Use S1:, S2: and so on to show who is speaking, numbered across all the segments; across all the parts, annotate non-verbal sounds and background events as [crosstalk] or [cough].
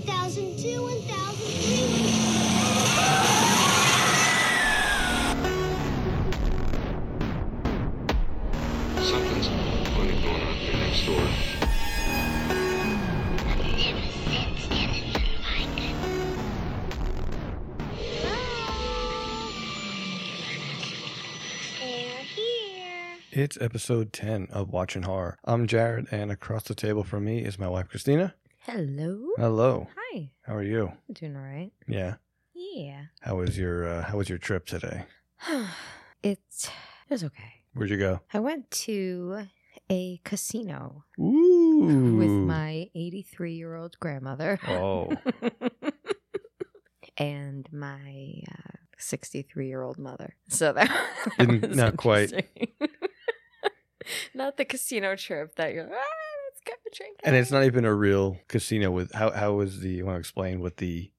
S1: 1002, 1003.
S2: Something's funny going on here next door.
S1: They're here.
S3: It's episode 10 of Watching Horror. I'm Jared, and across the table from me is my wife, Christina.
S4: Hello.
S3: Hello.
S4: Hi.
S3: How are you?
S4: I'm doing all right.
S3: Yeah.
S4: Yeah. [sighs]
S3: How was your uh, How was your trip today?
S4: it's it was okay.
S3: Where'd you go?
S4: I went to a casino
S3: Ooh.
S4: with my 83 year old grandmother
S3: Oh.
S4: [laughs] and my 63 year old mother. So that, [laughs] that
S3: Didn't-
S4: was
S3: not quite.
S4: interesting. [laughs] not the casino trip that you're like, ah, let's go drink.
S3: and it's not even a real casino. With how How was the? You want to explain what the?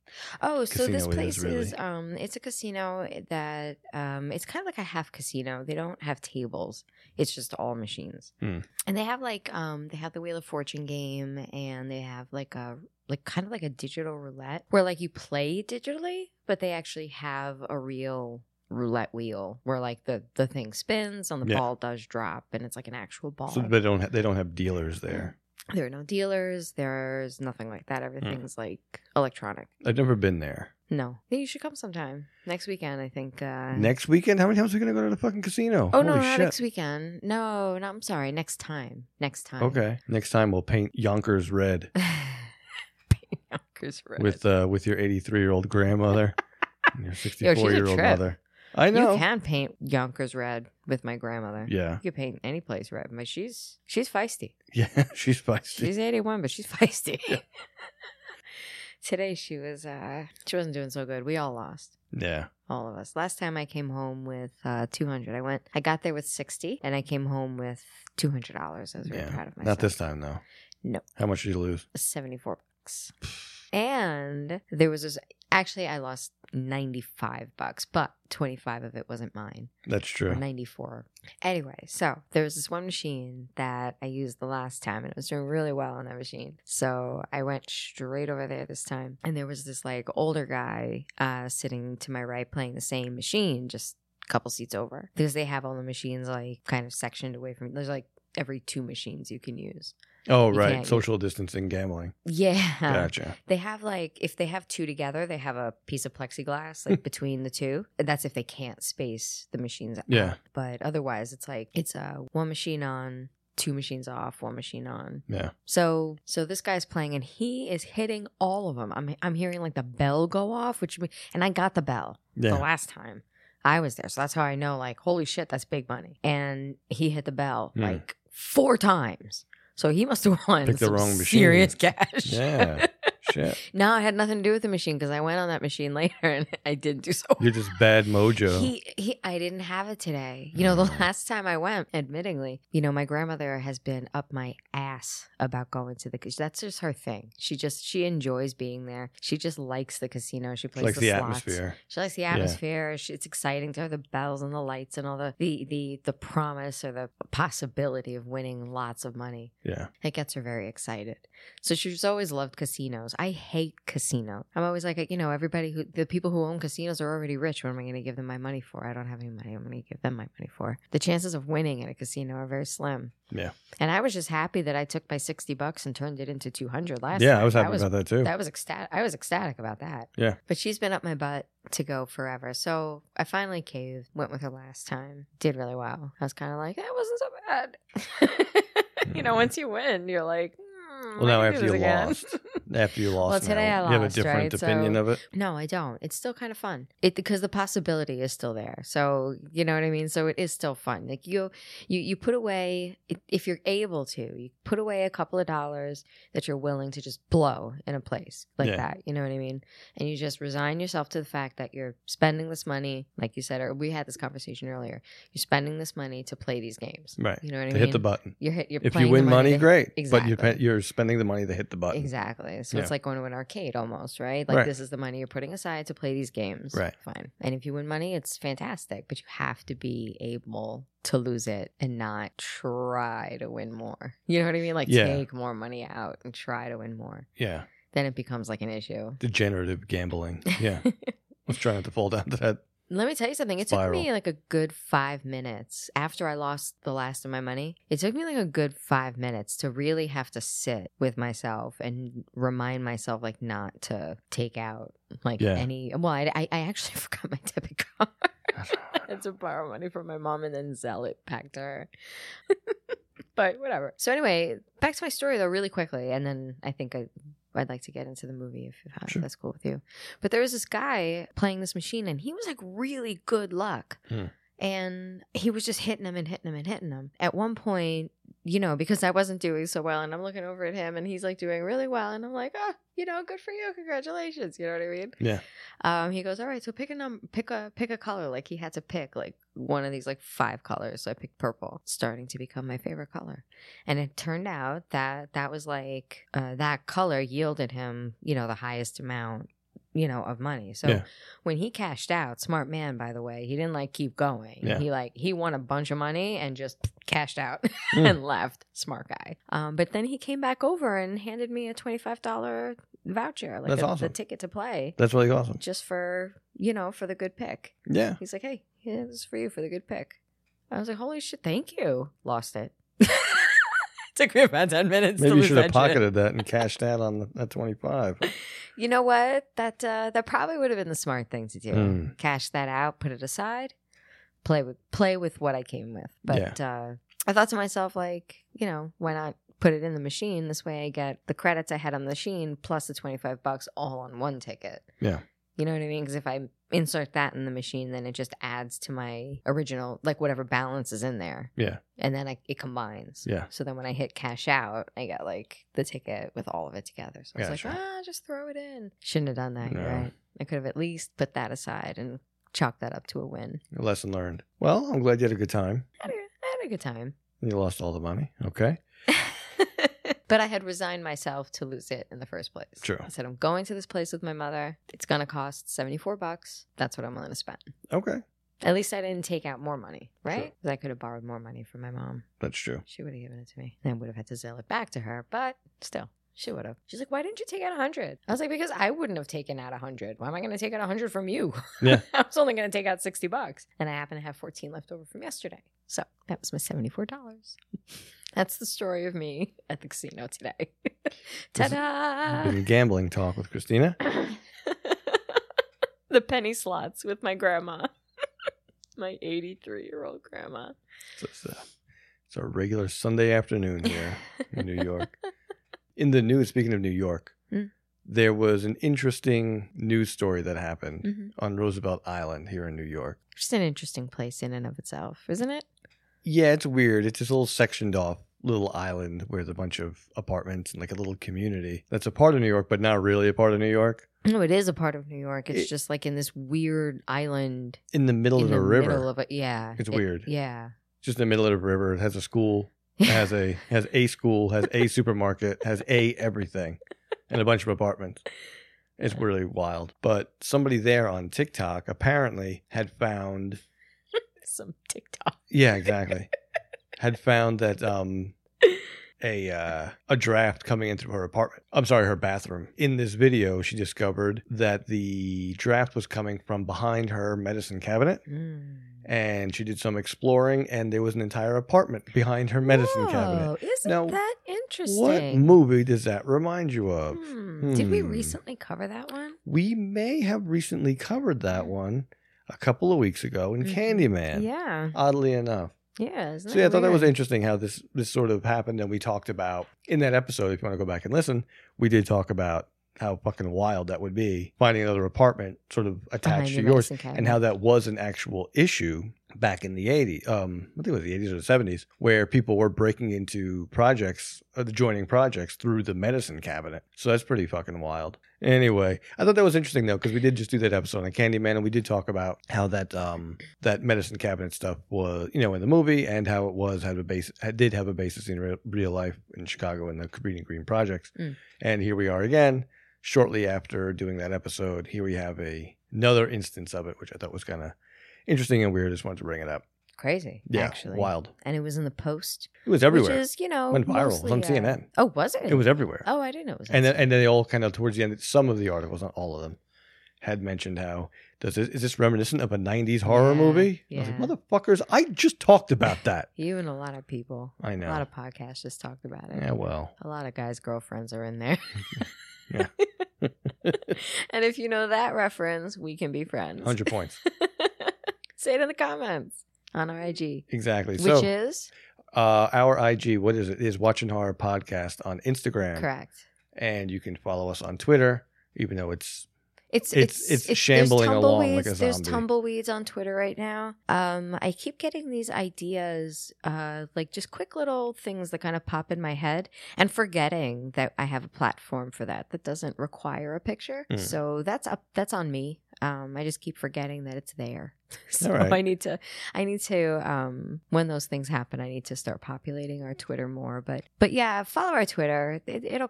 S4: Oh, so this
S3: casino it
S4: place
S3: is,
S4: is,
S3: really.
S4: um it's a casino that um it's kind of like a half casino. They don't have tables. It's just all machines.
S3: Hmm.
S4: And they have like um they have the Wheel of Fortune game and they have like a like kind of like a digital roulette where like you play digitally, but they actually have a real roulette wheel where like the the thing spins and the
S3: Yeah.
S4: ball does drop and it's like an actual ball.
S3: So they don't ha- They don't have dealers there.
S4: there are no dealers, there's nothing like that.
S3: Hmm.
S4: Everything's like electronic.
S3: I've never been there.
S4: No. Yeah, you should come sometime. Next weekend, I think. Uh,
S3: Next weekend, how many times are we gonna go to the fucking casino?
S4: Oh,
S3: Holy
S4: no, not
S3: shit.
S4: next weekend. No, no, I'm sorry. Next time. Next time. [laughs]
S3: Okay. Next time we'll paint Yonkers red
S4: Yonkers Road.
S3: with uh with your 83 year old grandmother
S4: [laughs]
S3: and your 64 year old
S4: trip.
S3: mother. I
S4: you
S3: know.
S4: can paint Yonkers red with my grandmother.
S3: Yeah. [laughs]
S4: You can paint any place red, but she's she's feisty.
S3: Yeah, she's feisty.
S4: She's 81, but she's feisty. [laughs] Today she was uh she wasn't doing so good. We all lost.
S3: Yeah.
S4: All of us. Last time I came home with uh, 200. I went. I got there with 60, and I came home with 200 dollars. I was very
S3: Yeah.
S4: proud of myself.
S3: Not this time though.
S4: No.
S3: How much did you lose?
S4: 74 bucks. And there was this actually I lost 95 bucks, but 25 of it wasn't mine.
S3: That's
S4: Or
S3: true.
S4: 94. Anyway, so there was this one machine that I used the last time and it was doing really well on that machine. So I went straight over there this time and there was this like older guy uh sitting to my right playing the same machine just a couple seats over because they have all the machines like kind of sectioned away from there's like every two machines you can use.
S3: Oh,
S4: You
S3: right.
S4: can't-
S3: Social distancing gambling.
S4: Yeah.
S3: Gotcha.
S4: They have like if they have two together, they have a piece of plexiglass
S3: Hmm.
S4: like between the two. That's if they can't space the machines out.
S3: Yeah.
S4: But otherwise, it's like it's uh, one machine on, two machines off, one machine on.
S3: Yeah.
S4: So so this guy's playing and he is hitting all of them. I'm I'm hearing like the bell go off, which me- and I got the bell the
S3: Yeah.
S4: last time I was there. So that's how I know, like, holy shit, that's big money. And he hit the bell
S3: Hmm.
S4: like four times. So he must have [laughs] won
S3: Picked the
S4: some
S3: wrong machine.
S4: serious [laughs] cash.
S3: Yeah. Shit.
S4: no, it had nothing to do with the machine because I went on that machine [laughs] later and I didn't do so.
S3: You're just bad mojo.
S4: He, he, I didn't have it today. You know, the
S3: Mm.
S4: last time I went, admittingly, you know, my grandmother has been up my ass about going to the casino. That's just her thing. She just, she enjoys being there. She just likes the casino. She plays
S3: like the,
S4: the, slots.
S3: atmosphere.
S4: She likes the
S3: Yeah.
S4: atmosphere. She, it's exciting to her the bells and the lights and all the, the the the promise or the possibility of winning lots of money.
S3: Yeah.
S4: It gets her very excited. So she's always loved casinos. I hate casino. I'm always like, you know, everybody who the people who own casinos are already rich. What am I going to give them my money for? I don't have any money. I'm going to give them my money for. The chances of winning at a casino are very slim.
S3: Yeah.
S4: And I was just happy that I took my sixty bucks and turned it into two hundred last.
S3: yeah,
S4: night.
S3: I was
S4: That
S3: happy about that too.
S4: that was ecstatic. I was ecstatic about that.
S3: Yeah.
S4: But she's been up my butt to go forever. So I finally caved, went with her last time, did really well. I was kind of like, that wasn't so bad. [laughs] you know,
S3: Mm.
S4: once you win, you're like, hmm,
S3: Well, now
S4: I can do
S3: after
S4: this
S3: you
S4: again.
S3: lost. [laughs] After you lost,
S4: today
S3: now,
S4: I
S3: you have a
S4: lost,
S3: different
S4: right?
S3: opinion
S4: So-
S3: of it.
S4: no, I don't. It's still kind of fun. It because the possibility is still there. So you know what I mean. So it is still fun. Like you, you, you put away if you're able to, you put away a couple of dollars that you're willing to just blow in a place like
S3: Yeah.
S4: that. You know what I mean. And you just resign yourself to the fact that you're spending this money, like you said, or we had this conversation earlier. You're spending this money to play these games.
S3: Right.
S4: You know what I
S3: To
S4: mean.
S3: hit the button.
S4: You're hit. You're
S3: If you
S4: playing the
S3: win
S4: money
S3: money,
S4: to-
S3: great. But
S4: Exactly.
S3: you're, pe- you're spending the money to hit the button.
S4: Exactly. So
S3: Yeah.
S4: it's like going to an arcade almost, right? Like
S3: Right.
S4: this is the money you're putting aside to play these games.
S3: Right.
S4: Fine. And if you win money, it's fantastic, but you have to be able to lose it and not try to win more. You know what I mean? Like
S3: Yeah.
S4: take more money out and try to win more.
S3: Yeah.
S4: then it becomes like an issue.
S3: Degenerative gambling. Yeah. Let's try not to fall down to that.
S4: Let me tell you something. It
S3: Spiral.
S4: took me like a good five minutes after I lost the last of my money. It took me like a good five minutes to really have to sit with myself and remind myself, like, not to take out like
S3: Yeah.
S4: any. Well, I, I, I actually [laughs] forgot my debit card. I had to borrow money from my mom and then sell it back to her. [laughs] but whatever. So, anyway, back to my story though, really quickly. And then I think I. I'd like to get into the movie if, if
S3: Sure.
S4: that's cool with you. But there was this guy playing this machine, and he was like really good luck.
S3: Hmm.
S4: And he was just hitting them and hitting them and hitting them. At one point, you know, because I wasn't doing so well, and I'm looking over at him, and he's like doing really well, and I'm like, oh, you know, good for you, congratulations. You know what I mean?
S3: Yeah.
S4: Um, he goes, all right, so pick a num, pick a pick a color. Like he had to pick like one of these like five colors. So I picked purple, starting to become my favorite color. And it turned out that that was like uh, that color yielded him, you know, the highest amount, you know, of money. So
S3: Yeah.
S4: when he cashed out, smart man, by the way, he didn't like keep going.
S3: Yeah.
S4: He like he won a bunch of money and just cashed out
S3: Hmm.
S4: and left. Smart guy. Um, but then he came back over and handed me a twenty five dollar voucher, like
S3: That's
S4: a,
S3: awesome.
S4: the ticket to play,
S3: That's really awesome.
S4: just for you know for the good pick.
S3: Yeah.
S4: He's like, hey, yeah, this is for you for the good pick. I was like, holy shit, thank you. Lost it. [laughs] Took me about 10 minutes
S3: Maybe
S4: to
S3: you
S4: lose
S3: should
S4: that
S3: have
S4: shit.
S3: pocketed that and cashed out on the, that 25.
S4: You know what? That uh, that probably would have been the smart thing to do.
S3: Mm.
S4: Cash that out, put it aside, play with play with what I came with. But uh, I thought to myself, like, you know, why not put it in the machine? This way I get the credits I had on the machine plus the 25 bucks all on one ticket.
S3: Yeah.
S4: You know what I mean? Because if I insert that in the machine, then it just adds to my original, like whatever balance is in there.
S3: Yeah.
S4: And then I, it combines.
S3: Yeah.
S4: So then when I hit cash out, I got like the ticket with all of it together. So I was
S3: Gotcha.
S4: like, ah, just throw it in. Shouldn't have done that. You're
S3: No.
S4: right. I could have at least put that aside and chalk that up to a win.
S3: Lesson learned. Well, I'm glad you had a good time.
S4: I had a, I had a good time. [laughs]
S3: You lost all the money. Okay.
S4: but I had resigned myself to lose it in the first place.
S3: True.
S4: I said, I'm going to this place with my mother. It's going to cost 74 bucks. That's what I'm willing to spend.
S3: Okay.
S4: At least I didn't take out more money, right?
S3: Sure.
S4: 'Cause I could have borrowed more money from my mom.
S3: That's true.
S4: She would have given it to me. And I would have had to sell it back to her, but still, she would have. She's like, why didn't you take out 100? I was like, because I wouldn't have taken out 100. Why am I going to take out 100 from you? [laughs]
S3: Yeah.
S4: I was only going to take out 60 bucks. And I happen to have 14 left over from yesterday. So that was my $74. [laughs] That's the story of me at the casino today. [laughs] Ta da!
S3: Been gambling talk with Christina.
S4: [laughs] the penny slots with my grandma, [laughs] my 83 year old grandma.
S3: It's, it's, a, it's a regular Sunday afternoon
S4: [laughs]
S3: here in New York. In the news, speaking of New York,
S4: Mm.
S3: there was an interesting news story that happened
S4: Mhm.
S3: on Roosevelt Island here in New York.
S4: Just an interesting place in and of itself, isn't it?
S3: Yeah, it's weird. It's this little sectioned off little island where there's a bunch of apartments and like a little community that's a part of New York, but not really a part of New York.
S4: No, it is a part of New York. It's
S3: It-
S4: just like in this weird island
S3: In the middle
S4: in
S3: of
S4: the
S3: a river.
S4: middle of a yeah.
S3: It's
S4: It-
S3: weird.
S4: Yeah.
S3: just in the middle of the river. It has a school, it
S4: [laughs]
S3: has a has a school, has a supermarket, has a everything, and a bunch of apartments. It's really wild. But somebody there on TikTok apparently had found
S4: some TikTok.
S3: yeah, exactly. had found that um a uh, a draft coming into her apartment. I'm sorry, her bathroom. In this video, she discovered that the draft was coming from behind her medicine cabinet
S4: Mm.
S3: and she did some exploring and there was an entire apartment behind her medicine cabinet.
S4: Whoa, Isn't
S3: Now,
S4: that
S3: What
S4: interesting?
S3: movie does that remind you of?
S4: Hmm. Did we
S3: Hmm.
S4: recently cover that one?
S3: We may have recently covered that one a couple of weeks ago in
S4: Mhm.
S3: Candyman.
S4: Yeah.
S3: Oddly enough.
S4: Yeah. Isn't
S3: So yeah, I thought that was
S4: weird?
S3: interesting how this this sort of happened and we talked about in that episode, if you want to go back and listen, we did talk about how fucking wild that would be finding another apartment sort of
S4: Behind
S3: attached
S4: your
S3: to yours
S4: medicine cabinet.
S3: and how that was an actual issue back in the 80s um i think it was the 80s or the 70s where people were breaking into projects uh, adjoining projects through the medicine cabinet so that's pretty fucking wild anyway i thought that was interesting though because we did just do that episode on candyman and we did talk about how that um that medicine cabinet stuff was you know in the movie and how it was had a base had, did have a basis in real, real life in chicago in the green and green projects
S4: Mm.
S3: and here we are again shortly after doing that episode, here we have a another instance of it, which I thought was kind of interesting and weird. Just wanted to bring it up.
S4: crazy.
S3: Yeah,
S4: actually.
S3: wild.
S4: And it was in the Post,
S3: It was everywhere.
S4: which is you know
S3: Went viral. It was
S4: mostly,
S3: on
S4: uh,
S3: CNN.
S4: Oh, was it?
S3: It was everywhere.
S4: Oh, I didn't know it was. on
S3: and then,
S4: CNN.
S3: and then they all kind of towards the end. Some of the articles, not all of them, had mentioned how does this, is this reminiscent of a '90s horror
S4: Yeah,
S3: movie? I was like,
S4: yeah.
S3: motherfuckers, I just talked about
S4: [laughs]
S3: that.
S4: you and a lot of people,
S3: I know.
S4: a lot of podcasts just talked about it.
S3: yeah,
S4: [laughs]
S3: well,
S4: A lot of guys' girlfriends are in there.
S3: Yeah.
S4: [laughs] and if you know that reference, we can be friends.
S3: hundred points
S4: [laughs] Say it in the comments on our IG,
S3: exactly.
S4: which
S3: so
S4: is
S3: uh, our IG, what is it? Is watching horror podcast on Instagram,
S4: correct.
S3: and you can follow us on Twitter, even though it's
S4: It's
S3: It's-
S4: it's
S3: it's
S4: there's
S3: shambling along like a
S4: tumbleweeds- There's
S3: zombie.
S4: tumbleweeds on Twitter right now. Um, I keep getting these ideas, uh, like just quick little things that kind of pop in my head, and forgetting that I have a platform for that that doesn't require a picture.
S3: Mm.
S4: So that's up. That's on me. Um, I just keep forgetting that it's there. [laughs] so
S3: All right.
S4: I need to. I need to. Um, when those things happen, I need to start populating our Twitter more. But but yeah, follow our Twitter. It, it'll. it'll-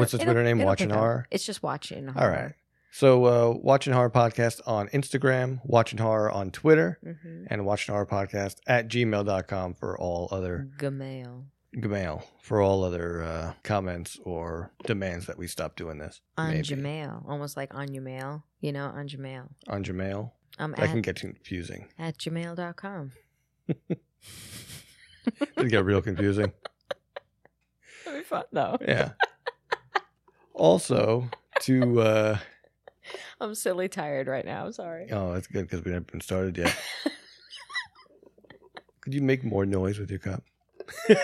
S3: What's the
S4: it'll-
S3: Twitter name?
S4: it'll
S3: Watchin'
S4: pick up.
S3: Horror?
S4: It's just watching.
S3: all right. So uh, watching horror podcast on Instagram, watching horror on Twitter,
S4: Mm-hmm.
S3: and watching horror podcast at gmail.com for all other
S4: Gmail.
S3: Gmail for all other uh, comments or demands that we stop doing this.
S4: On
S3: maybe.
S4: Gmail. Almost like on your mail. You know, on Gmail.
S3: On Gmail.
S4: I'm
S3: That
S4: at,
S3: can get confusing.
S4: at gmail.com.
S3: It get real confusing. [laughs]
S4: That'd be fun, though.
S3: Yeah. Also, to uh,
S4: I'm silly tired right now. I'm sorry.
S3: oh, that's good because we haven't been started
S4: [laughs]
S3: yet. Could you make more noise with your cup? [laughs]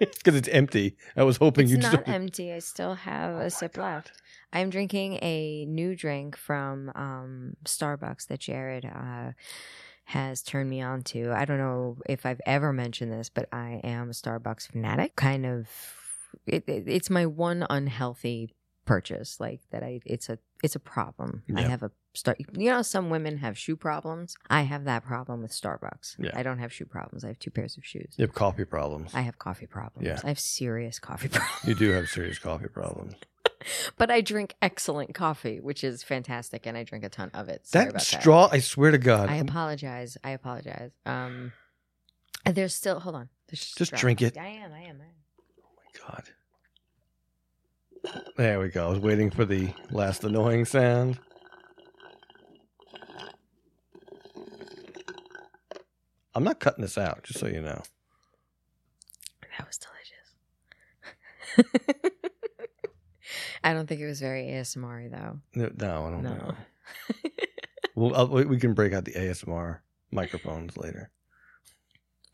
S3: Because it's empty. I was hoping
S4: It's
S3: you'd
S4: not
S3: just
S4: empty. I still have
S3: Oh
S4: a sip
S3: my God.
S4: left. I'm drinking a new drink from um, Starbucks that Jared uh, has turned me on to. I don't know if I've ever mentioned this, but I am a Starbucks fanatic. Kind of, it, it, it's my one unhealthy purchase. Like that, I it's a it's a problem. I
S3: Yeah.
S4: have a start. You know, some women have shoe problems. I have that problem with Starbucks.
S3: Yeah.
S4: I don't have shoe problems. I have two pairs of shoes.
S3: You have coffee problems.
S4: I have coffee problems.
S3: Yeah.
S4: I have serious coffee [laughs] problems
S3: You do have serious coffee problems.
S4: [laughs] but I drink excellent coffee, which is fantastic, and I drink a ton of it. Sorry
S3: that
S4: about
S3: straw, I swear to God, oh
S4: That. I
S3: I'm-
S4: apologize. I apologize. Um, and there's still. Hold on. There's
S3: Just
S4: straw.
S3: drink it.
S4: I am. I am. I am.
S3: God. There we go. I was waiting for the last annoying sound. I'm not cutting this out, just so you know.
S4: That was delicious. [laughs] I don't think it was very ASMR though.
S3: No, Oh, no, I don't
S4: No.
S3: know. Well, I'll, we we can break out the ASMR microphones later.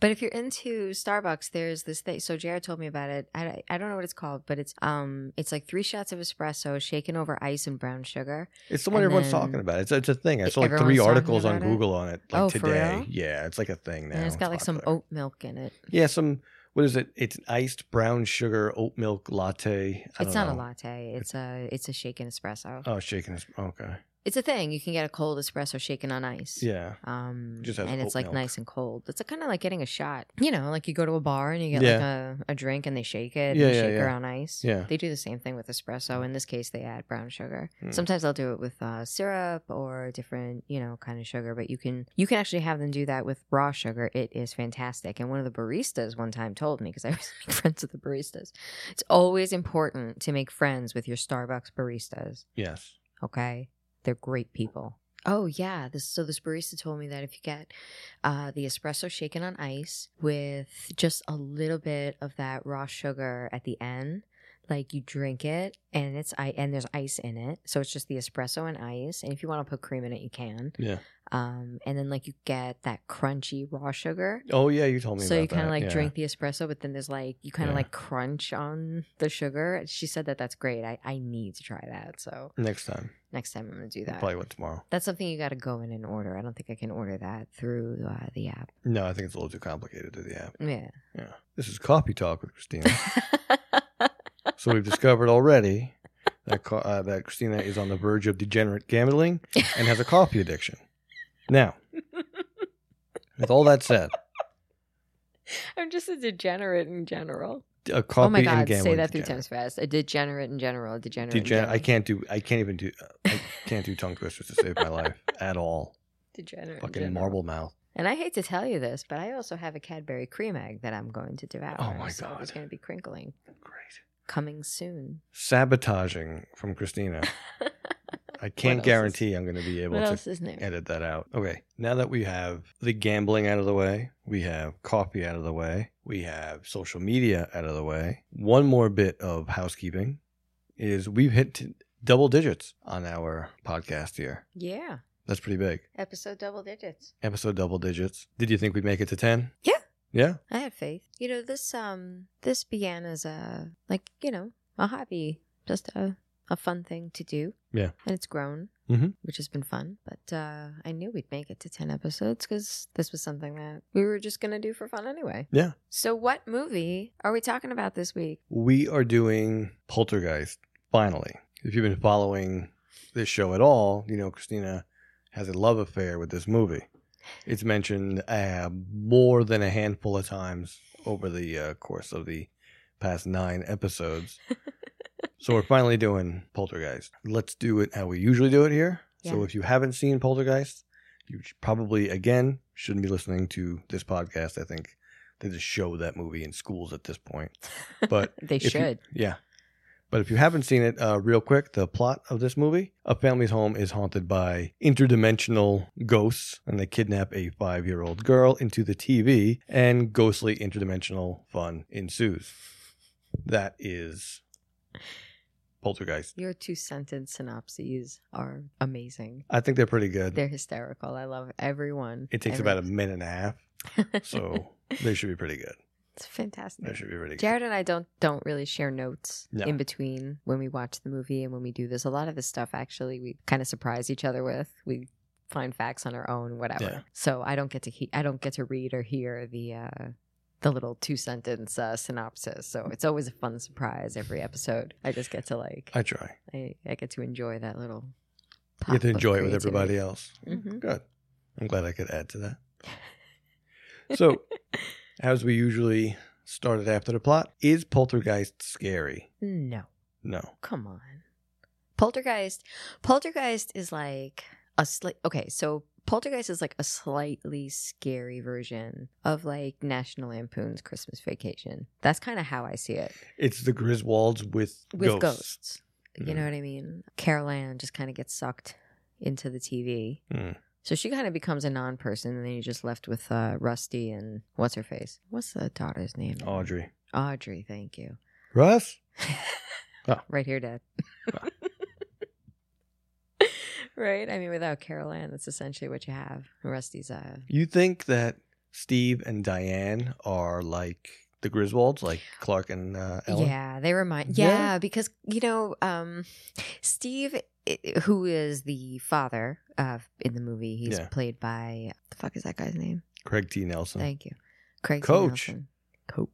S4: But if you're into Starbucks, there's this thing. So Jared told me about it. I, I don't know what it's called, but it's um it's like three shots of espresso shaken over ice and brown sugar.
S3: It's the one
S4: And
S3: everyone's
S4: then-
S3: talking about. It's, it's a thing. I
S4: It-
S3: saw like
S4: everyone's
S3: three
S4: talking
S3: articles on
S4: about it?
S3: Google on it like
S4: Oh, for
S3: today.
S4: real?
S3: Yeah, it's like a thing now.
S4: and it's got like some
S3: popular.
S4: oat milk in it.
S3: Yeah, some what is it? It's an iced brown sugar oat milk latte. I
S4: It's
S3: don't
S4: not a
S3: know.
S4: latte. It's a it's a shaken espresso.
S3: Oh, shaking is okay.
S4: It's a thing. You can get a cold espresso shaken on ice.
S3: Yeah.
S4: Um,
S3: Just has
S4: and
S3: oat
S4: it's like
S3: milk.
S4: nice and cold. It's kind of like getting a shot. You know, like you go to a bar and you get like a, a drink and they shake it and
S3: Yeah,
S4: they
S3: yeah,
S4: shake
S3: yeah.
S4: her on ice.
S3: Yeah.
S4: They do the same thing with espresso. In this case, they add brown sugar.
S3: Hmm.
S4: Sometimes I'll do it with uh, syrup or different, you know, kind of sugar. But you can you can actually have them do that with raw sugar. It is fantastic. And one of the baristas one time told me because I [laughs] was making friends with the baristas. It's always important to make friends with your Starbucks baristas
S3: Yes.
S4: okay? They're great people. Oh yeah, this so this barista told me that if you get uh, the espresso shaken on ice with just a little bit of that raw sugar at the end, like you drink it and it's I and there's ice in it, so it's just the espresso and ice. And if you want to put cream in it, you can.
S3: Yeah.
S4: Um, and then like you get that crunchy raw sugar.
S3: Oh yeah, you told me.
S4: So
S3: about
S4: you kind
S3: that,
S4: of like
S3: yeah.
S4: drink the espresso, but then there's like you kind of
S3: Yeah.
S4: like crunch on the sugar. She said that that's great. I, I need to try that. So
S3: next time.
S4: next time I'm gonna do that.
S3: Probably what tomorrow.
S4: That's something you got to go in and order. I don't think I can order that through uh, the app.
S3: No, I think it's a little too complicated to the app.
S4: Yeah.
S3: Yeah. This is coffee talk with Christina. so we've discovered already that co- uh, that Christina is on the verge of degenerate gambling and has a coffee addiction. Now, with all that said,
S4: [laughs] I'm just a degenerate in general.
S3: a coffee
S4: oh my
S3: and
S4: god,
S3: gambling.
S4: say that three
S3: degenerate.
S4: times fast. A degenerate in general. A degenerate. in
S3: Degen-
S4: general.
S3: I can't do. I can't even do. I can't do tongue twisters to save my life at all.
S4: degenerate. [laughs] in
S3: Fucking
S4: general.
S3: marble mouth.
S4: And I hate to tell you this, but I also have a Cadbury cream egg that I'm going to devour.
S3: Oh my
S4: so It's
S3: God.
S4: going to be crinkling.
S3: Great. [laughs]
S4: Coming soon.
S3: Sabotaging from
S4: [laughs]
S3: Christina. I
S4: else
S3: can't
S4: is-
S3: guarantee I'm going to be able
S4: What
S3: to
S4: else is new?
S3: edit that out. Okay. Now that we have the gambling out of the way, we have coffee out of the way, we have social media out of the way. One more bit of housekeeping is we've hit t- double digits on our podcast here.
S4: Yeah.
S3: That's pretty big.
S4: Episode double digits.
S3: Episode double digits. Did you think we'd make it to 10?
S4: Yeah.
S3: Yeah.
S4: I had faith. You know, this um this began as a like, you know, a hobby, just a a fun thing to do.
S3: Yeah.
S4: And it's grown,
S3: Mhm.
S4: which has been fun. But uh, I knew we'd make it to 10 episodes because this was something that we were just going to do for fun anyway.
S3: Yeah.
S4: So, what movie are we talking about this week?
S3: we are doing Poltergeist finally. If you've been following this show at all, you know Christina has a love affair with this movie. It's mentioned uh, more than a handful of times over the uh, course of the past nine episodes. so we're finally doing Poltergeist. Let's do it how we usually do it here. So
S4: Yeah.
S3: if you haven't seen Poltergeist, you sh- probably again shouldn't be listening to this podcast. I think they just show that movie in schools at this point. But Uh,
S4: They
S3: if you-
S4: should.
S3: yeah. But if you haven't seen it, uh, real quick, the plot of this movie a family's home is haunted by interdimensional ghosts, and they kidnap a five year old girl into the TV, and ghostly interdimensional fun ensues. That is Poltergeist.
S4: Your two sentence synopses are amazing.
S3: I think they're pretty good.
S4: They're hysterical. I love everyone.
S3: it takes
S4: Every-
S3: about a minute and a half,
S4: [laughs]
S3: so they should be pretty good.
S4: it's fantastic.
S3: They should be pretty good.
S4: Jared and I don't don't really share notes
S3: No.
S4: in between when we watch the movie and when we do this. A lot of this stuff actually we kind of surprise each other with. We find facts on our own, whatever.
S3: Yeah.
S4: So I don't get to he- I don't get to read or hear the uh, the little two sentence uh, synopsis. So it's always a fun surprise every episode. I just get to like
S3: I try.
S4: I, I get to enjoy that little.
S3: You get to enjoy it with everybody else.
S4: Mhm.
S3: Good. I'm glad I could add to that.
S4: [laughs]
S3: So, as we usually started after the plot, is Poltergeist scary?
S4: No.
S3: No.
S4: come on poltergeist poltergeist is like a slight okay so poltergeist is like a slightly scary version of like national lampoon's christmas vacation that's kind of how i see it
S3: It's the Griswolds with,
S4: with ghosts,
S3: ghosts.
S4: you know what i mean carol ann just kind of gets sucked into the tv
S3: Mm.
S4: so she kind of becomes a non-person and then you're just left with uh, rusty and what's her face what's the daughter's name
S3: Audrey.
S4: audrey thank you
S3: Russ?
S4: Right here, Dad. [laughs] right? I mean, without Carol Ann, that's essentially what you have. Rusty's uh
S3: You think that Steve and Diane are like the Griswolds, like Clark and uh, Ellen?
S4: Yeah, they remind
S3: Yeah?
S4: yeah, because you know, um Steve i- who is the father uh in the movie, he's
S3: Yeah.
S4: played by the fuck is that guy's name?
S3: Craig T. Nelson
S4: Thank you. Craig T.
S3: Coach.
S4: Nelson. Coach.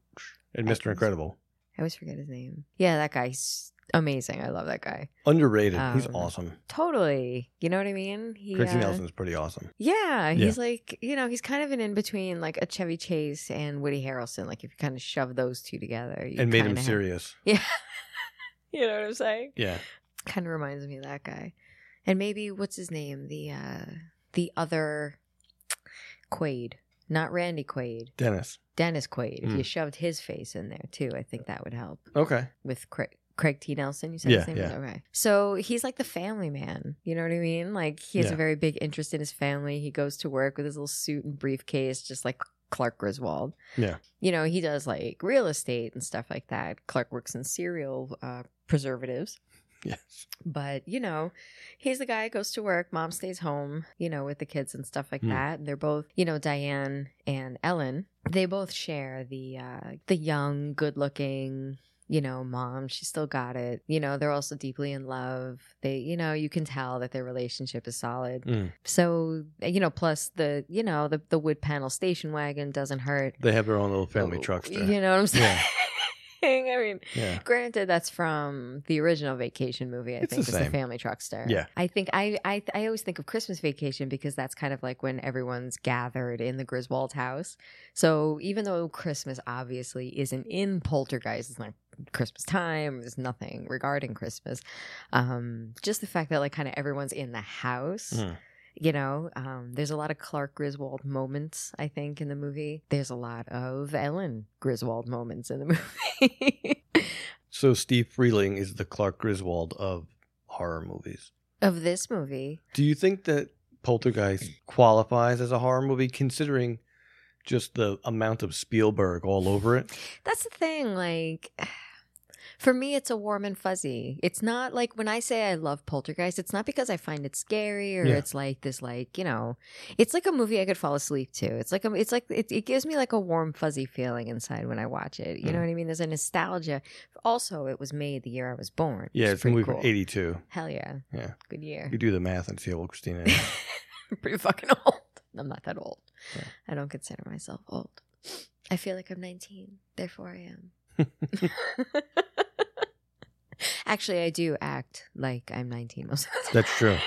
S3: and Mr. Incredible.
S4: I always forget his name. Yeah, that guy's amazing. I love that guy.
S3: Underrated. He's
S4: Um,
S3: awesome.
S4: Totally. You know what I mean? He,
S3: Craig T.
S4: uh,
S3: Nelson's pretty awesome.
S4: Yeah,
S3: Yeah.
S4: he's like, you know, he's kind of an in between like a Chevy Chase and Woody Harrelson. Like if you kind of shove those two together, you
S3: And made him
S4: kinda have-
S3: serious.
S4: Yeah. you know what I'm saying?
S3: Yeah.
S4: Kind of reminds me of that guy. And maybe what's his name? The uh the other Quaid. Not Randy Quaid.
S3: Dennis.
S4: Dennis Quaid. If
S3: Hmm.
S4: you shoved his face in there too, I think that would help
S3: Okay. [laughs]
S4: with Craig, Craig T. Nelson. You said
S3: Yeah,
S4: his name was
S3: yeah.
S4: okay. So he's like the family man. You know what I mean? Like he has
S3: Yeah.
S4: a very big interest in his family. He goes to work with his little suit and briefcase, just like Clark Griswold.
S3: Yeah.
S4: You know, he does like real estate and stuff like that. Clark works in cereal uh, preservatives.
S3: Yes.
S4: But, you know, he's the guy who goes to work, mom stays home, you know, with the kids and stuff like
S3: Hmm.
S4: that. And they're both, you know, Diane and Ellen, they both share the uh the young, good looking, you know, mom, she still got it. You know, they're also deeply in love. They, you know, you can tell that their relationship is solid.
S3: Mm.
S4: So, you know, plus the, you know, the the wood panel station wagon doesn't hurt.
S3: They have their own little family
S4: Oh,
S3: truckster.
S4: You know what I'm saying?
S3: Yeah.
S4: [laughs] I mean,
S3: Yeah.
S4: Granted, that's from the original Vacation movie. I
S3: It's the
S4: think was the
S3: same.
S4: Family Truckster.
S3: Yeah.
S4: I think I, I I always think of Christmas Vacation because that's kind of like when everyone's gathered in the Griswold house. So even though Christmas obviously isn't in Poltergeist, it's not Christmas time. There's nothing regarding Christmas. Um, just the fact that like kind of everyone's in the house
S3: Mm.
S4: you know, um, there's a lot of Clark Griswold moments, I think, in the movie. There's a lot of Ellen Griswold moments in the [laughs] movie.
S3: So Steve Freeling is the Clark Griswold of horror movies.
S4: of this movie,
S3: Do you think that
S4: Hmm.
S3: Poltergeist qualifies as a horror movie considering just the amount of Spielberg all over it?
S4: That's the thing. Like, [sighs] for me, it's a warm and fuzzy. It's not like when I say I love Poltergeist, it's not because I find it scary or
S3: Yeah.
S4: it's like this, like you know, it's like a movie I could fall asleep to. It's like a, it's like it, it gives me like a warm fuzzy feeling inside when I watch it. You know
S3: Mm.
S4: what I mean? There's a nostalgia. Also, it was made the year I was born.
S3: Yeah, it's a
S4: pretty
S3: movie
S4: cool. Hmm.
S3: from 82.
S4: Hell yeah,
S3: Yeah.
S4: good year.
S3: You do the math and see how old Christina is.
S4: [laughs]
S3: [laughs]
S4: I'm pretty fucking old. I'm not that old.
S3: Yeah.
S4: I don't consider myself old. I feel like I'm 19, therefore I am.
S3: [laughs]
S4: Actually, I do act like I'm 19 most of the time. [laughs]
S3: That's true.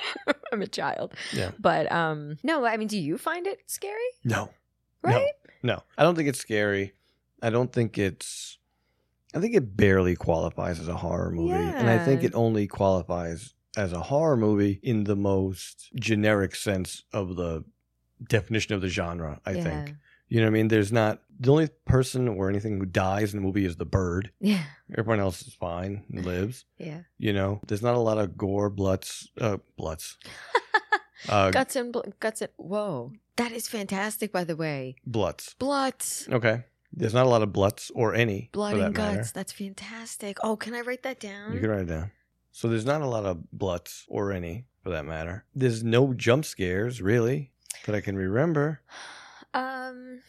S4: I'm a child.
S3: Yeah.
S4: But um, no, I mean, do you find it scary?
S3: No.
S4: Right?
S3: No. No. I don't think it's scary. I don't think it's I think it barely qualifies as a horror movie. And I think
S4: Yeah.
S3: it only qualifies as a horror movie in the most generic sense of the definition of the genre, I
S4: yeah.
S3: think. You know what I mean? There's not the only person or anything who dies in the movie is the bird.
S4: Yeah.
S3: Everyone else is fine
S4: [laughs]
S3: and lives.
S4: Yeah.
S3: You know, there's not a lot of gore, bluts, uh,
S4: [laughs]
S3: bluts, uh,
S4: Guts and bl- guts and whoa, that is fantastic. By the way,
S3: bluts.
S4: bloods,
S3: Okay, there's not a lot of bluts or any
S4: blood
S3: for that
S4: and guts.
S3: matter.
S4: That's fantastic. Oh, can I write that down?
S3: You can write it down. So there's not a lot of bluts or any for that matter. There's no jump scares really that I can remember.
S4: Um,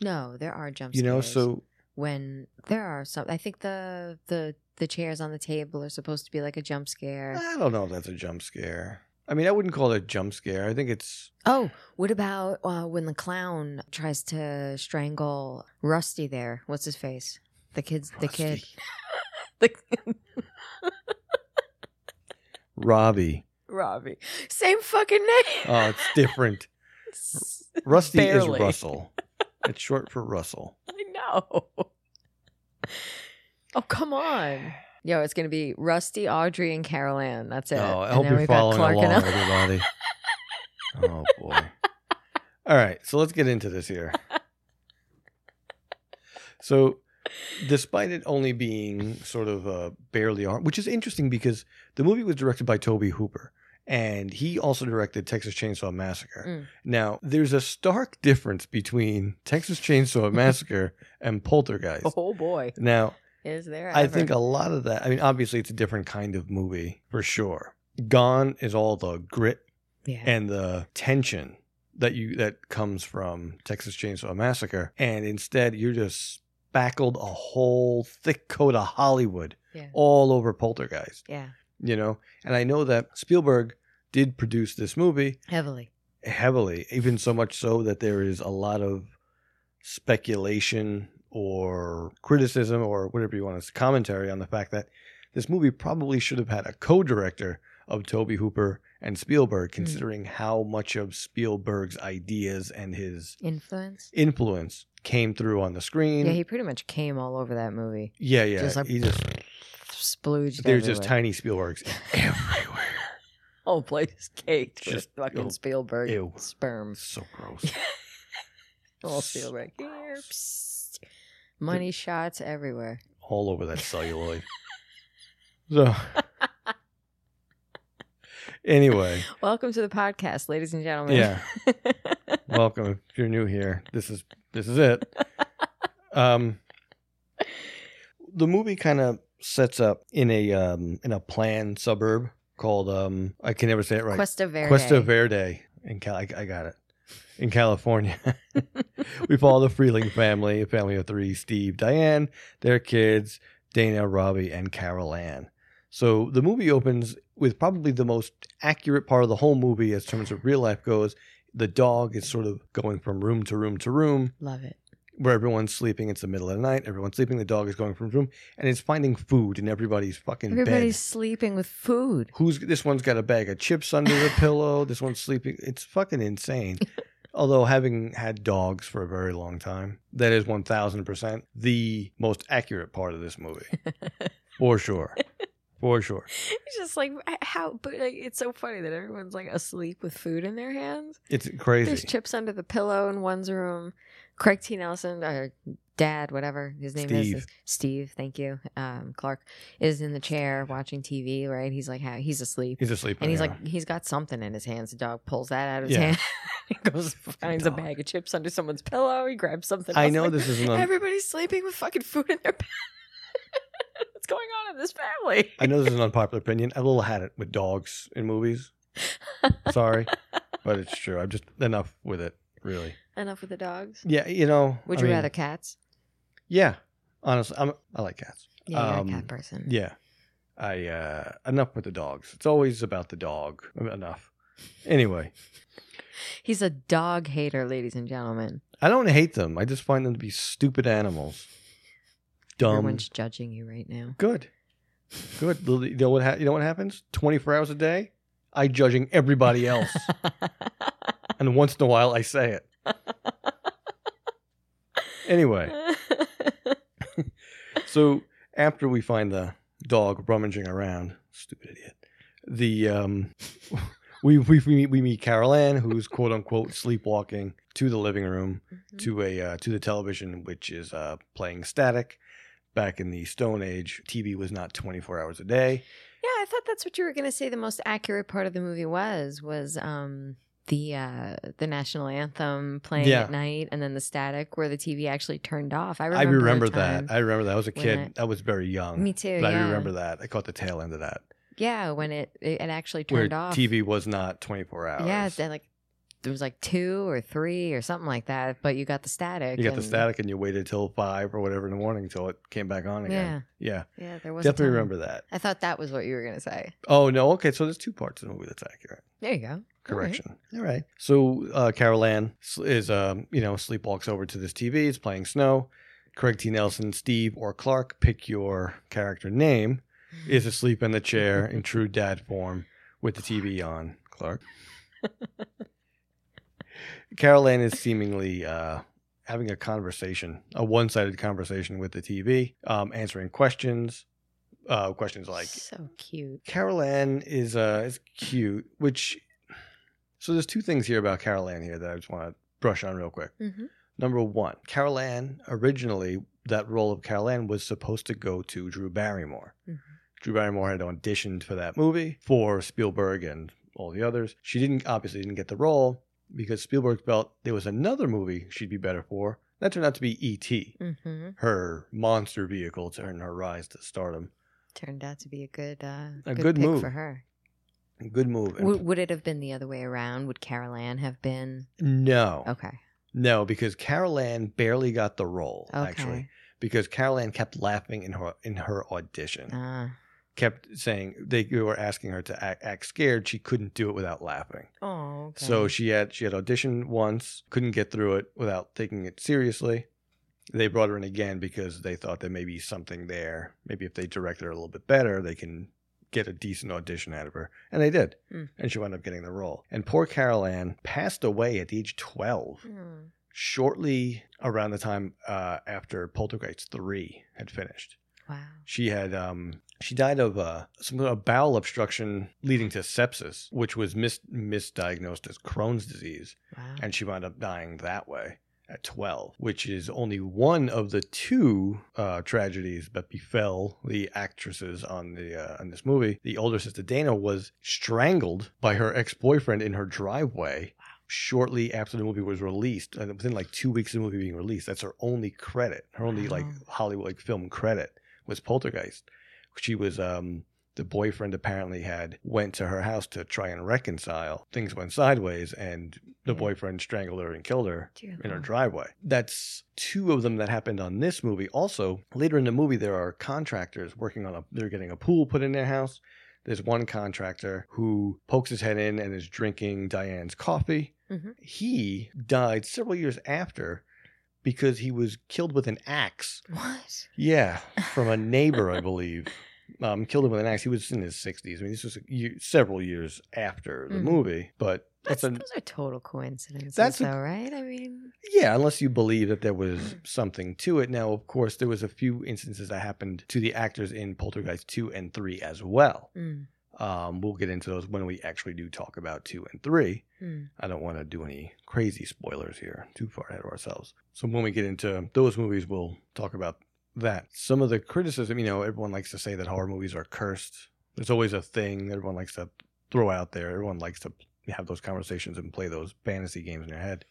S4: no, there are jump
S3: You
S4: scares.
S3: know, so
S4: when there are some, I think the the the chairs on the table are supposed to be like a jump scare.
S3: I don't know if that's a jump scare. I mean, I wouldn't call it a jump scare. I think it's
S4: Oh, what about uh, when the clown tries to strangle Rusty? There, what's his face? The kids, the kid,
S3: Rusty.
S4: [laughs] the,
S3: Robbie.
S4: Robbie. Same fucking name.
S3: Oh,
S4: [laughs]
S3: it's different. Rusty
S4: Barely.
S3: is Russell. It's short for
S4: [laughs]
S3: Russell.
S4: I know. Oh come on. Yo, it's gonna be Rusty, Audrey, and Carol Ann. That's it.
S3: Oh, I
S4: And
S3: hope
S4: then
S3: you're
S4: we've got
S3: following
S4: Clark and
S3: along,
S4: Ellen.
S3: everybody.
S4: [laughs]
S3: oh boy. All right, so let's get into this
S4: [laughs]
S3: here. So, despite it only being sort of uh, barely on, which is interesting because the movie was directed by Toby Hooper, and he also directed Texas Chainsaw Massacre.
S4: Mm.
S3: Now, there's a stark difference between Texas
S4: [laughs]
S3: Chainsaw Massacre and Poltergeist.
S4: Oh boy,
S3: Now,
S4: is there?
S3: I
S4: ever.
S3: think a lot of that. I mean, obviously, it's a different kind of movie for sure. Gone is all the grit
S4: yeah.
S3: and the tension that you that comes from Texas Chainsaw Massacre, and instead you're just spackled a whole thick coat of Hollywood
S4: Yeah.
S3: all over Poltergeist.
S4: yeah,
S3: You know, and I know that Spielberg did produce this movie
S4: heavily.
S3: heavily, even so much so that there is a lot of speculation or criticism or whatever you want to commentary on the fact that this movie probably should have had a co-director of Toby Hooper and Spielberg,
S4: Hmm.
S3: considering how much of Spielberg's ideas and his
S4: Influence?
S3: influence came through on the screen.
S4: Yeah, he pretty much came all over that movie.
S3: yeah, yeah.
S4: just like-
S3: he just
S4: Splooged.
S3: there's just tiny [laughs]
S4: everywhere.
S3: Spielbergs
S4: [laughs]
S3: everywhere.
S4: Whole place is caked with
S3: Just-
S4: fucking
S3: oh,
S4: Spielberg
S3: ew.
S4: sperm.
S3: So gross.
S4: All Spielberg. Here, psst. Money shots everywhere.
S3: all over that celluloid. so, [laughs] anyway,
S4: Welcome to the podcast, ladies and gentlemen.
S3: yeah, welcome. If you're new here, this is this is it. Um, the movie kind of sets up in a um in a planned suburb called um I can never say it right
S4: Cuesta Verde.
S3: Cuesta Verde in Cal. I, I got it. In California, [laughs] we follow the Freeling family, a family of three: Steve, Diane, their kids, Dana, Robbie, and Carol Ann. So the movie opens with probably the most accurate part of the whole movie as terms of real life goes. The dog is sort of going from room to room to room
S4: Love it.
S3: where everyone's sleeping. It's the middle of the night. Everyone's sleeping. The dog is going from room and it's finding food in everybody's fucking bed
S4: Everybody's sleeping with food. [laughs]
S3: who's this one's got a bag of chips under the pillow this one's sleeping it's fucking insane although having had dogs for a very long time that is
S4: [laughs]
S3: 1000% the most accurate part of this movie for sure for sure.
S4: It's just like how, but like, it's so funny that everyone's like asleep with food in their hands.
S3: It's crazy.
S4: There's chips under the pillow in one's room. Craig T. Nelson, or dad, whatever his name is,
S3: Steve.
S4: is, Steve. Thank you, um, Clark, is in the chair watching TV. Right, he's like, how he's asleep,
S3: he's asleep.
S4: and he's
S3: yeah.
S4: like, [laughs] he's got something in his hands. The dog pulls that out of his
S3: Yeah.
S4: hand. [laughs] he goes
S3: [laughs]
S4: finds a
S3: dog.
S4: bag of chips under someone's pillow. He grabs something.
S3: I
S4: else.
S3: know
S4: Like,
S3: this isn't. On,
S4: Everybody's sleeping with fucking food in their. [laughs] bed. What's going on in this family?
S3: I know this is an unpopular opinion. I've all had it with dogs in
S4: [laughs]
S3: movies. Sorry, but it's true. I'm just enough with it, really.
S4: Enough with the dogs.
S3: Yeah, you know.
S4: Would
S3: I
S4: you
S3: mean,
S4: rather cats?
S3: Yeah, honestly, I'm, I like cats.
S4: Yeah, you're
S3: um,
S4: a cat person.
S3: Yeah, I uh enough with the dogs. It's always about the dog. Enough. Anyway,
S4: He's a dog hater, ladies and gentlemen.
S3: I don't hate them. I just find them to be stupid animals. Dumb.
S4: Everyone's judging you right now.
S3: Good. Good. You know what? Ha- you know what happens? Twenty four hours a day, I judging everybody else, and once in a while I say it. Anyway,
S4: [laughs]
S3: so after we find the dog rummaging around, stupid idiot. The um, [laughs] we we we meet, we meet Carol Ann, who's quote unquote sleepwalking to the living room
S4: Mm-hmm.
S3: to a uh, to the television, which is uh, playing static. Back in the Stone Age, TV was not twenty four hours a day.
S4: Yeah, I thought that's what you were going to say. The most accurate part of the movie was was um, the uh, the national anthem playing
S3: Yeah.
S4: at night, and then the static where the TV actually turned off. I
S3: I
S4: remember, a
S3: remember
S4: time-
S3: that. I remember that. I was a
S4: when
S3: kid.
S4: it-
S3: I was very young.
S4: Me too.
S3: But
S4: yeah.
S3: I remember that. I caught the tail end of that.
S4: Yeah, when it it, it actually
S3: Where
S4: turned off.
S3: TV was not 24 hours.
S4: Yeah, it's like it was like two or three or something like that. But you got the static.
S3: You got the
S4: and-
S3: static and you waited till 5 or whatever in the morning until it came back on again. Yeah.
S4: Yeah, there was a
S3: Definitely
S4: time.
S3: remember that.
S4: I thought that was what you were going to say.
S3: Oh, no. Okay. So there's two parts of the movie that's accurate.
S4: There you go.
S3: Correction. All right. So uh, Carol Ann s- is, um, you know, sleepwalks over to this TV. It's playing Snow. Craig T. Nelson, Steve, or Clark, pick your character name, is asleep in the [laughs] chair in true dad form with the TV on. [laughs] Clark. Carol Ann is seemingly uh, having a conversation, a one sided conversation with the TV, um, answering questions. Uh, questions like,
S4: so cute.
S3: Carol Ann is uh is cute, which so there's two things here about Carol Ann here that I just want to brush on real quick.
S4: Mm-hmm.
S3: Number one, Carol Ann originally that role of Carol Ann was supposed to go to Drew Barrymore.
S4: Mhm.
S3: Drew Barrymore had auditioned for that movie for Spielberg and all the others. She didn't obviously didn't get the role because Spielberg felt there was another movie she'd be better for. That turned out to be E.T.,
S4: Mm-hmm.
S3: her monster vehicle to earn her rise to stardom.
S4: Turned out to be a good, uh,
S3: A good
S4: pick
S3: move.
S4: for her.
S3: Good move.
S4: W- would it have been the other way around? Would Carol Ann have been?
S3: no.
S4: Okay.
S3: No, because Carol Ann barely got the role,
S4: Okay.
S3: actually. Because Carol Ann kept laughing in her in her audition.
S4: Ah.
S3: Kept saying they were asking her to act, act scared. She couldn't do it without laughing.
S4: oh. Okay.
S3: So she had she had auditioned once, couldn't get through it without taking it seriously. They brought her in again because they thought there may be something there. Maybe if they directed her a little bit better, they can get a decent audition out of her. And they did.
S4: Hmm.
S3: And she wound up getting the role. And poor Carol Ann passed away at age 12
S4: Mm.
S3: shortly around the time uh, after Poltergeist three had finished.
S4: Wow.
S3: She had um, she died of uh, some a bowel obstruction leading to sepsis, which was mis- misdiagnosed as Crohn's disease,
S4: Wow.
S3: and she wound up dying that way at 12 which is only one of the two uh, tragedies that befell the actresses on the uh, on this movie the older sister dana was strangled by her ex-boyfriend in her driveway shortly after the movie was released and within like two weeks of the movie being released that's her only credit her only like
S4: Wow.
S3: hollywood like, film credit was poltergeist she was um the boyfriend apparently had went to her house to try and reconcile things went sideways and the
S4: Yeah.
S3: boyfriend strangled her and killed her
S4: Dear
S3: in her
S4: Lord.
S3: driveway that's two of them that happened on this movie also later in the movie there are contractors working on a they're getting a pool put in their house there's one contractor who pokes his head in and is drinking diane's coffee
S4: Mhm.
S3: he died several years after because he was killed with an axe
S4: What?
S3: yeah, from a neighbor, I believe. Um, killed him with an axe. He was in his 60s. I mean, this was a year, several years after the
S4: Mhm.
S3: movie, but That's
S4: That's,
S3: an-
S4: those are total coincidences,
S3: That's a-
S4: though, right? I mean,
S3: Yeah, unless you believe that there was something to it. Now, of course, there was a few instances that happened to the actors in Poltergeist 2 and 3 as well.
S4: mm,
S3: Um, we'll get into those when we actually do talk about 2 and 3.
S4: mm.
S3: I don't want to do any crazy spoilers here, too far ahead of ourselves. So when we get into those movies, we'll talk about that. Some of the criticism, you know, everyone likes to say that horror movies are cursed. There's always a thing that everyone likes to throw out there. Everyone likes to have those conversations and play those fantasy games in their head.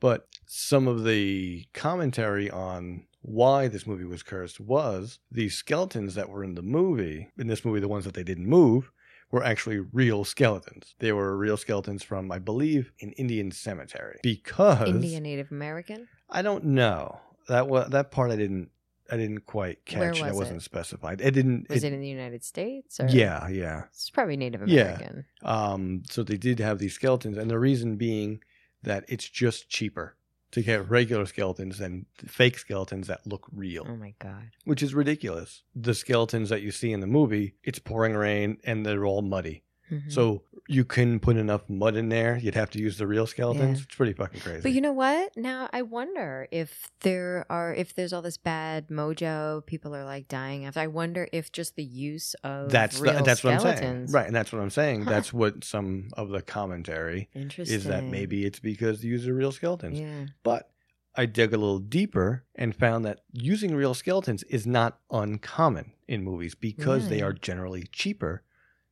S3: But some of the commentary on why this movie was cursed was the skeletons that were in the movie, in this movie, the ones that they didn't move, were actually real skeletons. They were real skeletons from, I believe, an Indian cemetery. Because
S4: Indian Native American.
S3: I don't know that wa- that part I didn't I didn't quite catch.
S4: Where
S3: and
S4: was
S3: it
S4: it?
S3: wasn't specified. It didn't.
S4: Was it in the United States? Or?
S3: yeah, yeah.
S4: It's probably Native
S3: Yeah.
S4: American.
S3: Um, so they did have these skeletons, and the reason being that it's just cheaper to get regular skeletons than fake skeletons that look real.
S4: Oh my God.
S3: which is ridiculous. The skeletons that you see in the movie, it's pouring rain and they're all muddy.
S4: Mhm.
S3: So you couldn't put enough mud in there. You'd have to use the real skeletons.
S4: Yeah.
S3: It's pretty fucking crazy.
S4: But you know what? Now I wonder if there are if there's all this bad mojo, people are like dying after. I wonder if just the use of
S3: that's the-
S4: real
S3: that's what I'm
S4: skeletons,
S3: saying. Right, and that's what I'm saying.
S4: Huh.
S3: That's what some of the commentary
S4: Interesting.
S3: is that maybe it's because these are real skeletons.
S4: yeah.
S3: But I dug a little deeper and found that using real skeletons is not uncommon in movies because they
S4: Really?
S3: are generally cheaper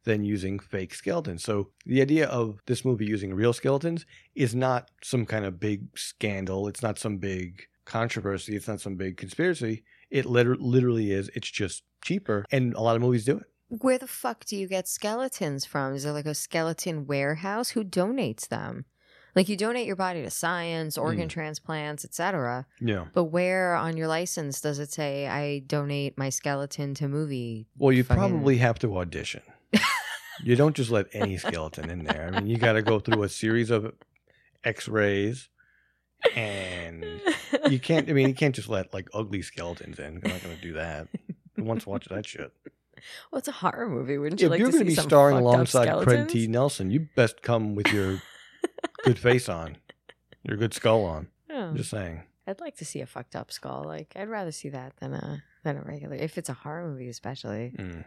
S3: than using fake skeletons. So the idea of this movie using real skeletons is not some kind of big scandal. It's not some big controversy. It's not some big conspiracy. It liter- literally is. It's just cheaper. And a lot of movies do it.
S4: Where the fuck do you get skeletons from? Is there like a skeleton warehouse? Who donates them? Like you donate your body to science,
S3: Hmm.
S4: organ transplants, etc.
S3: Yeah.
S4: But where on your license does it say I donate my skeleton to movie?
S3: [laughs] Well, you
S4: Fucking-
S3: probably have to
S4: [laughs]
S3: audition. you don't just let any skeleton in there. I mean, you got to go through a series of X-rays, and you can't. I mean, you can't just let like ugly skeletons in. You're not going to do that. Who wants to watch that shit?
S4: Well, it's a horror movie, wouldn't you?
S3: if
S4: like
S3: you're
S4: to
S3: going to be
S4: see some
S3: starring
S4: fucked up
S3: alongside Craig
S4: skeletons?
S3: T. Nelson, you best come with
S4: [laughs]
S3: your good face on, your good skull on.
S4: Oh,
S3: I'm just saying.
S4: I'd like to see a fucked up skull. Like I'd rather see that than a than a regular. If it's a horror movie, especially.
S3: Mm.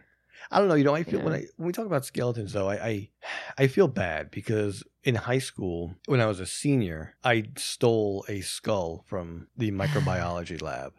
S3: I don't know. You know, I feel when
S4: Yeah.
S3: I when we talk about skeletons, though, I, I I feel bad because in high school, when I was a senior, I stole a skull from the
S4: [laughs]
S3: microbiology lab.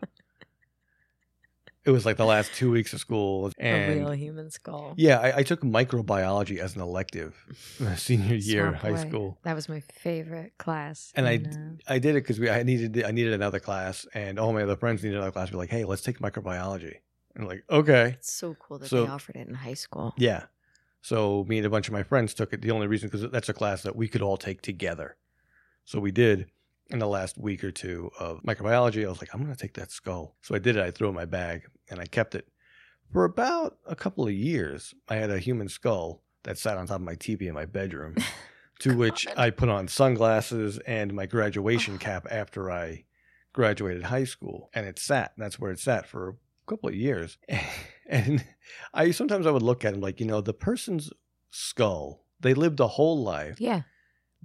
S3: It was like the last two weeks of school,
S4: a real
S3: and
S4: human skull.
S3: yeah, I, I took microbiology as an elective [laughs] my
S4: [laughs]
S3: senior year of
S4: Smart
S3: high
S4: boy.
S3: school.
S4: That was my favorite class.
S3: And I-
S4: in, uh,
S3: I did it because we I needed I needed another class, and all my other friends needed another class. Be like, hey, let's take microbiology, and like, okay,
S4: It's so cool that
S3: So-
S4: they offered it in high school.
S3: Yeah. So me and a bunch of my friends took it. The only reason because that's a class that we could all take together. So we did in the last week or two of microbiology. I was like, I'm gonna take that skull. So I did it. I threw it in my bag and I kept it for about a couple of years. I had a human skull that sat on top of my TV in my bedroom, to which
S4: God.
S3: I put on sunglasses and my graduation cap after I graduated high school, and it sat. That's where it sat for a couple of years, [laughs] and. I sometimes I would look at him like, you know, the person's skull, they lived a whole life.
S4: Yeah.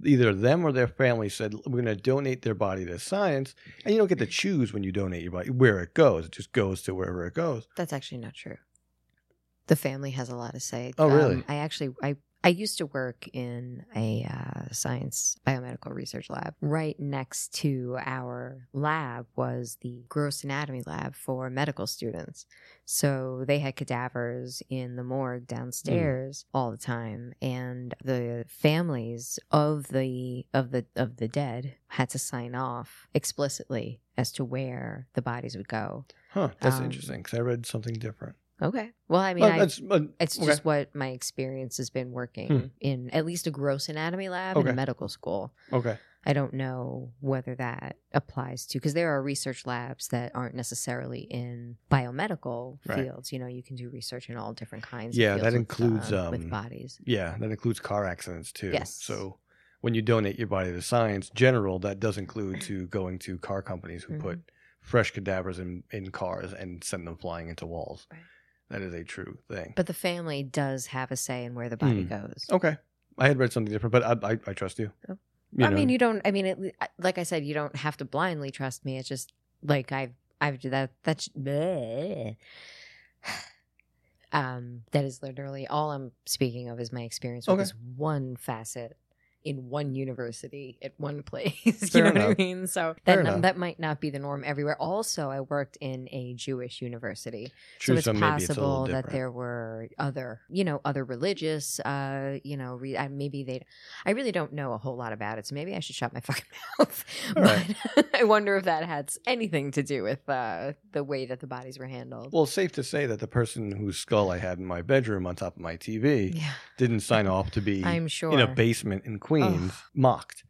S3: Either them or their family said, we're going to donate their body to science. And you don't get to choose when you donate your body where it goes. It just goes to wherever it goes.
S4: That's actually not true. The family has a lot to say. Um,
S3: Oh, really?
S4: I actually I I used to work in a uh, science biomedical research lab. Right next to our lab was the gross anatomy lab for medical students. So they had cadavers in the morgue downstairs
S3: Hmm.
S4: all the time, and the families of the of the of the dead had to sign off explicitly as to where the bodies would go.
S3: Huh. That's
S4: Um,
S3: interesting because I read something different.
S4: Okay. Well, I mean,
S3: Well,
S4: I,
S3: that's- but-
S4: it's
S3: okay.
S4: just what my experience has been working
S3: Hmm.
S4: in at least a gross anatomy lab in
S3: Okay.
S4: a medical school.
S3: okay.
S4: I don't know whether that applies to because there are research labs that aren't necessarily in biomedical
S3: Right.
S4: fields. You know, you can do research in all different kinds.
S3: Yeah,
S4: of
S3: that
S4: fields with,
S3: includes,
S4: uh, with
S3: um,
S4: bodies.
S3: Yeah. That includes car accidents too.
S4: Yes.
S3: So when you donate your body to science, general, that does include to going to car companies who put
S4: Mm-hmm.
S3: fresh cadavers in, in cars and send them flying into walls.
S4: Right.
S3: That is a true thing.
S4: But the family does have a say in where the body
S3: Hmm.
S4: goes.
S3: Okay. I had read something different, but I, I, I trust you.
S4: Oh.
S3: You
S4: I
S3: know,
S4: mean, you don't. I mean, it, like I said, you don't have to blindly trust me. It's just like I've, I've that that's bleh. [sighs] um that is literally all I'm speaking of is my experience with
S3: Okay.
S4: this one facet in one university at one [laughs] place.
S3: Fair
S4: you know what
S3: enough.
S4: I mean? So
S3: Fair
S4: that
S3: enough.
S4: that might not be the norm everywhere. Also, I worked in a Jewish university so
S3: true,
S4: it's
S3: so maybe it's a little
S4: possible that
S3: different.
S4: there were other, you know, other religious, uh, you know, re- I, maybe they. I really don't know a whole lot about it, so maybe I should shut my [laughs] fucking mouth.
S3: All
S4: but [laughs] I wonder if that had s- anything to do with uh, the way that the bodies were handled.
S3: Well, safe to say that the person whose skull I had in my bedroom on top of my TV
S4: yeah,
S3: didn't
S4: [laughs]
S3: sign off to be
S4: I'm sure.
S3: in a basement in Queens mocked.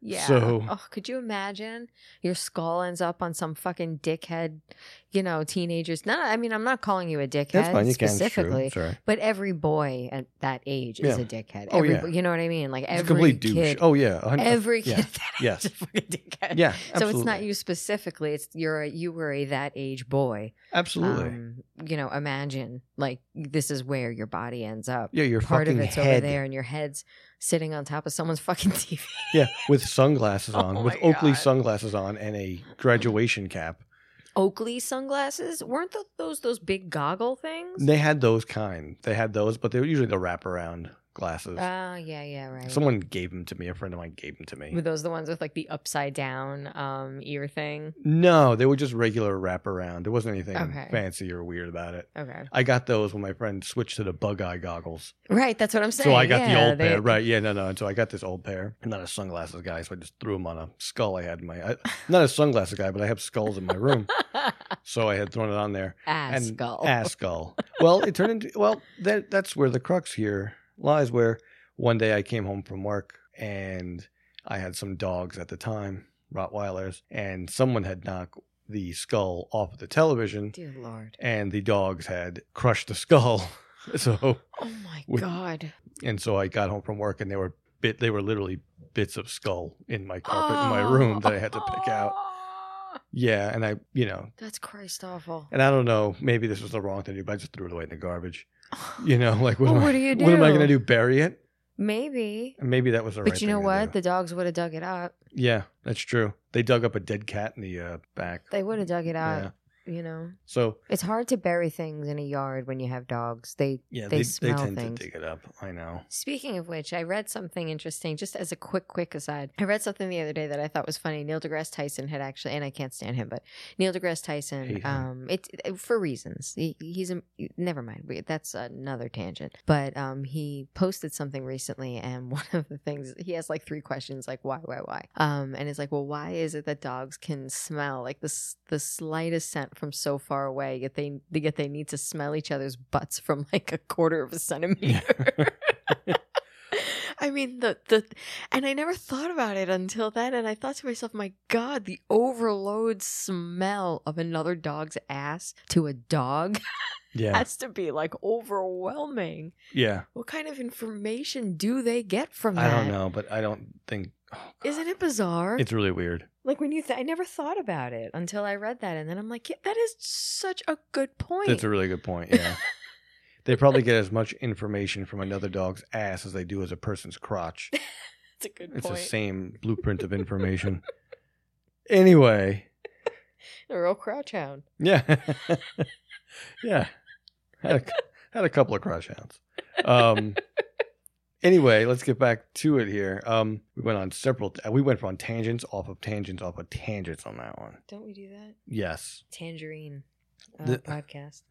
S4: yeah.
S3: so-
S4: oh, could you imagine your skull ends up on some fucking dickhead, you know, teenagers? No, I mean, I'm not calling you a dickhead
S3: That's fine. You can. It's true.
S4: specifically.
S3: It's all right.
S4: But every boy at that age is
S3: Yeah.
S4: a dickhead.
S3: Oh,
S4: Every-
S3: yeah.
S4: You know what I mean? Like
S3: It's a
S4: every
S3: complete douche.
S4: kid,
S3: Oh yeah, a hundred-
S4: every kid [laughs]
S3: yeah.
S4: at that
S3: Yes.
S4: age is a fucking dickhead.
S3: Yeah,
S4: [laughs] So it's not
S3: absolutely.
S4: you specifically. It's you're a, you were a that age boy.
S3: Absolutely.
S4: Um, you know, imagine like this is where your body ends up.
S3: yeah, your
S4: Part
S3: fucking
S4: of it's
S3: head.
S4: over there, and your head's sitting on top of someone's fucking [laughs] TV.
S3: Yeah, with sunglasses on,
S4: Oh
S3: with
S4: my
S3: Oakley
S4: God.
S3: sunglasses on, and a graduation cap.
S4: Oakley sunglasses weren't tho- those those big goggle things?
S3: They had those kind. They had those, but they were usually the wraparound glasses.
S4: Oh yeah, yeah, right.
S3: Someone gave them to me. A friend of mine gave them to me.
S4: were those the ones with like the upside down um, ear thing?
S3: no, they were just regular wraparound. There wasn't anything
S4: Okay.
S3: fancy or weird about it.
S4: Okay.
S3: I got those when my friend switched to the bug eye goggles.
S4: Right, that's what I'm saying.
S3: So I got
S4: Yeah,
S3: the old
S4: they-
S3: pair,
S4: [laughs]
S3: right? Yeah, no, no. And so I got this old pair. I'm not a sunglasses guy, so I just threw them on a skull I had in my. I, not a sunglasses guy, but I have skulls in my
S4: [laughs]
S3: room, so I had thrown it on there.
S4: Ass
S3: and
S4: skull.
S3: Ass skull. Well, it turned into well. That that's where the crux here lies. Where one day I came home from work and I had some dogs at the time, Rottweilers, and someone had knocked the skull off the television,
S4: Dear Lord.
S3: and the dogs had crushed the skull. [laughs] So
S4: Oh my
S3: With-
S4: God.
S3: and so I got home from work and they were bit. They were literally bits of skull in my carpet in my room that I had to pick
S4: [gasps]
S3: out. Yeah, and I, you know,
S4: Oh. [laughs] That's Christ awful. [sighs]
S3: and I don't know. Maybe this was the wrong thing to do, but I just threw it away in the garbage. You know, [laughs] like what,
S4: Well,
S3: am, I,
S4: what do you
S3: what am I going to
S4: do?
S3: do? Bury it?
S4: Maybe.
S3: And maybe that was the right.
S4: But you know
S3: thing to
S4: what?
S3: do.
S4: The dogs would have dug it up.
S3: yeah, that's true. They dug up a dead cat in the uh, back.
S4: They would have dug it
S3: Yeah.
S4: up. You know,
S3: So
S4: it's hard to bury things in a yard when you have dogs. They.
S3: yeah,
S4: They
S3: they, they
S4: smell
S3: tend
S4: things.
S3: to dig it up. I know.
S4: Speaking of which, I read something interesting. Just as a quick, quick aside, I read something the other day that I thought was funny. Neil deGrasse Tyson had actually, and I can't stand him, but Neil deGrasse Tyson,
S3: Hate him.
S4: um, it's it, for reasons. He, he's a never mind. We, that's another tangent. But um, he posted something recently, and [laughs] one of the things he has like three questions, like why, why, why, um, and it's like, well, why is it that dogs can smell like the s- the slightest scent from so far away, yet they yet they need to smell each other's butts from like a quarter of a centimeter. I mean the the and I never thought about it until then and I thought to myself, my god, the overload smell of another dog's ass to a dog [laughs]
S3: Yeah,
S4: has to be like overwhelming.
S3: yeah.
S4: What kind of information do they get from
S3: I
S4: that?
S3: don't know, but I don't think oh,
S4: Isn't it bizarre?
S3: it's really weird.
S4: like when you th- I never thought about it until I read that and then I'm like, yeah, that is such a good point.
S3: That's a really good point.
S4: [laughs]
S3: Yeah. They probably get as much information from another dog's ass as they do as a person's crotch.
S4: That's a good
S3: It's the
S4: point.
S3: same blueprint of information. anyway,
S4: A real crouch hound.
S3: yeah. [laughs] yeah. Had a, had a couple of crush hounds. Um, anyway, let's get back to it here. Um, we went on several, uh, we went on tangents off of tangents off of tangents on that one.
S4: Don't we do that?
S3: Yes.
S4: Tangerine uh,
S3: The- [laughs]
S4: podcast.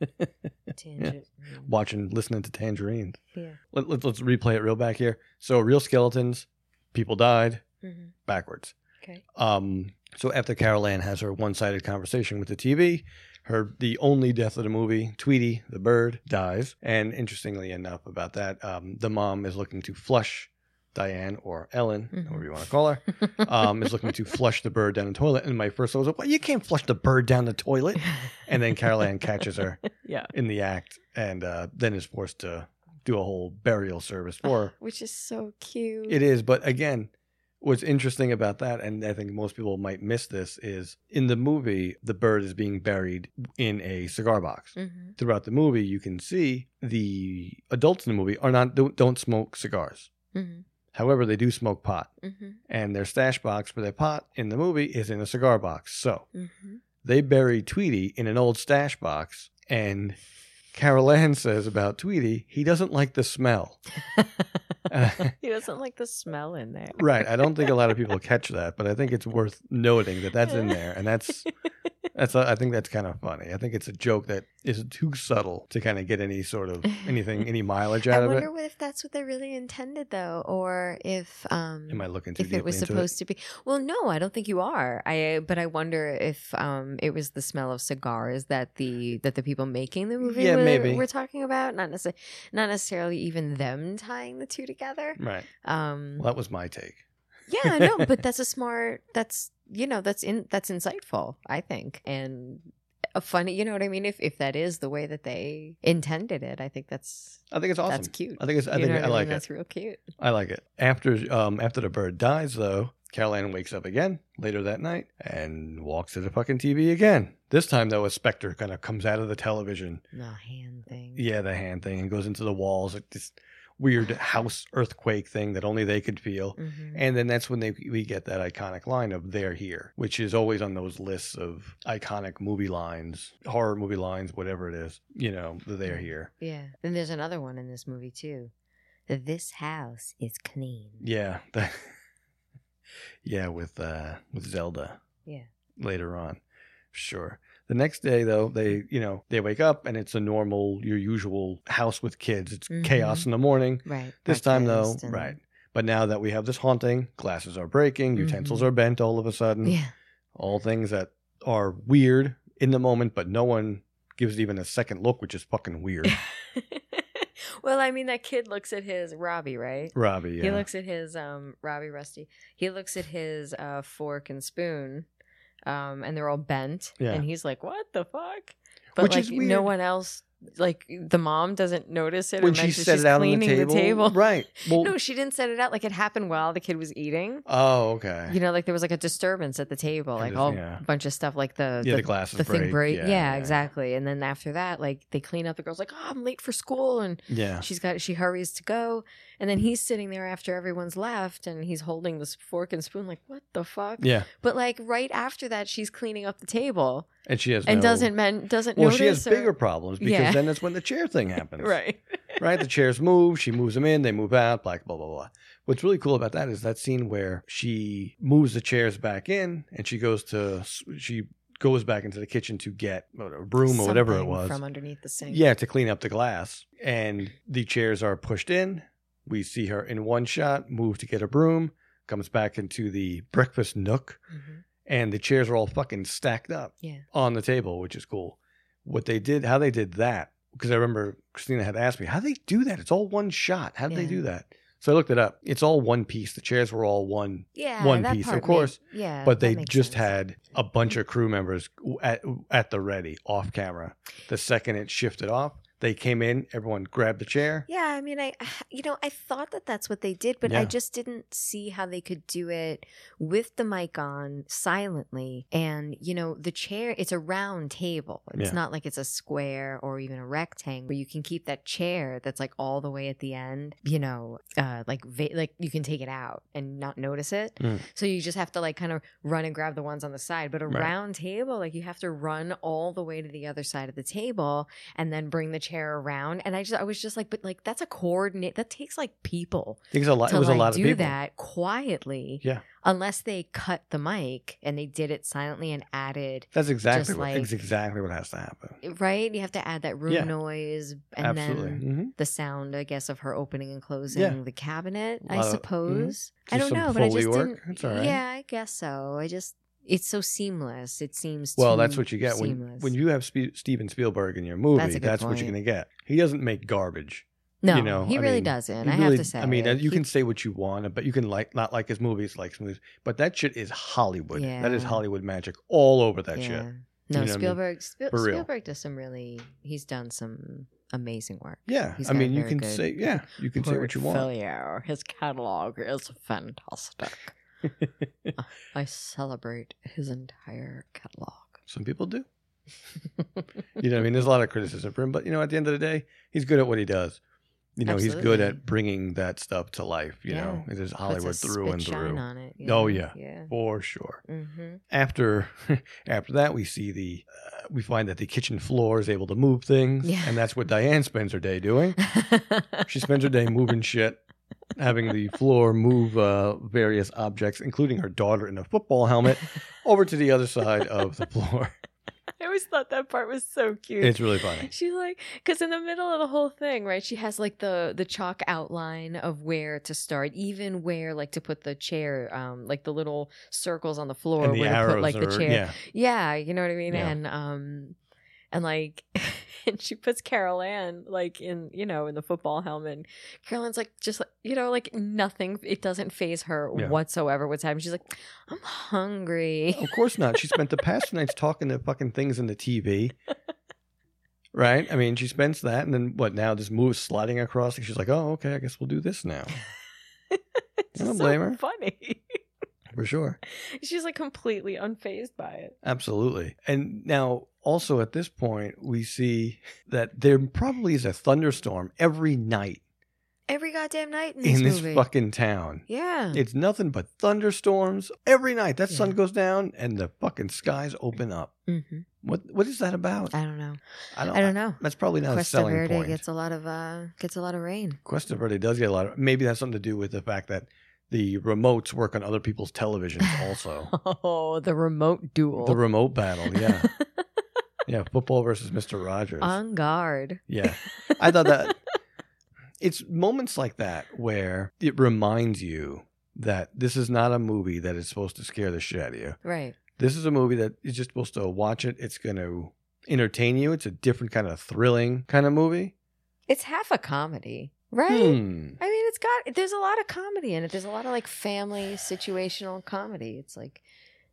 S4: Tangent. Mm.
S3: Watching, listening to tangerines.
S4: Yeah.
S3: Let, let, let's replay it real back here. So, real skeletons, people died
S4: Mhm.
S3: backwards.
S4: Okay.
S3: Um, so after Carol Ann has her one-sided conversation with the TV, her the only death of the movie, Tweety the bird, dies. And interestingly enough, about that, um, the mom is looking to flush Diane or Ellen,
S4: Mhm.
S3: whatever you want to call her, um, is looking to flush the bird down the toilet. And my first thought was, well, you can't flush the bird down the toilet. [laughs] And then Carol Ann catches her
S4: [laughs] Yeah.
S3: in the act, and uh, then is forced to do a whole burial service for her.
S4: Which is so cute.
S3: It is, but again, what's interesting about that, and I think most people might miss this, is in the movie, the bird is being buried in a cigar box.
S4: Mhm.
S3: Throughout the movie, you can see the adults in the movie are not don't, don't smoke cigars.
S4: hmm
S3: However, they do smoke pot,
S4: hmm
S3: and their stash box for their pot in the movie is in a cigar box. So
S4: hmm
S3: [laughs] they bury Tweety in an old stash box, and Carol Ann says about Tweety, he doesn't like the smell. Uh,
S4: he doesn't like the smell in there.
S3: Right. I don't think a lot of people catch that, but I think it's worth noting that that's in there, and that's that's I think that's kind of funny. I think it's a joke that is too subtle to kind of get any sort of anything any mileage out
S4: I
S3: of it.
S4: wonder what if that's what they really intended though, or if um
S3: Am I looking too
S4: if
S3: deeply
S4: it was
S3: into
S4: supposed to be well no i don't think you are i but i wonder if um it was the smell of cigars that the that the people making the movie
S3: Yeah,
S4: were,
S3: maybe.
S4: were talking about not necessarily not necessarily even them tying the two together
S3: Right.
S4: um
S3: Well, that was my take.
S4: yeah no
S3: [laughs]
S4: but that's a smart that's you know that's in that's insightful i think and a funny you know what i mean if if that is the way that they intended it i think that's
S3: I think it's awesome.
S4: that's cute
S3: I think it's. I
S4: You know
S3: think
S4: what
S3: I
S4: mean?
S3: like it.
S4: that's real cute
S3: I like it. After um after the bird dies though, Carol Ann wakes up again later that night and walks to the fucking TV again. This time though, a specter kind of comes out of the television.
S4: no hand thing
S3: Yeah, the hand thing and goes into the walls. Like this weird house earthquake thing that only they could feel.
S4: Mhm.
S3: And then that's when they we get that iconic line of "They're here," which is always on those lists of iconic movie lines, horror movie lines, whatever it is. You know, the "They're here."
S4: Yeah. Then there's another one in this movie too. This house is clean.
S3: Yeah, [laughs] the- yeah, with uh, with Zelda.
S4: Yeah.
S3: Later on, sure. The next day, though, they you know they wake up and it's a normal, your usual house with kids. It's chaos in the morning.
S4: Right.
S3: This time though,
S4: breakfast and-
S3: right. But now that we have this haunting, glasses are breaking, utensils are bent all of a sudden.
S4: Mm-hmm. Yeah.
S3: all things that are weird in the moment, but no one gives it even a second look, which is fucking
S4: [laughs]
S3: weird.
S4: [laughs]
S3: [laughs]
S4: well, I mean, that kid looks at his Robbie, right?
S3: Robbie, yeah.
S4: He looks at his um Robbie Rusty. He looks at his uh fork and spoon, um, and they're all bent.
S3: Yeah.
S4: And he's like, "What the fuck?" But
S3: Which
S4: like,
S3: is
S4: no
S3: weird.
S4: one else. Like the mom doesn't notice it.
S3: when
S4: or
S3: she
S4: mention
S3: set
S4: she's
S3: it out on the
S4: cleaning
S3: table,
S4: [laughs]
S3: right? [laughs] Well,
S4: No, she didn't set it out. Like it happened while the kid was eating.
S3: oh, okay.
S4: you know, like there was like a disturbance at the table,
S3: Kind
S4: like
S3: of,
S4: all
S3: yeah.
S4: bunch of stuff, like the
S3: yeah, the, glasses
S4: the
S3: break.
S4: thing break. Yeah, exactly. And then after that, like they clean up. The girl's like, "Oh, I'm late for school," and
S3: Yeah,
S4: she's got she hurries to go. And then he's sitting there after everyone's left, and he's holding this fork and spoon, like, "What the fuck?"
S3: yeah,
S4: But like right after that, she's cleaning up the table
S3: and she has
S4: and
S3: no-
S4: doesn't men doesn't
S3: Well,
S4: notice.
S3: she has
S4: or-
S3: bigger problems because
S4: Yeah.
S3: then that's when the chair thing happens,
S4: [laughs] right?
S3: right? The chairs move, she moves them in, they move out, like blah blah blah. What's really cool about that is that scene where she moves the chairs back in, and she goes to she goes back into the kitchen to get a broom or whatever it
S4: Something
S3: was
S4: from underneath the sink.
S3: Yeah, to clean up the glass. And the chairs are pushed in. We see her in one shot move to get a broom, comes back into the breakfast nook,
S4: Mhm.
S3: and the chairs are all fucking stacked up
S4: Yeah.
S3: on the table, which is cool. What they did, how they did that, because I remember Christina had asked me, how they do that? It's all one shot. How did they
S4: Yeah.
S3: do that? So I looked it up. It's all one piece. The chairs were all one
S4: Yeah,
S3: One
S4: that
S3: piece, of
S4: part made-
S3: course,
S4: yeah,
S3: but
S4: that
S3: they
S4: makes
S3: just
S4: sense.
S3: had a bunch of crew members at, at the ready off camera the second it shifted off they came in everyone grabbed the chair
S4: Yeah, I mean, I [sighs] you know I thought that that's what they did, but
S3: Yeah.
S4: I just didn't see how they could do it with the mic on silently. And you know, the chair it's a round table. It's
S3: Yeah.
S4: not like it's a square or even a rectangle. You can keep that chair that's like all the way at the end. You know, uh, like va- like you can take it out and not notice it.
S3: Mm.
S4: So you just have to like kind of run and grab the ones on the side. But a
S3: Right.
S4: round table, like you have to run all the way to the other side of the table and then bring the chair around. And I just, I was just like, but like that's a coordinate that takes like people
S3: I think it was a lot,
S4: to
S3: it was
S4: like
S3: a lot
S4: do
S3: of people
S4: that quietly.
S3: Yeah.
S4: Unless they cut the mic and they did it silently and added.
S3: that's exactly
S4: Just
S3: what,
S4: like-
S3: that's exactly what has to happen
S4: Right, you have to add that room
S3: Yeah.
S4: noise and
S3: absolutely
S4: then
S3: Mhm.
S4: the sound, I guess, of her opening and closing
S3: Yeah.
S4: the cabinet.
S3: Lot
S4: I
S3: of- mhm.
S4: suppose. I
S3: Just
S4: don't
S3: some
S4: know, but I
S3: Foley
S4: just
S3: work.
S4: didn't.
S3: It's all right.
S4: Yeah, I guess so. I just it's so seamless. It seems.
S3: well
S4: too
S3: that's what you get when,
S4: seamless.
S3: when you have Spe- steven spielberg in your movie
S4: That's
S3: that's,
S4: a good
S3: what you're
S4: point.
S3: going to get he doesn't make garbage
S4: No,
S3: you know,
S4: he
S3: I
S4: really
S3: mean,
S4: doesn't.
S3: He
S4: I
S3: really-
S4: have to say.
S3: i mean uh, you
S4: He-
S3: can say what you want but you can like not like his movies like his movies but that shit is hollywood that is
S4: Yeah.
S3: hollywood magic all over that shit
S4: No,
S3: You know what I mean?
S4: Spielberg. Spiel-
S3: For real.
S4: Spielberg does some really. He's done some amazing work.
S3: Yeah,
S4: He's
S3: I
S4: got a
S3: mean, you
S4: very
S3: can
S4: good
S3: say yeah, you can say what you want.
S4: Portfolio. His catalog is
S3: [laughs]
S4: fantastic. I celebrate his entire catalog.
S3: Some people
S4: [laughs]
S3: do. You know, what I mean, there's a lot of criticism for him, but you know, at the end of the day, he's good at what he does. You know, he's good
S4: Absolutely.
S3: at bringing that stuff to life. You
S4: Yeah.
S3: know, it is
S4: Puts a
S3: Hollywood through
S4: spit
S3: and
S4: shine
S3: through
S4: on it.
S3: Oh, yeah.
S4: Yeah.
S3: for sure. [laughs]
S4: Mm-hmm.
S3: After [laughs] after that, we see the uh, we find that the kitchen floor is able to move things,
S4: Yeah.
S3: and that's what Diane spends her day doing.
S4: Mm-hmm.
S3: She spends her day moving shit, having the floor move uh, various objects, including her daughter in a football helmet,
S4: [laughs]
S3: over to the other side of the floor.
S4: [laughs]
S3: [laughs]
S4: I always thought that part was so cute. [laughs]
S3: It's really funny.
S4: She like because in the middle of the whole thing, right? She has like the the chalk outline of where to start, even where like to put the chair, um, like the little circles on the floor
S3: And the
S4: where to
S3: arrows
S4: put like
S3: are-
S4: the chair.
S3: yeah,
S4: Yeah, you know what I mean?
S3: Yeah.
S4: And um and like [laughs] and she puts Carol Ann like in you know in the football helmet. And Carol Ann's like just like you know like nothing. It doesn't phase her
S3: Yeah.
S4: whatsoever. What's happening? She's like, I'm hungry. [laughs]
S3: of course not. She spent the past few nights talking to fucking things in the TV. Right? I mean, she spends that, and then what now? This move sliding across, and she's like, oh, okay, I guess we'll do this
S4: [laughs]
S3: now.
S4: It's
S3: I don't
S4: so
S3: blame her.
S4: funny. [laughs]
S3: For sure.
S4: She's like completely unfazed by it.
S3: Absolutely. And now, also at this point, we see that there probably is a thunderstorm every night
S4: Every goddamn night in this
S3: in this
S4: movie.
S3: fucking town.
S4: yeah.
S3: It's nothing but thunderstorms every night. That sun
S4: Yeah.
S3: goes down and the fucking skies open up.
S4: hmm
S3: What what is that about?
S4: I don't know.
S3: I
S4: I don't know.
S3: That's probably not a
S4: Cuesta
S3: selling
S4: Verde
S3: point.
S4: gets a lot of uh gets a lot of rain.
S3: Cuesta Verde does get a lot of. Maybe that's something to do with the fact that the remotes work on other people's televisions. Also,
S4: [laughs] Oh, the remote duel.
S3: the remote battle. Yeah, yeah. Football versus Mister Rogers.
S4: [laughs] On guard.
S3: Yeah. [laughs] I thought that it's moments like that where it reminds you that this is not a movie that is supposed to scare the shit out of you.
S4: Right.
S3: This is a movie that is just supposed to watch it. It's going to entertain you. It's a different kind of thrilling kind of movie.
S4: It's half a comedy, right?
S3: Hmm.
S4: I mean, it's got there's a lot of comedy in it. There's a lot of like family situational comedy. It's like,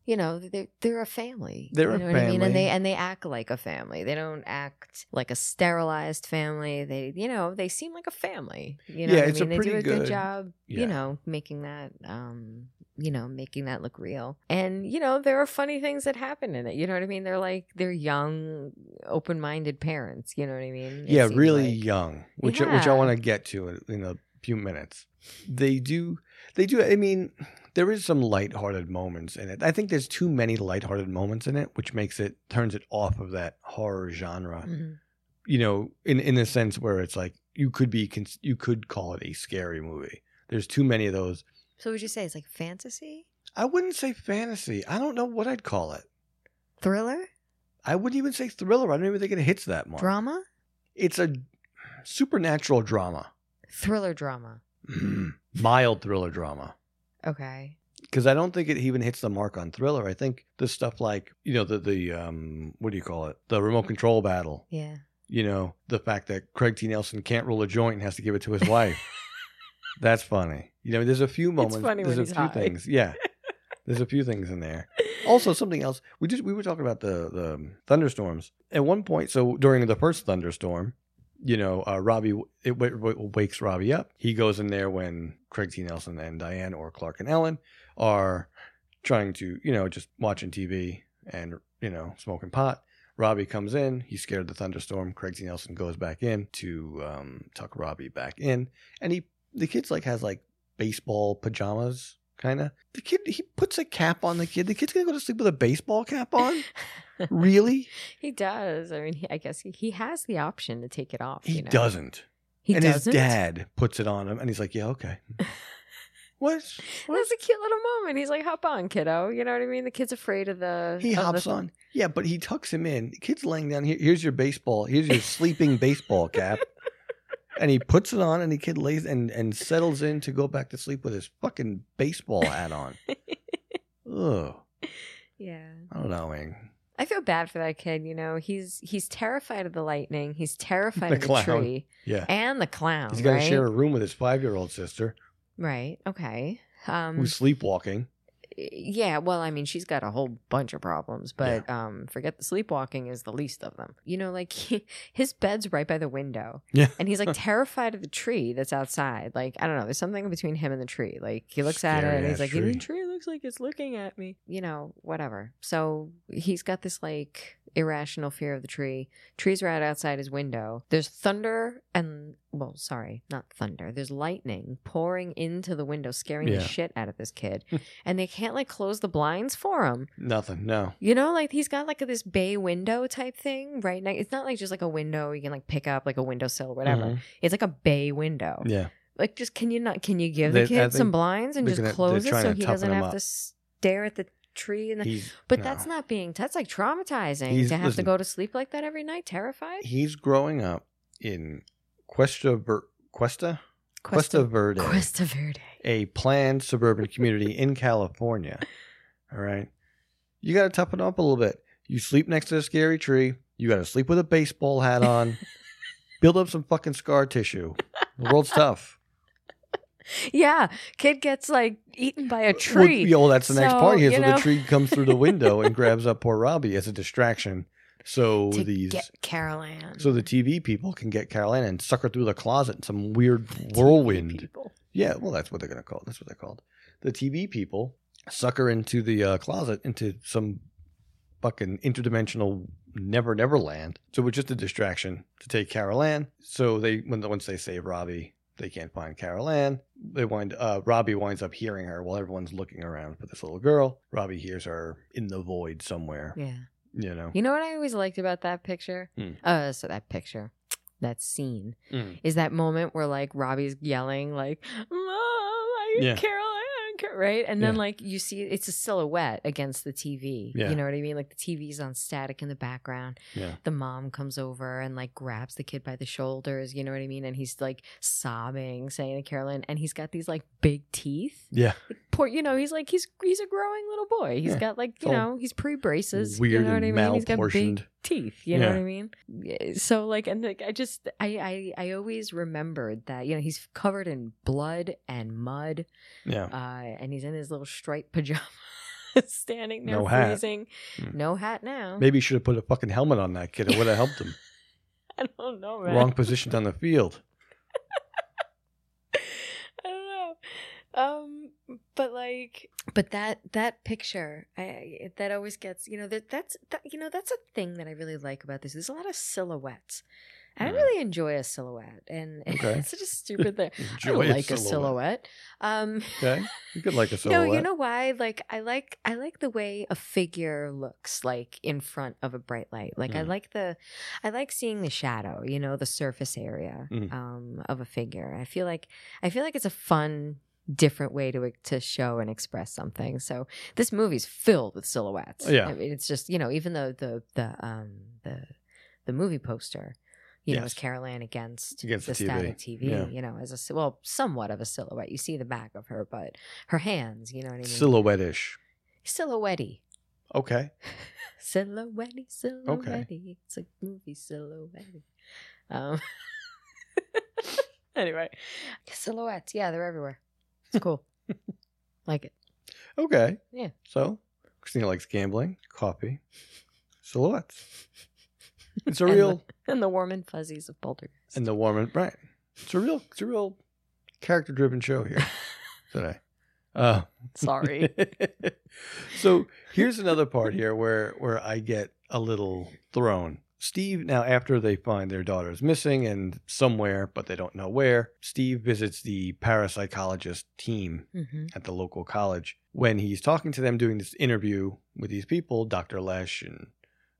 S4: you know, they're they're a family.
S3: They're
S4: you
S3: a
S4: know what I mean?
S3: family.
S4: And they and they act like a family. They don't act like a sterilized family. They you know they seem like a family. You know,
S3: Yeah,
S4: what
S3: it's a
S4: I mean, they do
S3: pretty
S4: a
S3: good-
S4: good job.
S3: yeah.
S4: You know, making that um, you know, making that look real. And you know, there are funny things that happen in it. You know what I mean? They're like they're young, open-minded parents. You know what I mean? It
S3: Yeah,
S4: seems
S3: really
S4: like.
S3: young, which which I
S4: Yeah.
S3: want to get to in, in a few minutes. They do, they do. I mean, there is some lighthearted moments in it. I think there's too many lighthearted moments in it, which makes it turns it off of that horror genre.
S4: Mhm.
S3: You know, in in a sense where it's like you could be cons- you could call it a scary movie. There's too many of those.
S4: So would you say it's like fantasy?
S3: I wouldn't say fantasy. I don't know what I'd call it.
S4: Thriller?
S3: I wouldn't even say thriller. I don't even think it hits that mark.
S4: Drama?
S3: It's a supernatural drama.
S4: Thriller drama.
S3: mild thriller drama
S4: Okay.
S3: because I don't think it even hits the mark on thriller. I think the stuff like you know the the um what do you call it the remote control battle.
S4: [laughs] Yeah.
S3: You know the fact that Craig T. Nelson can't roll a joint and has to give it to his
S4: [laughs]
S3: wife. That's funny. You know, there's a few moments.
S4: funny
S3: there's
S4: when
S3: a
S4: he's
S3: few
S4: high.
S3: things.
S4: [laughs]
S3: Yeah, there's a few things in there. Also, something else. We just we were talking about the the thunderstorms at one point. So during the first thunderstorm, you know, uh, Robbie it w- w- wakes Robbie up. He goes in there when Craig T. Nelson and Diane or Clark and Ellen are trying to you know just watching TV and you know smoking pot. Robbie comes in. He's scared of the thunderstorm. Craig T. Nelson goes back in to um, tuck Robbie back in, and he the kid's like has like baseball pajamas kind of the kid he puts a cap on the kid the kid's gonna go to sleep with a baseball cap
S4: [laughs]
S3: on really
S4: he does. I mean, he, I guess he, he has the option to take it off.
S3: he
S4: you know?
S3: doesn't
S4: He
S3: and
S4: doesn't.
S3: his dad puts it on him and he's like yeah
S4: [laughs]
S3: okay what
S4: That's a cute little moment. He's like, "Hop on, kiddo." You know what I mean? The kid's afraid of the.
S3: he
S4: of the-
S3: hops on yeah but he tucks him in the kid's laying down here here's your baseball here's your sleeping baseball
S4: [laughs]
S3: cap and he puts it on and the kid lays and and settles in to go back to sleep with his fucking baseball hat
S4: [laughs]
S3: on Ugh.
S4: Yeah.
S3: i don't know man
S4: I feel bad for that kid. You know, he's he's terrified of the lightning. He's terrified
S3: The
S4: of the
S3: clown.
S4: tree
S3: yeah
S4: and the clown.
S3: he's gonna
S4: right?
S3: share a room with his five-year-old sister
S4: Right. Okay. Um,
S3: who's sleepwalking
S4: yeah well i mean she's got a whole bunch of problems but um forget the sleepwalking is the least of them you know like [laughs] he, his bed's right by the window
S3: Yeah.
S4: and
S3: [laughs]
S4: he's like terrified of the tree that's outside like i don't know there's something between him and the tree like he looks at it
S3: Scary
S4: and
S3: ass
S4: he's like
S3: tree.
S4: the tree looks like it's looking at me you know whatever so he's got this like irrational fear of the tree trees right outside his window there's thunder and well, sorry, not thunder. There's lightning pouring into the window, scaring
S3: Yeah.
S4: the shit out of this kid.
S3: [laughs]
S4: and they can't like close the blinds for him.
S3: Nothing. No.
S4: You know, like he's got like this bay window type thing right now. It's not like just like a window you can like pick up like a windowsill or whatever.
S3: Mhm.
S4: It's like a bay window.
S3: Yeah.
S4: Like just can you not can you give
S3: They- I
S4: the kid some
S3: think
S4: blinds and
S3: they're
S4: just
S3: gonna- they're
S4: close it
S3: trying
S4: so
S3: to
S4: he
S3: toughen
S4: doesn't
S3: him
S4: have
S3: up.
S4: to stare at the tree and the,
S3: He's,
S4: but
S3: no.
S4: that's not being that's like traumatizing
S3: He's-
S4: to have
S3: listen.
S4: to go to sleep like that every night terrified.
S3: He's growing up in Cuesta Ver- Cuesta Cuesta
S4: Cuesta
S3: Verde,
S4: Cuesta Verde.
S3: a planned suburban community in California. All right. You got to toughen up a little bit. You sleep next to a scary tree. You got to sleep with a baseball hat
S4: [laughs]
S3: on. Build up some fucking scar tissue. The world's tough.
S4: Yeah, kid gets like eaten by a
S3: Well,
S4: tree.
S3: yeah, well, that's the next
S4: So,
S3: part here.
S4: you
S3: So
S4: know.
S3: the tree comes through the window
S4: [laughs]
S3: and grabs up poor Robbie as a distraction. So
S4: to
S3: these
S4: get Carol Ann.
S3: So the
S4: [laughs]
S3: TV people can get Carol Ann and suck her through the closet in some weird
S4: TV
S3: whirlwind.
S4: people.
S3: Yeah, well, that's what they're gonna call. That's what they're called. The TV people suck her into the uh, closet into some fucking interdimensional never never land. So it's just a distraction to take Carol Ann. So they when once they save Robbie, they can't find Carol Ann. They wind uh, Robbie winds up hearing her while everyone's looking around for this little girl. Robbie hears her in the void somewhere.
S4: Yeah.
S3: You know.
S4: You know what I always liked about that picture?
S3: Hmm.
S4: Uh, so that picture, that scene,
S3: Mm.
S4: is that moment where like Robbie's yelling like, "Mom, I
S3: Yeah.
S4: Carol Ann," Car-" right? And then
S3: Yeah.
S4: like you see it's a silhouette against the TV.
S3: Yeah.
S4: You know what I mean? Like the TV's on static in the background.
S3: Yeah.
S4: The mom comes over and like grabs the kid by the shoulders. You know what I mean? And he's like sobbing, saying to Carol Ann, and he's got these like big teeth.
S3: Yeah.
S4: poor you know he's like he's he's a growing little boy He's
S3: Yeah.
S4: got like you
S3: All
S4: know he's pre-braces
S3: Weird
S4: you know what i
S3: and
S4: mean he's got
S3: malportioned.
S4: big teeth you know
S3: Yeah.
S4: what i mean Yeah, so like and like i just I, I i always remembered that you know he's covered in blood and mud
S3: Yeah.
S4: uh and he's in his little striped [laughs] pajamas standing there
S3: No hat.
S4: freezing
S3: Hmm.
S4: no hat now
S3: Maybe you should have put a fucking helmet on that kid. It would have helped him.
S4: [laughs] i don't know man
S3: Wrong positioned on the field.
S4: [laughs] I don't know. Um, but like, but that that picture, I- I that always gets you know that that's that, you know that's a thing that I really like about this. There's a lot of silhouettes. I
S3: Mm.
S4: really enjoy a silhouette, and [laughs]
S3: Okay.
S4: it's such a stupid thing. I
S3: Enjoy
S4: don't like a silhouette. Um, [laughs]
S3: Okay, you could like a silhouette.
S4: no, you know why? Like I like I like the way a figure looks like in front of a bright light. Like I
S3: Mm.
S4: like the I like seeing the shadow, you know, the surface area
S3: Mm.
S4: um of a figure. I feel like I feel like it's a fun different way to to show and express something. So this movie's filled with silhouettes.
S3: Yeah.
S4: I mean, it's just, you know, even though the the um the the movie poster you know,
S3: Yes.
S4: is Carol Ann against,
S3: Against
S4: the,
S3: the TV.
S4: static TV,
S3: Yeah.
S4: you know, as a, si- well, somewhat of a silhouette. You see the back of her, but her hands, you know what I mean?
S3: silhouette-ish.
S4: silhouette.
S3: Okay,
S4: Silhouette, silhouette. It's a movie silhouette. Um, [laughs] anyway, silhouettes. Yeah, they're everywhere. It's
S3: [laughs]
S4: cool. like it.
S3: okay.
S4: Yeah.
S3: So Christina likes gambling, coffee, silhouettes. It's a
S4: [laughs] And
S3: real
S4: And the warm and fuzzies of Poltergeist.
S3: and the [laughs] warm and right. It's a real. It's a real character-driven show here today. Uh,
S4: [laughs] Sorry.
S3: [laughs] so here's another part here where where I get a little thrown. Steve now after they find their daughter's missing and somewhere, but they don't know where, Steve visits the parapsychologist team
S4: hmm
S3: at the local college. When he's talking to them doing this interview with these people, Dr. Lesh and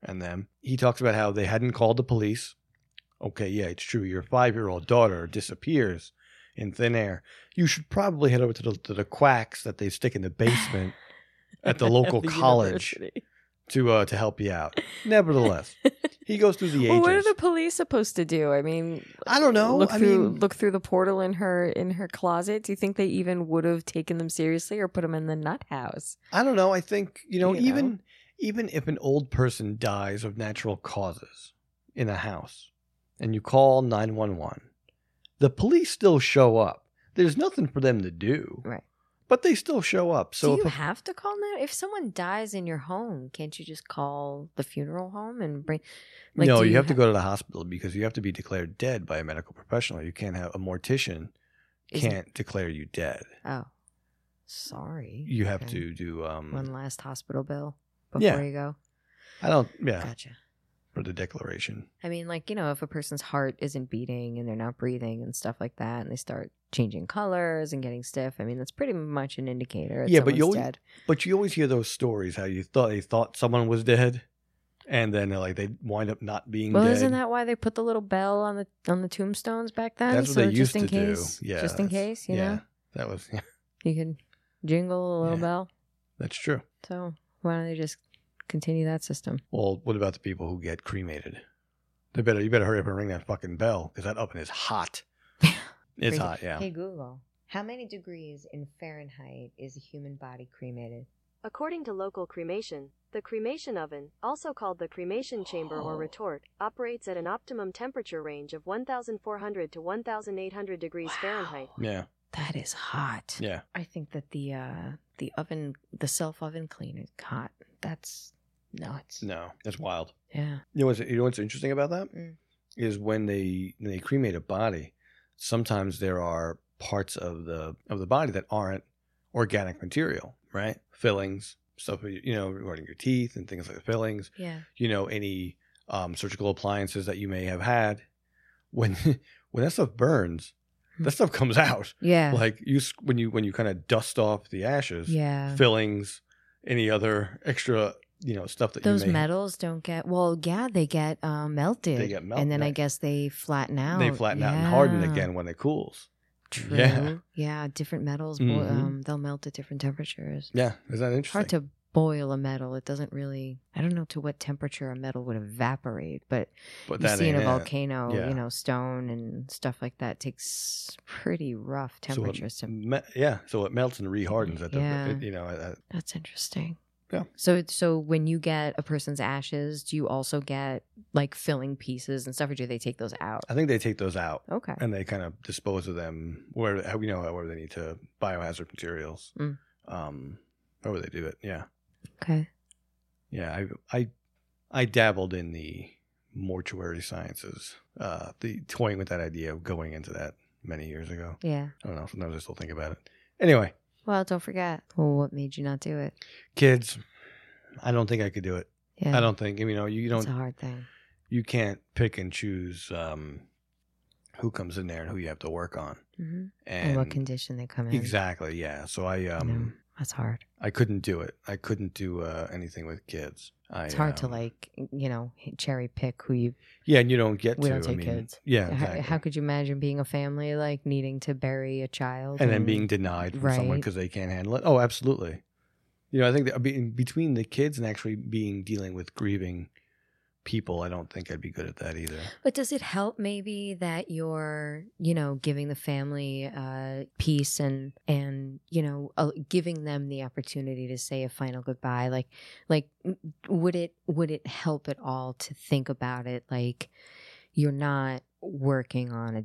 S3: and them, he talks about how they hadn't called the police. Okay, yeah, it's true. Your five year old daughter disappears in thin air. You should probably head over to the, to the quacks that they stick in the
S4: [laughs]
S3: basement at the local college
S4: university.
S3: to uh, to help you out. Nevertheless, he goes through [laughs] the
S4: Well,
S3: ages.
S4: what are the police supposed to do? I mean,
S3: I don't know.
S4: Look
S3: I
S4: through
S3: mean-
S4: look through the portal in her in her closet. Do you think they even would have taken them seriously or put them in the nut house?
S3: I don't know. I think you know
S4: You know.
S3: even even if an old person dies of natural causes in a house, and you call nine one one, the police still show up. There's nothing for them to do,
S4: Right.
S3: but they still show up. So
S4: do you
S3: if a-
S4: have to call now? If someone dies in your home, can't you just call the funeral home and bring? like,
S3: no,
S4: do
S3: you
S4: you
S3: have to
S4: ha-
S3: go to the hospital because you have to be declared dead by a medical professional. You can't have a mortician
S4: Isn't-
S3: can't declare you dead.
S4: Oh, sorry.
S3: You have
S4: Okay.
S3: to do um.
S4: one last hospital bill before
S3: Yeah.
S4: you go.
S3: I don't. Yeah,
S4: Gotcha.
S3: for the declaration.
S4: I mean, like, you know, if a person's heart isn't beating and they're not breathing and stuff like that, and they start changing colors and getting stiff, I mean, that's pretty much an indicator. that
S3: Yeah, but
S4: someone's
S3: you'll-
S4: dead.
S3: But you always hear those stories how you thought they thought someone was dead, and then like they wind up not being
S4: Well,
S3: dead.
S4: isn't that why they put the little bell on the on the tombstones back then?
S3: That's what
S4: so
S3: they used
S4: just in
S3: to do.
S4: case,
S3: Yeah,
S4: just in
S3: that's-
S4: case, you
S3: yeah,
S4: know,
S3: that was yeah,
S4: you can jingle a little
S3: Yeah.
S4: bell.
S3: that's true.
S4: So why don't they just continue that system?
S3: Well, what about the people who get cremated? They better you better hurry up and ring that fucking bell because that oven is
S4: [laughs]
S3: hot. It's
S4: Crazy.
S3: hot, yeah.
S4: Hey Google, how many degrees in Fahrenheit is a human body cremated?
S5: According to local cremation, the cremation oven, also called the cremation chamber or retort, operates at an optimum temperature range of 1400 to 1800 degrees
S4: Wow.
S5: Fahrenheit.
S3: Yeah,
S4: That is hot.
S3: yeah.
S4: I think that the uh the oven the self oven cleaner is hot. That's nuts.
S3: No, that's wild.
S4: Yeah.
S3: You know what's you know what's interesting about that is
S4: Mm.
S3: when they when they cremate a body, sometimes there are parts of the of the body that aren't organic material, right? Fillings, stuff you know regarding your teeth and things like the fillings.
S4: Yeah.
S3: you know any um, surgical appliances that you may have had when [laughs] when that stuff burns that stuff comes out
S4: Hmm. Yeah.
S3: like you s- when you when you kind of dust off the ashes
S4: yeah.
S3: fillings any other extra you know stuff that
S4: Those
S3: you may
S4: metals don't get well. Yeah, they get uh, melted.
S3: They get melted,
S4: and then I
S3: right.
S4: guess they flatten out.
S3: they flatten out and
S4: Yeah.
S3: harden again when it cools
S4: True. Yeah,
S3: Yeah.
S4: different metals. Bo-
S3: Mhm.
S4: um, they'll melt at different temperatures.
S3: yeah is that
S4: It's
S3: interesting
S4: hard to boil a metal. It doesn't really. I don't know to what temperature a metal would evaporate, but,
S3: but
S4: you see in a
S3: ain't it.
S4: volcano,
S3: Yeah.
S4: you know, stone and stuff like that takes pretty rough
S3: So um, it
S4: temperatures to
S3: me- yeah so it melts and rehardens at the
S4: Yeah.
S3: it- you know uh, at, at-
S4: That's interesting.
S3: Yeah.
S4: So so when you get a person's ashes, do you also get like filling pieces and stuff, or do they take those out?
S3: i think they take those out
S4: Okay.
S3: and they kind of dispose of them where how- you know however they need to biohazard materials
S4: Mm.
S3: um however they do it yeah
S4: Okay.
S3: yeah i i i dabbled in the mortuary sciences uh the toying with that idea of going into that many years ago
S4: Yeah.
S3: i don't know sometimes i still think about it anyway
S4: Well, don't forget. Well, what made you not do it?
S3: kids i don't think i could do it
S4: Yeah.
S3: i don't think you know you
S4: It's
S3: don't
S4: a hard thing.
S3: you can't pick and choose um who comes in there and who you have to work on
S4: hmm
S3: and,
S4: And, what condition they come in.
S3: exactly yeah so i
S4: You
S3: um
S4: know, that's hard.
S3: I couldn't do it. I couldn't do uh, anything with kids. I,
S4: It's hard to
S3: um,
S4: like you know cherry pick who you.
S3: Yeah, and you don't get to.
S4: We don't
S3: I
S4: take
S3: mean,
S4: kids.
S3: Yeah,
S4: how-
S3: exactly.
S4: How, could you imagine being a family like needing to bury a child
S3: and then being denied from someone
S4: Right.
S3: because they can't handle it. Oh, absolutely. You know, I think that be- in between the kids and actually being dealing with grieving people, I don't think I'd be good at that either.
S4: But does it help maybe that you're, you know, giving the family uh, peace and and you know, uh, giving them the opportunity to say a final goodbye? Like, like m- would it would it help at all to think about it like you're not working on a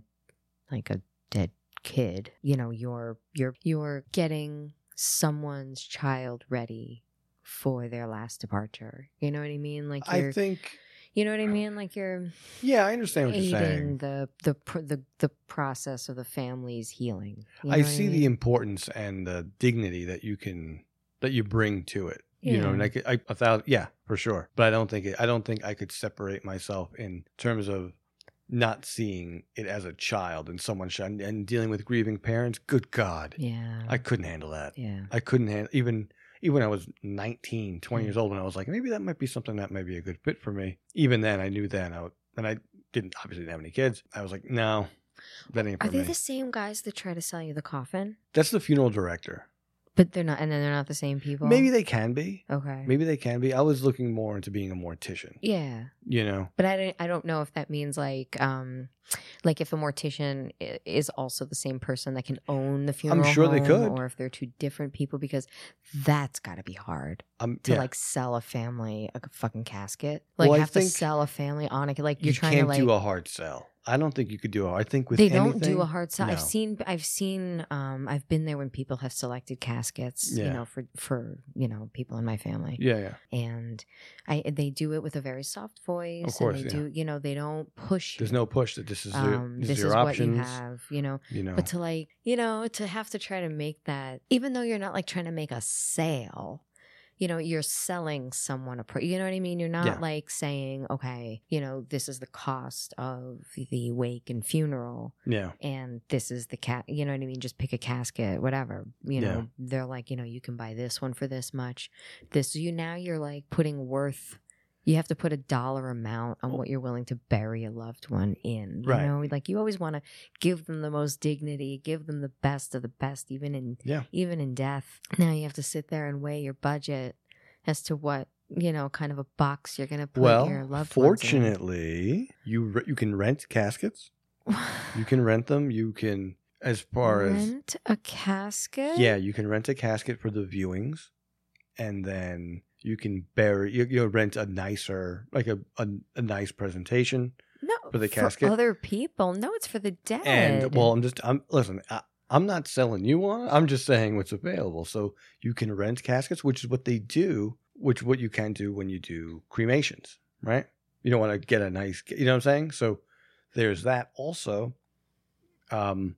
S4: like a dead kid? You know, you're you're you're getting someone's child ready for their last departure. You know what I mean? Like you're,
S3: I think.
S4: you know what I mean? Like you're
S3: Yeah, I understand what you're
S4: aiding
S3: saying.
S4: the the pr- the the process of the family's healing. You know
S3: I
S4: what
S3: see the
S4: mean?
S3: importance and the dignity that you can that you bring to it. You know,
S4: Yeah.
S3: and I, could, I a thousand, yeah, for sure. But I don't think it, I don't think I could separate myself in terms of not seeing it as a child and someone sh- and, and dealing with grieving parents. Good God,
S4: yeah
S3: I couldn't handle that.
S4: yeah
S3: I couldn't handle even even when I was 19,
S4: Mm.
S3: 20 years old, when I was like, maybe that might be something that might be a good fit for me. Even then, I knew then, I would, and I didn't obviously didn't have any kids. I was like, no, that ain't for
S4: Are they
S3: me.
S4: the same guys that try to sell you the coffin?
S3: That's the funeral director.
S4: But they're not, and then they're not the same people.
S3: Maybe they can be.
S4: okay.
S3: Maybe they can be. I was looking more into being a mortician.
S4: yeah,
S3: You know,
S4: but I don't I don't know if that means like um like if a mortician i- is also the same person that can own the funeral.
S3: sure they
S4: home,
S3: could.
S4: or if they're two different people because that's got to be hard.
S3: I'm
S4: to
S3: yeah.
S4: like sell a family a fucking casket. Like
S3: Well, I
S4: have to
S3: think
S4: sell a family on it. Like
S3: you
S4: you're trying
S3: can't
S4: to like
S3: do a hard sell. I don't think you could do a. I think with
S4: they don't
S3: anything-
S4: do a hard sell. I've
S3: no.
S4: seen I've seen um I've been there when people have selected caskets, you
S3: Yeah.
S4: know, for for you know, people in my family.
S3: Yeah, yeah.
S4: And I they do it with a very soft voice.
S3: course,
S4: and
S3: yeah.
S4: they do you know, they don't push
S3: There's
S4: you.
S3: no push that this is your,
S4: um,
S3: this
S4: this
S3: is your
S4: is
S3: options.
S4: what you have, you know.
S3: you know,
S4: But to like, you know, to have to try to make that, even though you're not like trying to make a sale, you know, you're selling someone a, pro- you know what I mean? You're not
S3: Yeah.
S4: like saying, okay, you know, this is the cost of the wake and funeral
S3: Yeah.
S4: and this is the cat you know what i mean just pick a casket whatever you know
S3: Yeah.
S4: they're like you know you can buy this one for this much this you now you're like putting worth you have to put a dollar amount on what you're willing to bury a loved one in you
S3: Right.
S4: know like you always want to give them the most dignity give them the best of the best even in
S3: Yeah.
S4: even in death now you have to sit there and weigh your budget as to what you know kind of a box you're going to put your
S3: Well,
S4: loved ones in. [laughs]
S3: fortunately, you re- you can rent caskets. You can rent them. You can, as far as
S4: rent a casket
S3: yeah, you can rent a casket for the viewings, and then you can bury. You, you rent a nicer, like a, a a nice presentation.
S4: No,
S3: For the casket?
S4: For other people. No, it's for the dead.
S3: And well, I'm just I'm listen. I, I'm not selling you on. it. I'm just saying what's available. So you can rent caskets, which is what they do. Which is what you can do when you do cremations, right? You don't want to get a nice. You know what I'm saying? So there's that also. Um,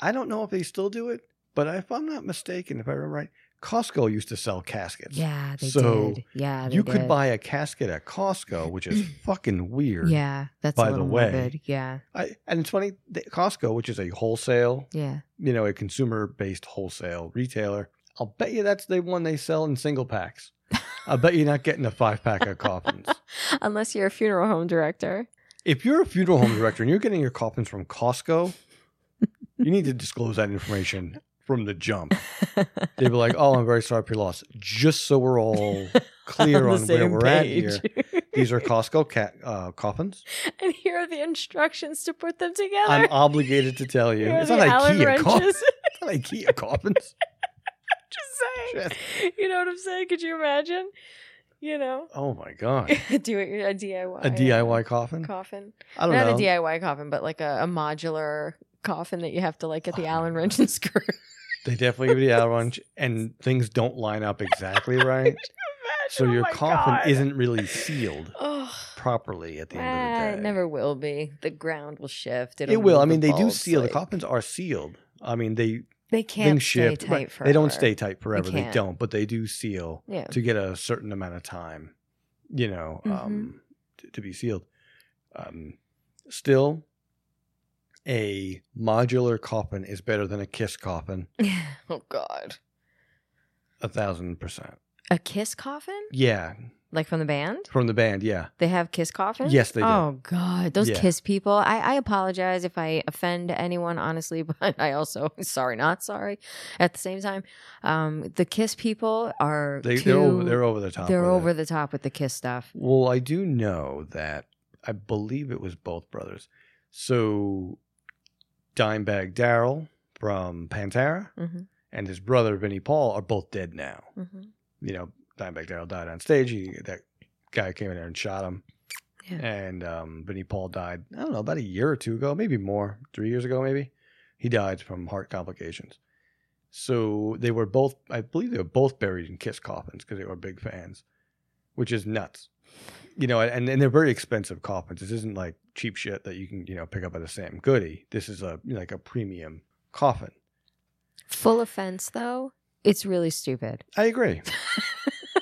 S3: I don't know if they still do it, but if I'm not mistaken, if I remember right, Costco used to sell caskets.
S4: yeah, they
S3: so
S4: did. Yeah, they
S3: You could
S4: did.
S3: buy a casket at Costco, which
S4: [clears throat]
S3: is fucking weird.
S4: Yeah, that's
S3: by
S4: a
S3: the
S4: little
S3: way.
S4: morbid. Yeah,
S3: I, and it's funny, the- Costco, which is a wholesale,
S4: yeah.
S3: you know, a consumer based wholesale retailer, I'll bet you that's the one they sell in single packs. I bet you're not getting a five pack of
S4: [laughs]
S3: coffins.
S4: [laughs] Unless you're a funeral
S3: [laughs]
S4: home director.
S3: if you're a funeral home director and you're getting your coffins from Costco, you need to disclose that information from the jump. They'd be like, oh, I'm very sorry for your loss. Just so we're
S4: [laughs]
S3: all clear on, where we're at here. These are Costco ca- uh,
S4: [laughs]
S3: coffins.
S4: and here are the instructions to put them together.
S3: I'm obligated to tell you.
S4: [laughs] Here are
S3: It's
S4: the
S3: not
S4: Allen
S3: IKEA, coffin.
S4: wrenches. [laughs]
S3: it's not IKEA coffins.
S4: Just saying. You know what I'm saying? Could you imagine? You know,
S3: Oh my
S4: [laughs]
S3: god,
S4: do it a DIY.
S3: a DIY coffin?
S4: coffin.
S3: I don't
S4: Not
S3: know.
S4: a DIY coffin, but like a, a modular coffin that you have to like get the
S3: Oh.
S4: Allen wrench and screw.
S3: they definitely give you the Allen wrench, and things don't line up exactly right.
S4: [laughs]
S3: so
S4: Imagine, oh
S3: your
S4: my
S3: coffin
S4: God.
S3: isn't really sealed
S4: Oh,
S3: properly at the end
S4: ah,
S3: of the
S4: it
S3: day.
S4: never will be. The ground will shift.
S3: It will.
S4: move
S3: I mean,
S4: the
S3: they do
S4: bulbs,
S3: seal.
S4: like-
S3: the coffins are sealed. I mean, they
S4: They can't
S3: things
S4: stay
S3: shift.
S4: tight
S3: right.
S4: forever.
S3: They don't stay tight forever. They,
S4: can't.
S3: don't, but they do seal
S4: Yeah.
S3: to get a certain amount of time. You know,
S4: Mm-hmm.
S3: um, to, to be sealed. Um, still, a modular coffin is better than a kiss coffin.
S4: [laughs] oh God.
S3: A thousand percent.
S4: A Kiss coffin,
S3: Yeah,
S4: like from the band.
S3: from the band. Yeah,
S4: They have Kiss coffins.
S3: Yes, they do.
S4: Oh God, those
S3: Yeah.
S4: Kiss people. I, I apologize if I offend anyone, honestly, [laughs] but I also sorry, not sorry. At the same time, um, the Kiss people are
S3: they,
S4: too,
S3: they're over, they're over the top.
S4: they're
S3: with it.
S4: over the top with the Kiss stuff.
S3: Well, I do know that I believe it was both brothers. So, Dimebag Daryl from Pantera
S4: hmm
S3: and his brother Vinnie Paul are both dead now.
S4: hmm
S3: You know, Dimebag Daryl died on stage. He, that guy came in there and shot him.
S4: Yeah.
S3: And um, Vinnie Paul died. I don't know about a year or two ago, maybe more, three years ago, maybe. He died from heart complications. So they were both, I believe, they were both buried in Kiss coffins because they were big fans, which is nuts. You know, and, and they're very expensive coffins. This isn't like cheap shit that you can, you know, pick up at a Sam Goody. This is a like a premium coffin.
S4: Full offense though, it's really stupid.
S3: I agree.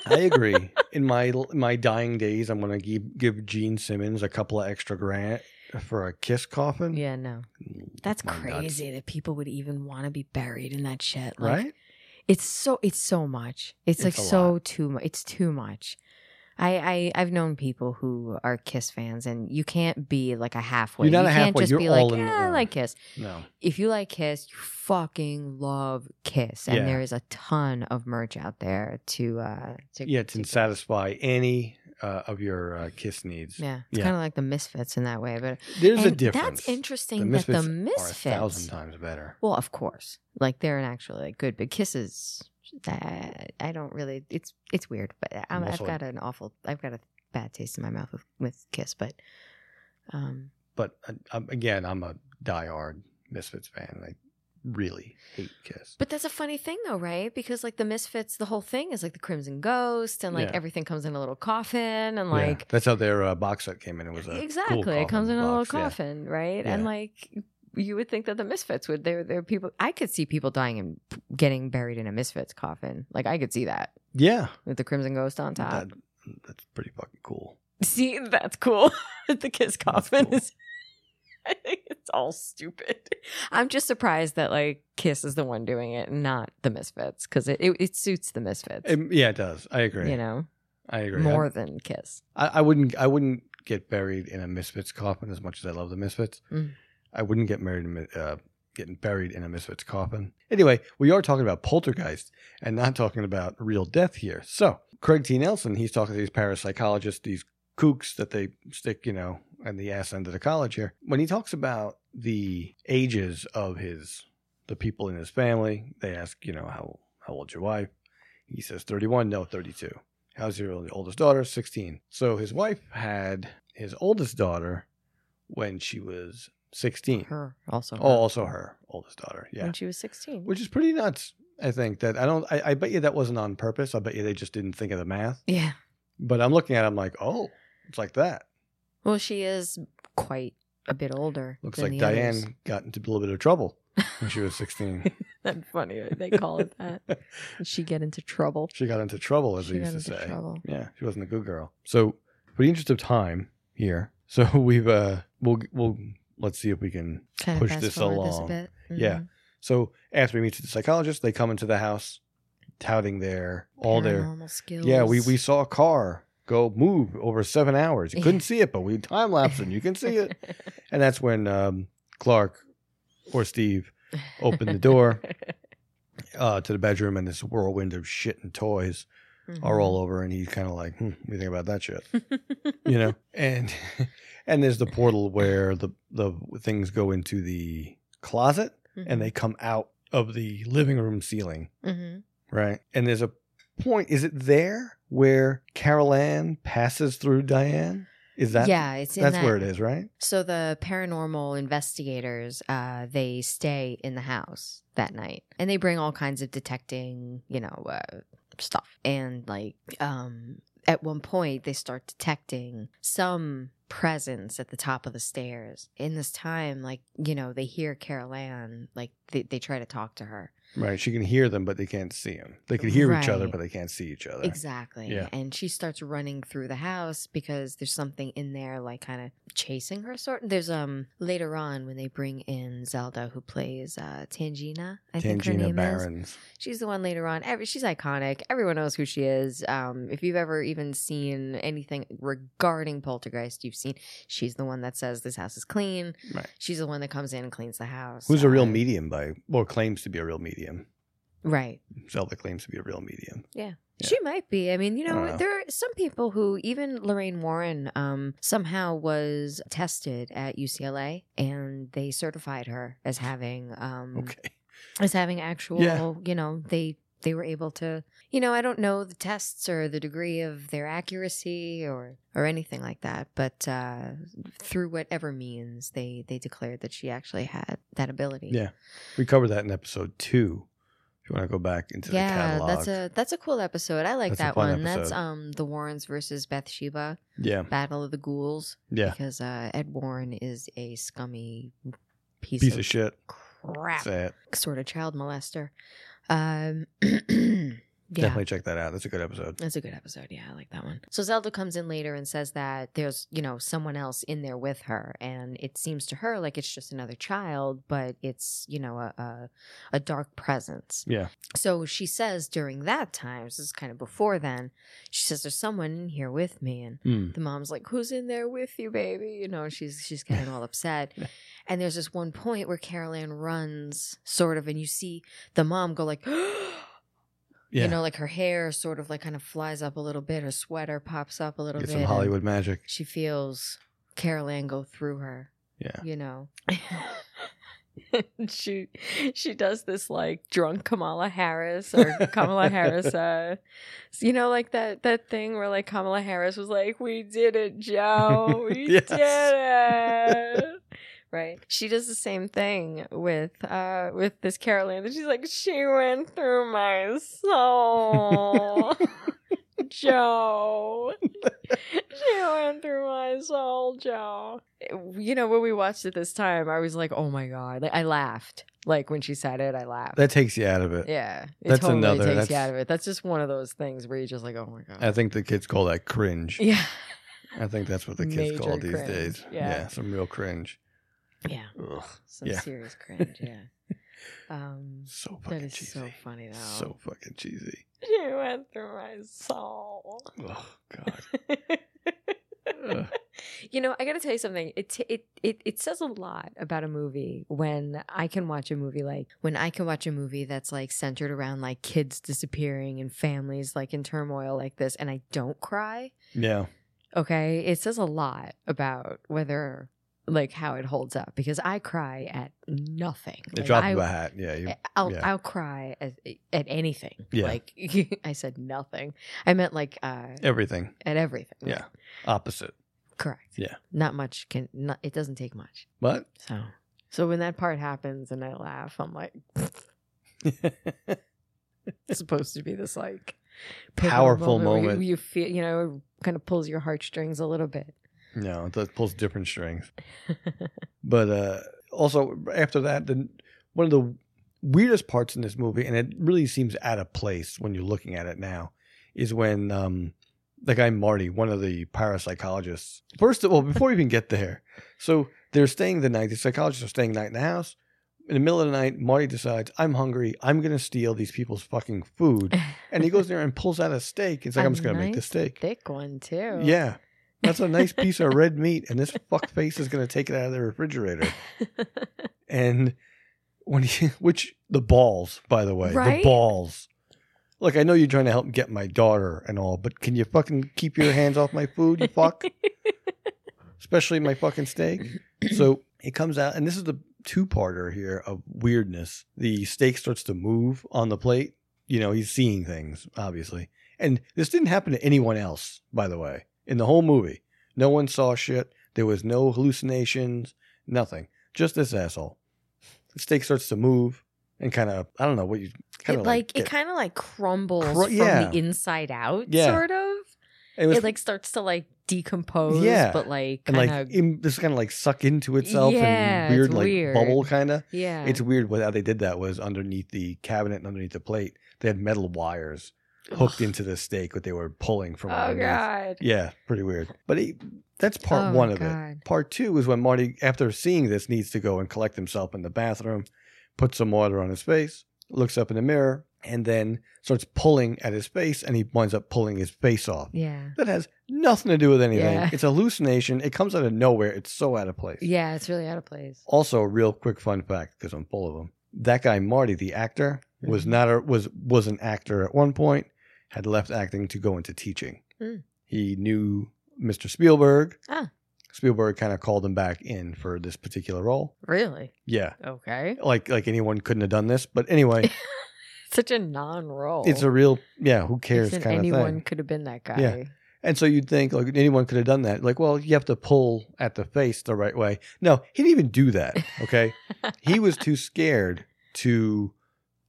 S3: I agree. In my in my dying days, I'm gonna give, give Gene Simmons a couple of extra grand for a kiss coffin.
S4: Yeah, no. That's
S3: Mm. My nuts.
S4: crazy that people would even want to be buried in that shit. Like,
S3: right?
S4: It's so it's so much. It's,
S3: It's
S4: like
S3: a
S4: so too much. It's too much. I, I I've known people who are Kiss fans, and you can't be like a halfway.
S3: You're not
S4: you
S3: a
S4: can't
S3: halfway.
S4: just
S3: You're
S4: be
S3: all
S4: like,
S3: in it,
S4: yeah, I
S3: yeah.
S4: like Kiss.
S3: No,
S4: If you like Kiss, you fucking love Kiss, and
S3: Yeah.
S4: there is a ton of merch out there to uh to
S3: yeah, to
S4: to-
S3: satisfy any uh, of your uh, kiss needs.
S4: yeah. It's
S3: Yeah.
S4: kind of like the Misfits in that way, but
S3: There's a
S4: and
S3: difference.
S4: That's interesting
S3: The
S4: that the
S3: are a
S4: Misfits
S3: thousand times better.
S4: Well, of course, like they're an actually like good, but kisses. I, I don't really. It's it's weird, but I'm,
S3: I'm
S4: I've
S3: also-
S4: got an awful. I've got a bad taste in my mouth with, with kiss, but um,
S3: But uh, um, again, I'm a diehard Misfits fan. I really hate Kiss.
S4: but that's a funny thing though, right? Because like the misfits, the whole thing is like the Crimson Ghost, and like
S3: Yeah.
S4: everything comes in a little coffin, and
S3: Yeah.
S4: like
S3: that's how their uh, box set came in. It was a cool
S4: exactly it comes in a little
S3: box, yeah.
S4: coffin right and
S3: Yeah.
S4: like you would think that the misfits would there there are people i could see people dying and getting buried in a misfits coffin like i could see that
S3: Yeah.
S4: with the Crimson Ghost on top.
S3: That, that's pretty fucking cool.
S4: See, that's cool. [laughs] the kiss coffin
S3: cool.
S4: is. [laughs] I think it's all stupid. I'm just surprised that like Kiss is the one doing it, and not the Misfits, because it, it it suits the Misfits.
S3: Um, yeah, it does. I agree.
S4: You know,
S3: I agree.
S4: more than Kiss.
S3: I, I wouldn't. I wouldn't get buried in a Misfits coffin as much as I love the Misfits.
S4: Mm.
S3: I wouldn't get married. in mi- Uh, Getting buried in a misfits coffin. Anyway, we are talking about poltergeist and not talking about real death here. So, Craig T. Nelson, he's talking to these parapsychologists, these kooks that they stick, you know, in the ass end of the college here. When he talks about the ages of his, the people in his family, they ask, you know, how, how old's your wife? He says 31, no, 32. How's your oldest daughter? 16. So his wife had his oldest daughter when she was 16.
S4: Her also.
S3: Oh,
S4: her,
S3: also her oldest daughter. Yeah.
S4: When she was 16.
S3: Which is pretty nuts. I think that I don't, I, I bet you that wasn't on purpose. I bet you they just didn't think of the math.
S4: yeah.
S3: But I'm looking at it, I'm like, oh, it's like that.
S4: Well, she is quite a bit older.
S3: Looks like
S4: than the
S3: Diane
S4: others.
S3: got into a little bit of trouble when she was
S4: [laughs]
S3: 16.
S4: That's funny. They call it
S3: [laughs]
S4: that. Did she get into trouble?
S3: she got into trouble, as
S4: she
S3: we
S4: got
S3: used to
S4: into
S3: say.
S4: trouble.
S3: Yeah, she wasn't a good girl. So, for the interest of time here, [laughs] so we've uh, we'll we'll let's see if we can.
S4: Kind
S3: Push this along.
S4: bit. Mm-hmm.
S3: Yeah. So after we meet the psychologist, they come into the house, touting their all their
S4: Paranormal skills.
S3: yeah. We we saw a car go move over seven hours. You couldn't
S4: Yeah.
S3: see it, but we time lapsed and you can see
S4: [laughs]
S3: it. And that's when um, Clark or Steve [laughs] open the door uh, to the bedroom, and this whirlwind of shit and toys
S4: Mm-hmm.
S3: are all over and he's kind of like hmm, what do you think about that shit you know and [laughs] and there's the portal where the the things go into the closet and they come out of the living room ceiling
S4: hmm
S3: right and there's a point is it there where carol ann passes through diane is that
S4: yeah, it's in
S3: that's
S4: that.
S3: where it is right
S4: So the paranormal investigators, uh, they stay in the house that night, and they bring all kinds of detecting, you know, uh, stuff. And like, um, at one point, they start detecting some presence at the top of the stairs. In this time, like, you know, they hear Carol Ann, like they, they try to talk to her.
S3: right she can hear them but they can't see them they can hear each other
S4: Right.
S3: but they can't see each other
S4: Exactly.
S3: Yeah.
S4: And she starts running through the house because there's something in there like kind of chasing her sort. There's um later on when they bring in Zelda who plays uh Tangina, I think her
S3: tangina
S4: name is.
S3: barons
S4: She's the one later on. Every she's iconic. Everyone knows who she is. Um if you've ever even seen anything regarding Poltergeist, you've seen she's the one that says this house is clean.
S3: Right.
S4: She's the one that comes in and cleans the house.
S3: who's a real
S4: Uh,
S3: medium by or claims to be a real medium
S4: Right.
S3: zelda claims to be a real medium Yeah.
S4: She might be. I mean, you
S3: I
S4: know,
S3: don't know.
S4: there are some people who, even Lorraine Warren, um, somehow was tested at UCLA, and they certified her as having, um,
S3: okay
S4: as having actual.
S3: Yeah.
S4: You know, they they were able to. You know, I don't know the tests or the degree of their accuracy or or anything like that, but uh, through whatever means, they they declared that she actually had that ability.
S3: Yeah. We covered that in episode two. If you want to go back into the catalog.
S4: that's a that's a cool episode. I like
S3: That's a
S4: that
S3: fun
S4: one. That's
S3: episode.
S4: um the Warrens versus Bathsheba,
S3: yeah.
S4: Battle of the Ghouls,
S3: Yeah.
S4: because uh, Ed Warren is a scummy piece,
S3: Piece of shit.
S4: crap,
S3: Say it.
S4: sort of child molester. Um, [clears throat] yeah,
S3: Definitely check that out. That's a good episode.
S4: that's a good episode. Yeah, I like that one. So Zelda comes in later and says that there's, you know, someone else in there with her. And it seems to her like it's just another child, but it's, you know, a, a, a dark presence.
S3: Yeah.
S4: So she says during that time, this is kind of before then, she says, There's someone in here with me. And
S3: Mm.
S4: the mom's like, Who's in there with you, baby? You know, she's she's getting
S3: [laughs]
S4: all upset. And there's this one point where Carol Ann runs, sort of, and you see the mom go like [gasps]
S3: Yeah.
S4: you know, like her hair sort of like kind of flies up a little bit, her sweater pops up a little
S3: Get
S4: bit.
S3: some
S4: and
S3: Hollywood magic.
S4: She feels Carol Ann go through her,
S3: Yeah. [laughs]
S4: you know. she she does this like drunk Kamala Harris or Kamala Harris
S3: [laughs]
S4: uh you know like that that thing where like Kamala Harris was like we did
S3: [laughs]
S4: it Joe we
S3: Yes.
S4: did
S3: [laughs]
S4: it right she does the same thing with uh with this Carol Ann she's like she went
S3: [laughs]
S4: through my soul [laughs] Joe. she went through my soul, Joe. You know, when we watched it this time, I was like, oh my God. Like, I laughed. Like when she said it, I laughed.
S3: That takes you out of it.
S4: yeah, it
S3: that's
S4: totally
S3: another-
S4: takes you
S3: that's-
S4: out of it. That's just one of those things where you're just like, oh my god. [laughs]
S3: I think the kids call that cringe.
S4: yeah,
S3: I think that's what the kids
S4: Major
S3: call these
S4: cringe,
S3: days.
S4: yeah.
S3: some real cringe.
S4: yeah,
S3: Ugh,
S4: some
S3: Yeah.
S4: serious cringe.
S3: [laughs]
S4: Yeah. Um,
S3: so
S4: that
S3: fucking
S4: is
S3: cheesy.
S4: so funny though.
S3: So fucking cheesy.
S4: She went through my soul.
S3: Oh God. Ugh.
S4: [laughs] you know, I got to tell you something. It, t- it it it says a lot about a movie when I can watch a movie like when I can watch a movie that's like centered around like kids disappearing and families like in turmoil like this, and I don't cry. [laughs]
S3: yeah.
S4: Okay, it says a lot about whether like how it holds up because I cry at nothing.
S3: The
S4: Like,
S3: drop
S4: I- eh.
S3: of a hat. Yeah. You,
S4: I'll
S3: yeah.
S4: I'll cry at, at anything.
S3: Yeah.
S4: Like [laughs] I said nothing. I meant like uh,
S3: everything.
S4: at everything.
S3: Yeah. Opposite.
S4: Correct.
S3: Yeah.
S4: Not much can not it doesn't take much.
S3: But
S4: So so when that part happens and I laugh, I'm like it's supposed to be this like pivotal
S3: Powerful
S4: where you-
S3: moment.
S4: where You, feel you know, it kind of pulls your heartstrings a little bit. [laughs]
S3: no, that pulls different strings. But uh, also after that, then one of the weirdest parts in this movie, and it really seems out of place when you're looking at it now, is when um, the guy Marty, one of the parapsychologists. First of all, before we even get there, so they're staying the night. The psychologists are staying the night in the house. In the middle of the night, Marty decides, "I'm hungry. I'm going to steal these people's fucking
S4: [laughs]
S3: food." And he goes there and pulls out a steak. It's like,
S4: A
S3: "I'm just going to make the
S4: nice
S3: steak."
S4: Thick one too.
S3: Yeah. That's a nice piece of red meat, and this fuckface is going to take it out of the refrigerator. And when he, [laughs] which the balls, by the way,
S4: Right?
S3: the balls. Look, I know you're trying to help get my daughter and all, but can you fucking keep your hands off my food,
S4: [laughs]
S3: you fuck? Especially my fucking steak. So it comes out, and this is the two-parter here of weirdness. The steak starts to move on the plate. You know, he's seeing things, obviously. And this didn't happen to anyone else, by the way, in the whole movie. No one saw shit. There was no hallucinations, nothing. Just this asshole. The steak starts to move and kind of, I don't know what you
S4: It
S3: kind of
S4: like,
S3: like.
S4: it kind of like crumbles
S3: Cru-
S4: from
S3: yeah.
S4: the inside out,
S3: Yeah.
S4: sort of.
S3: get- it was-
S4: it like starts to like decompose,
S3: Yeah.
S4: but like
S3: and
S4: kind of
S3: like im- just kind of like suck into itself
S4: Yeah,
S3: and
S4: it's
S3: weird like
S4: weird.
S3: bubble kind of.
S4: yeah.
S3: It's weird what how they did that was underneath the cabinet and underneath the plate they had metal wires hooked
S4: Ugh.
S3: into the steak that they were pulling from.
S4: Oh
S3: underneath.
S4: god.
S3: Yeah, pretty weird. But he, that's part
S4: Oh,
S3: one
S4: my
S3: of
S4: God.
S3: it. Part two is when Marty, after seeing this, needs to go and collect himself in the bathroom, put some water on his face, looks up in the mirror, and then starts pulling at his face, and he winds up pulling his face off.
S4: Yeah.
S3: That has nothing to do with anything.
S4: Yeah.
S3: It's a hallucination. It comes out of nowhere. It's so out of place.
S4: Yeah, it's really out of place.
S3: Also, a real quick fun fact because I'm full of them. That guy Marty, the actor, was
S4: Mhm.
S3: not a, was was an actor at one point. Had left acting to go into teaching.
S4: Mm.
S3: He knew Mr. Spielberg.
S4: Ah.
S3: Spielberg kind of called him back in for this particular role.
S4: Really?
S3: Yeah,
S4: Okay.
S3: like like anyone couldn't have done this, but
S4: [laughs]
S3: anyway,
S4: Such a non-role.
S3: it's a real yeah. Who cares
S4: Listen,
S3: kind of
S4: Oh. anyone
S3: thing.
S4: could have been that guy. [laughs]
S3: Yeah. And so you'd think like anyone could have done that. Like, well, you have to pull at the face the right way. No, he didn't even do that. Okay. he was too scared to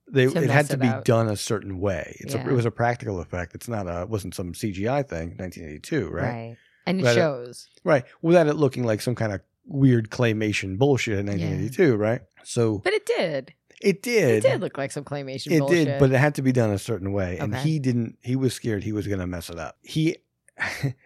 S3: they
S4: To
S3: it
S4: mess
S3: had to
S4: it
S3: be
S4: out.
S3: done a certain way. It's
S4: Yeah.
S3: a, it was a practical effect. It's not a it wasn't some CGI thing, 1982, right? Right.
S4: And it
S3: Right.
S4: shows.
S3: Without it looking like some kind of weird claymation bullshit in 1982, right? So
S4: But it did.
S3: it
S4: It,
S3: did.
S4: did look like some claymation
S3: It
S4: bullshit.
S3: did, but it had to be done a certain way, and
S4: Okay.
S3: he didn't. He was scared he was going to mess it up. He [laughs]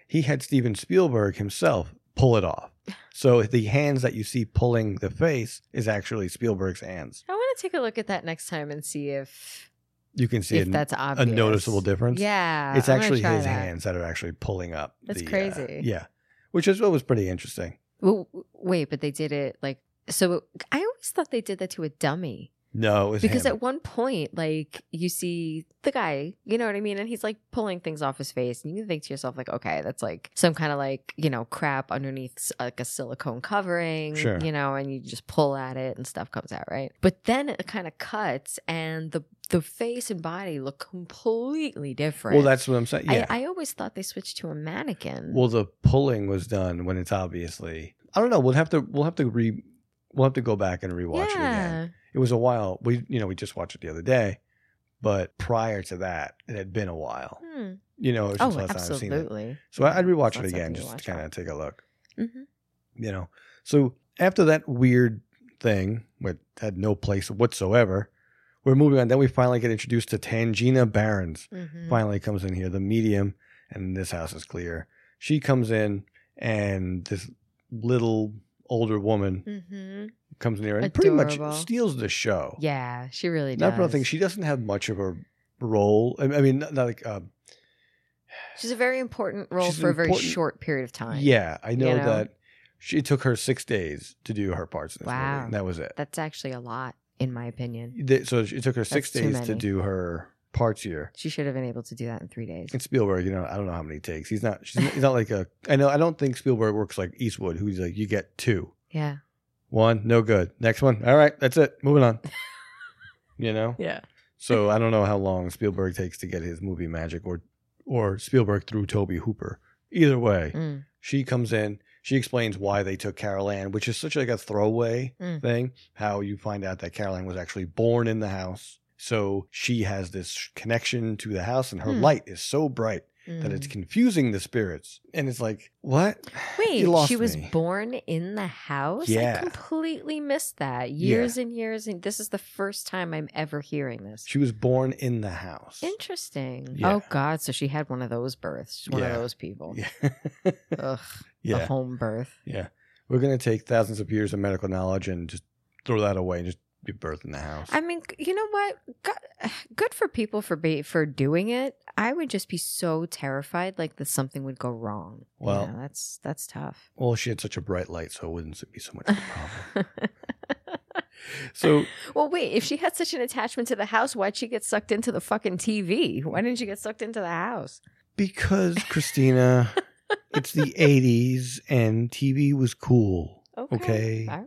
S3: he had Steven Spielberg himself pull it
S4: [laughs]
S3: off. So the hands that you see pulling the face is actually Spielberg's hands.
S4: I want to take a look at that next time and see if
S3: You can see
S4: if
S3: it,
S4: that's obvious.
S3: noticeable difference?
S4: Yeah.
S3: it's
S4: I'm gonna
S3: actually
S4: try
S3: his
S4: that.
S3: hands that are actually pulling up.
S4: That's
S3: the, uh,
S4: crazy.
S3: yeah, which is what was pretty interesting.
S4: Well, w- wait, but they did it like so. it- I always thought they did that to a dummy
S3: No, it was
S4: because
S3: him.
S4: at one point, like you see the guy, you know what I mean, and he's like pulling things off his face, and you think to yourself like, okay, that's like some kind of like you know crap underneath s- like a silicone covering,
S3: Sure.
S4: you know, and you just pull at it and stuff comes out, right? But then it kind of cuts, and the the face and body look completely different.
S3: well, that's what I'm saying. Yeah.
S4: I, I always thought they switched to a mannequin.
S3: Well, the pulling was done when it's obviously. I don't know. We'll have to. We'll have to re. We'll have to go back and rewatch it again.
S4: yeah.
S3: it was a while. We you know we just watched it the other day, but prior to that, it had been a while.
S4: Hmm.
S3: You know, it was
S4: Oh,
S3: since last time I've seen it.
S4: absolutely.
S3: So I- I'd
S4: Yeah,
S3: rewatch
S4: it's not
S3: it again
S4: something
S3: just
S4: you Mm-hmm,
S3: to but had no place whatsoever. We're moving on. Then we finally get introduced to Tangina Barons.
S4: Mhm.
S3: Finally comes in here, the medium, and this house is clear. She comes in, and this little older woman
S4: Mhm.
S3: comes near and pretty much
S4: Adorable.
S3: steals the show.
S4: Yeah, she really does.
S3: Not for nothing. She doesn't have much of a role. I I mean, not not like uh,
S4: She's a very important role
S3: She's an
S4: for a very
S3: important-
S4: short period of time.
S3: Yeah, I know,
S4: know?
S3: that she took her six days to do her parts. In this movie,
S4: Wow.
S3: and that was it.
S4: That's actually a lot, in my opinion.
S3: They- so it took her six
S4: That's too
S3: days to
S4: many.
S3: do her parts here.
S4: She should have been able to do that in three days.
S3: And Spielberg, you know, I don't know how many takes. He's not. She's not, he's not like a. I know. I don't think Spielberg works like Eastwood, who's like you get two, [laughs]
S4: yeah.
S3: one, no good. Next one, all right, that's it. Moving
S4: [laughs]
S3: on. you know.
S4: Yeah.
S3: So I don't know how long Spielberg takes to get his movie magic, or or Spielberg through Toby Hooper. Either way,
S4: Mm.
S3: she comes in she explains why they took carol ann which is such like a throwaway
S4: Mm.
S3: thing how you find out that carol ann was actually born in the house so she has this connection to the house and her
S4: Hmm.
S3: light is so bright that
S4: Mm.
S3: it's confusing the spirits and it's like what [sighs]
S4: Wait,
S3: You lost
S4: she was
S3: me.
S4: born in the house?
S3: Yeah.
S4: I completely missed that.
S3: Yeah.
S4: Years and years and this is the first time I'm ever hearing this.
S3: she was born in the house
S4: Interesting.
S3: Yeah.
S4: Oh god, so she had one of those births. She's one
S3: Yeah.
S4: of those
S3: [laughs]
S4: people.
S3: yeah
S4: Ugh, a
S3: [laughs] yeah
S4: home birth.
S3: yeah we're gonna take thousands of years of medical knowledge and just throw that away and just be birthed in the house
S4: I mean, c- you know what? Go- [sighs] Good for people for be- for doing it. I would just be so terrified, like that something would go wrong. You
S3: Well-
S4: know, that's that's tough.
S3: well she had such a bright light so it wouldn't be so much
S4: [laughs]
S3: of a problem so
S4: well, wait. If she had such an attachment to the house, why'd she get sucked into the fucking TV? Why didn't she get sucked into the house?
S3: Because
S4: [laughs]
S3: Christina, it's the '80s and TV was cool. Okay.
S4: all right.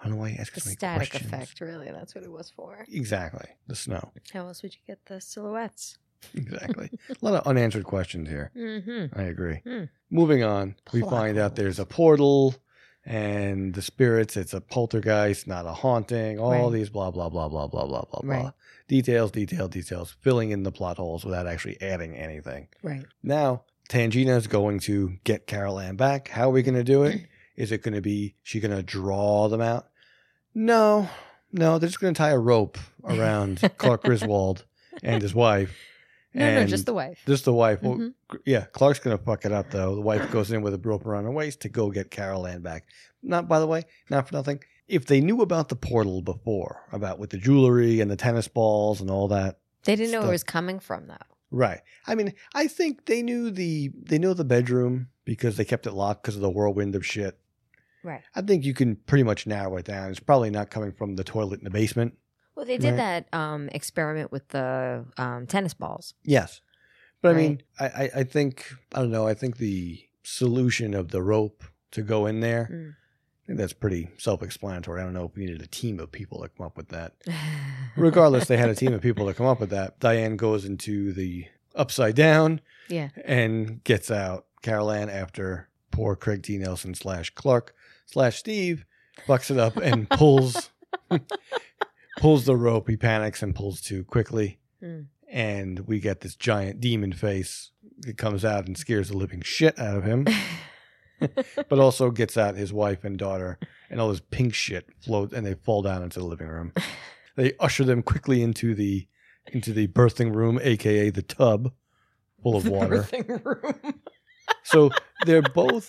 S3: I don't know why you ask
S4: The
S3: so many
S4: static
S3: questions.
S4: effect, really. That's what it was for.
S3: Exactly. The snow.
S4: [laughs] How else would you get the silhouettes?
S3: Exactly. a lot of unanswered questions here.
S4: Mm-hmm.
S3: I agree.
S4: Hmm.
S3: Moving on, we
S4: Plot
S3: find out
S4: holes.
S3: there's a portal and the spirits. It's a poltergeist, not a haunting. All
S4: Right.
S3: these blah blah blah blah blah blah blah
S4: Right.
S3: blah. Details, detail, details, filling in the plot holes without actually adding anything.
S4: Right.
S3: Now, Tangina is going to get Carol Ann back. How are we going to do it? Is it going to be she going to draw them out? No, no, they're just going to tie a rope around Clark Griswold and his wife.
S4: No, no,
S3: and
S4: just the wife.
S3: just the wife. Well,
S4: Mhm.
S3: gr- yeah, Clark's going to fuck it up though. The wife goes in with a rope around her waist to go get Carol Ann back. Not by the way, not for nothing. If they knew about the portal before, about with the jewelry and the tennis balls and all that,
S4: They didn't know where
S3: Stuff.
S4: it was coming from, though.
S3: Right. I mean, I think they knew the they know the bedroom because they kept it locked because of the whirlwind of shit.
S4: Right.
S3: I think you can pretty much narrow it down. It's probably not coming from the toilet in the basement.
S4: Well, they did
S3: Right.
S4: that um, experiment with the um, tennis balls. [laughs]
S3: Yes. But I mean, I, I, I think I don't know, I think the solution of the rope to go in there,
S4: Mm.
S3: I think that's pretty self explanatory. I don't know if we needed a team of people to come up with that. Regardless, they had a team of people to come up with that. Diane goes into the upside down
S4: [laughs] yeah.
S3: and gets out Carol Ann after poor Craig T. Nelson slash Clark slash Steve bucks it up and pulls [laughs] pulls the rope. He panics and pulls too quickly.
S4: Mm.
S3: And we get this giant demon face that comes out and scares the living shit out of him, but also gets out his wife and daughter and all this pink shit float and they fall down into the living room. They usher them quickly into the into the birthing room, aka the tub full of [laughs] water.
S4: room.
S3: So they're both.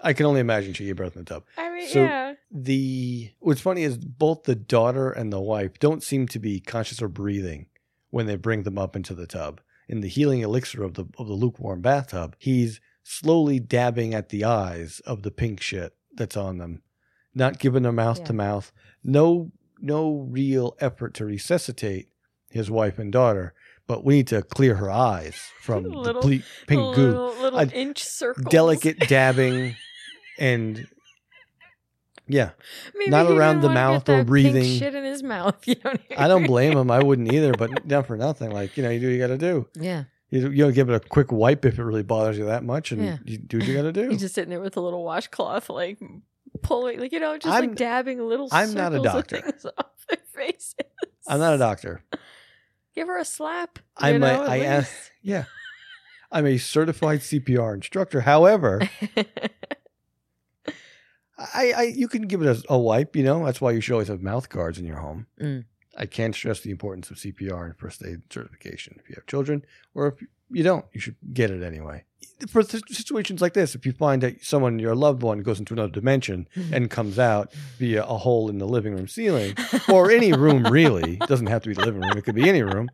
S3: I can only imagine she gave birth in the tub.
S4: I mean,
S3: So-
S4: yeah.
S3: The what's funny is both the daughter and the wife don't seem to be conscious or breathing when they bring them up into the tub. In the healing elixir of the of the lukewarm bathtub, he's slowly dabbing at the eyes of the pink shit that's on them, not giving them mouth to
S4: Yeah.
S3: mouth. No no real effort to resuscitate his wife and daughter, but we need to clear her eyes from
S4: [laughs] Little-
S3: the ple- pink goo
S4: little
S3: A
S4: inch circle.
S3: delicate dabbing and yeah
S4: Maybe
S3: not
S4: he didn't
S3: around the
S4: wanna get
S3: mouth or
S4: that pink
S3: breathing.
S4: shit in his mouth. [laughs] You know what
S3: i don't blame him i wouldn't either but not for nothing like you know you do what you gotta do
S4: Yeah.
S3: you, you don't give it a quick wipe if it really bothers you that much and
S4: Yeah.
S3: you do what you gotta do
S4: He's just sitting there with a little washcloth, like pulling, like you know, just
S3: I'm-
S4: like dabbing little.
S3: I'm not a
S4: circles of
S3: doctor.
S4: things [laughs] Off their faces.
S3: i'm not a doctor
S4: Give her a slap.
S3: I
S4: you
S3: might-
S4: know, at
S3: I [laughs] asked- yeah i'm a certified cpr instructor however
S4: least.
S3: I, I you can give it a, a wipe. You know that's why you should always have mouth guards in your home.
S4: Mm.
S3: I can't stress the importance of CPR and first aid certification if you have children, or if you don't, you should get it anyway. For si- situations like this, if you find that someone, your loved one, goes into another dimension and comes out via a hole in the living room ceiling or any room
S4: [laughs]
S3: really it doesn't have to be the living room; it could be any room.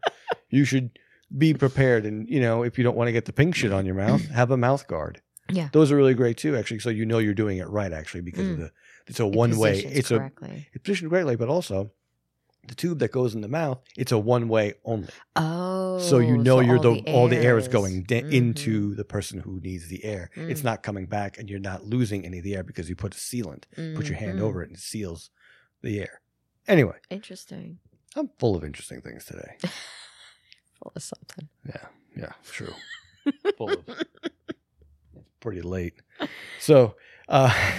S3: You should be prepared, and you know if you don't want to get the pink shit on your [clears throat] mouth, have a mouth guard.
S4: Yeah.
S3: those are really great too, actually. So you know you're doing it right, actually, because of
S4: Mm.
S3: the it's a one way. It's a
S4: correctly.
S3: it's positioned correctly, but also the tube that goes in the mouth, it's a one way only.
S4: a oh,
S3: so you know you're the, all the air is Mm-hmm.
S4: airs.
S3: going da-
S4: Mhm.
S3: into the person who needs the air. It's
S4: Mm.
S3: not coming back, and you're not losing any of the air because you put a sealant, put your hand
S4: Mhm.
S3: over it, and it seals the air. Anyway,
S4: Interesting.
S3: I'm full of interesting things
S4: [laughs]
S3: today.
S4: Full of [laughs] something.
S3: Yeah,
S4: [laughs]
S3: true. full of. It's pretty late, so uh, [laughs]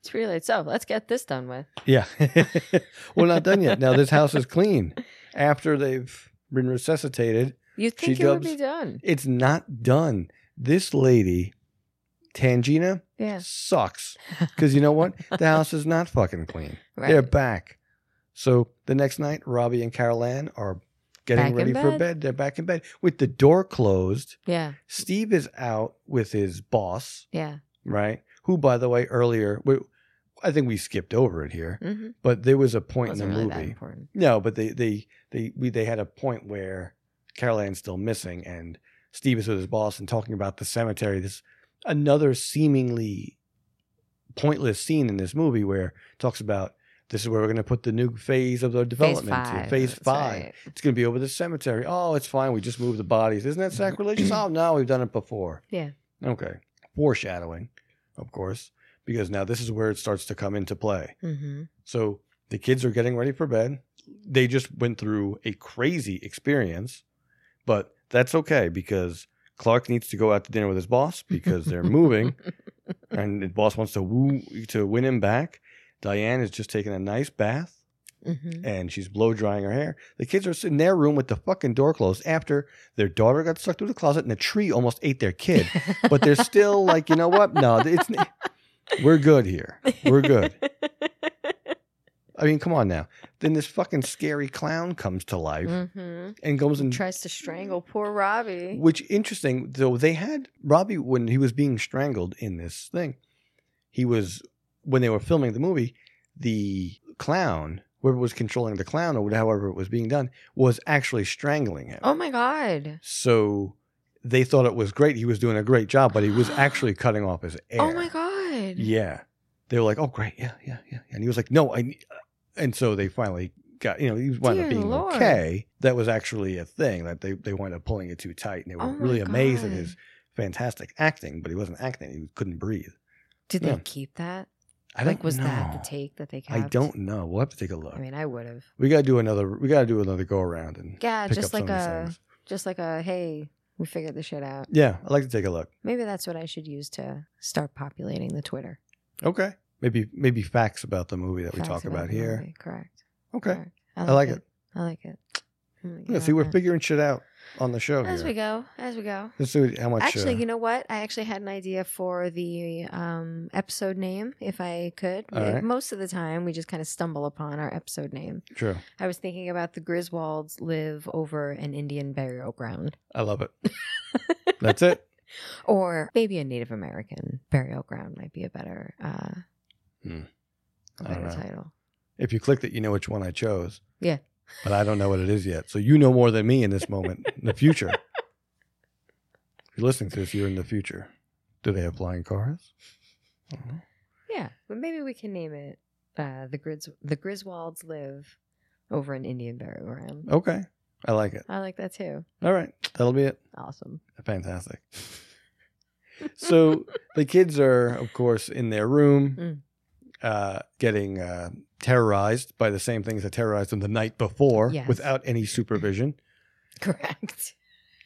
S4: It's pretty late. So let's get this done with.
S3: yeah, [laughs] we're not done yet. Now this house is clean after they've been resuscitated.
S4: You
S3: She
S4: think it would
S3: dubs-
S4: be done?
S3: It's not done. This lady, Tangina,
S4: Yeah.
S3: sucks. Because you know
S4: [laughs]
S3: what? The house is not fucking clean.
S4: Right.
S3: They're back. So the next night, Robbie and Carol Ann are getting
S4: Back in
S3: ready for
S4: bed.
S3: bed. They're back in bed with the door closed.
S4: Yeah.
S3: Steve is out with his boss,
S4: Yeah.
S3: right? Who, by the way, earlier, we, I think we skipped over it here,
S4: Mm-hmm.
S3: but there was a point
S4: Wasn't
S3: in the
S4: really that
S3: movie.
S4: important.
S3: No, but they they they we, they had a point where Carol Ann's still missing, and Steve is with his boss and talking about the cemetery. This another seemingly pointless scene in this movie where it talks about this is where we're going to put the new phase of the
S4: Phase
S3: development, to,
S4: five.
S3: phase
S4: that's
S3: five.
S4: right.
S3: It's going to be over the cemetery. Oh, it's fine. We just moved the bodies. Isn't that sacrilegious? oh no, we've done it before.
S4: Yeah.
S3: Okay. Foreshadowing, of course, because now this is where it starts to come into play.
S4: Mm-hmm.
S3: So the kids are getting ready for bed. They just went through a crazy experience, but that's okay because Clark needs to go out to dinner with his boss because they're moving, and the boss wants to woo to win him back. Diane is just taking a nice bath
S4: Mm-hmm.
S3: and she's blow drying her hair. The kids are in their room with the fucking door closed after their daughter got stuck through the closet and a tree almost ate their kid. But they're
S4: [laughs]
S3: still like, you know what? No, it's we're good here. We're
S4: [laughs]
S3: good. I mean, come on now. Then this fucking scary clown comes to life
S4: mm-hmm.
S3: and goes and
S4: Tries to strangle poor Robbie.
S3: which interesting though they had Robbie when he was being strangled in this thing. He was when they were filming the movie, the clown, whoever was controlling the clown or however it was being done, was actually strangling him.
S4: Oh my god.
S3: So they thought it was great. He was doing a great job, but he was
S4: [gasps]
S3: actually cutting off his air.
S4: Oh my god.
S3: Yeah. They were like, "Oh, great, yeah, yeah, yeah," and he was like, "No, I." Need... And so they finally got, you know, he wound up
S4: Dear
S3: being
S4: Lord.
S3: okay. That was actually a thing that they they wound up pulling it too tight, and they were
S4: Oh my
S3: really amazed at
S4: God.
S3: his fantastic acting, but he wasn't acting; he couldn't breathe.
S4: Did
S3: Yeah.
S4: they keep that?
S3: I
S4: like,
S3: don't
S4: was
S3: know.
S4: that the take that they
S3: I
S4: kept?
S3: don't know. We'll have to take a look.
S4: I mean, I would have.
S3: we gotta do another. We gotta do another go around and
S4: Yeah,
S3: pick
S4: just
S3: up some
S4: like
S3: of these
S4: a,
S3: things.
S4: just like a. Hey, we figured this shit out.
S3: Yeah, I'd like to take a look.
S4: Maybe that's what I should use to start populating the Twitter.
S3: Okay, maybe maybe facts about the movie that we
S4: Facts
S3: talk about,
S4: the
S3: here.
S4: movie. Correct.
S3: Okay,
S4: correct.
S3: I like it.
S4: I like it. I'm gonna get
S3: yeah. See,
S4: on
S3: we're
S4: that.
S3: figuring shit out on the show
S4: as
S3: here.
S4: we go. As we go.
S3: Let's see how much.
S4: Actually,
S3: uh,
S4: you know what? I actually had an idea for the um, episode name, if I could.
S3: All
S4: We-
S3: right.
S4: Most of the time, we just kind of stumble upon our episode name.
S3: true.
S4: I was thinking about the Griswolds live over an Indian burial ground,
S3: I love it.
S4: [laughs]
S3: That's it.
S4: or maybe a Native American burial ground might be a better, uh,
S3: Hmm. I
S4: a
S3: don't
S4: better
S3: know.
S4: title.
S3: If you clicked it, you know which one I chose.
S4: Yeah.
S3: But I don't know what it is yet. So you know more than me in this moment, in the
S4: [laughs]
S3: future. If you're listening to this, you're in the future. Do they have flying cars? I don't
S4: Mm-hmm.
S3: know.
S4: Yeah, but maybe we can name it uh, the Gris the Griswolds live over an Indian burial ground.
S3: Okay. I like it.
S4: I like that too.
S3: All right. That'll be it. [laughs]
S4: Awesome.
S3: Fantastic. So the kids are, of course, in their room,
S4: Mm.
S3: uh, getting uh, terrorized by the same things that terrorized them the night before
S4: Yes.
S3: without any supervision.
S4: correct.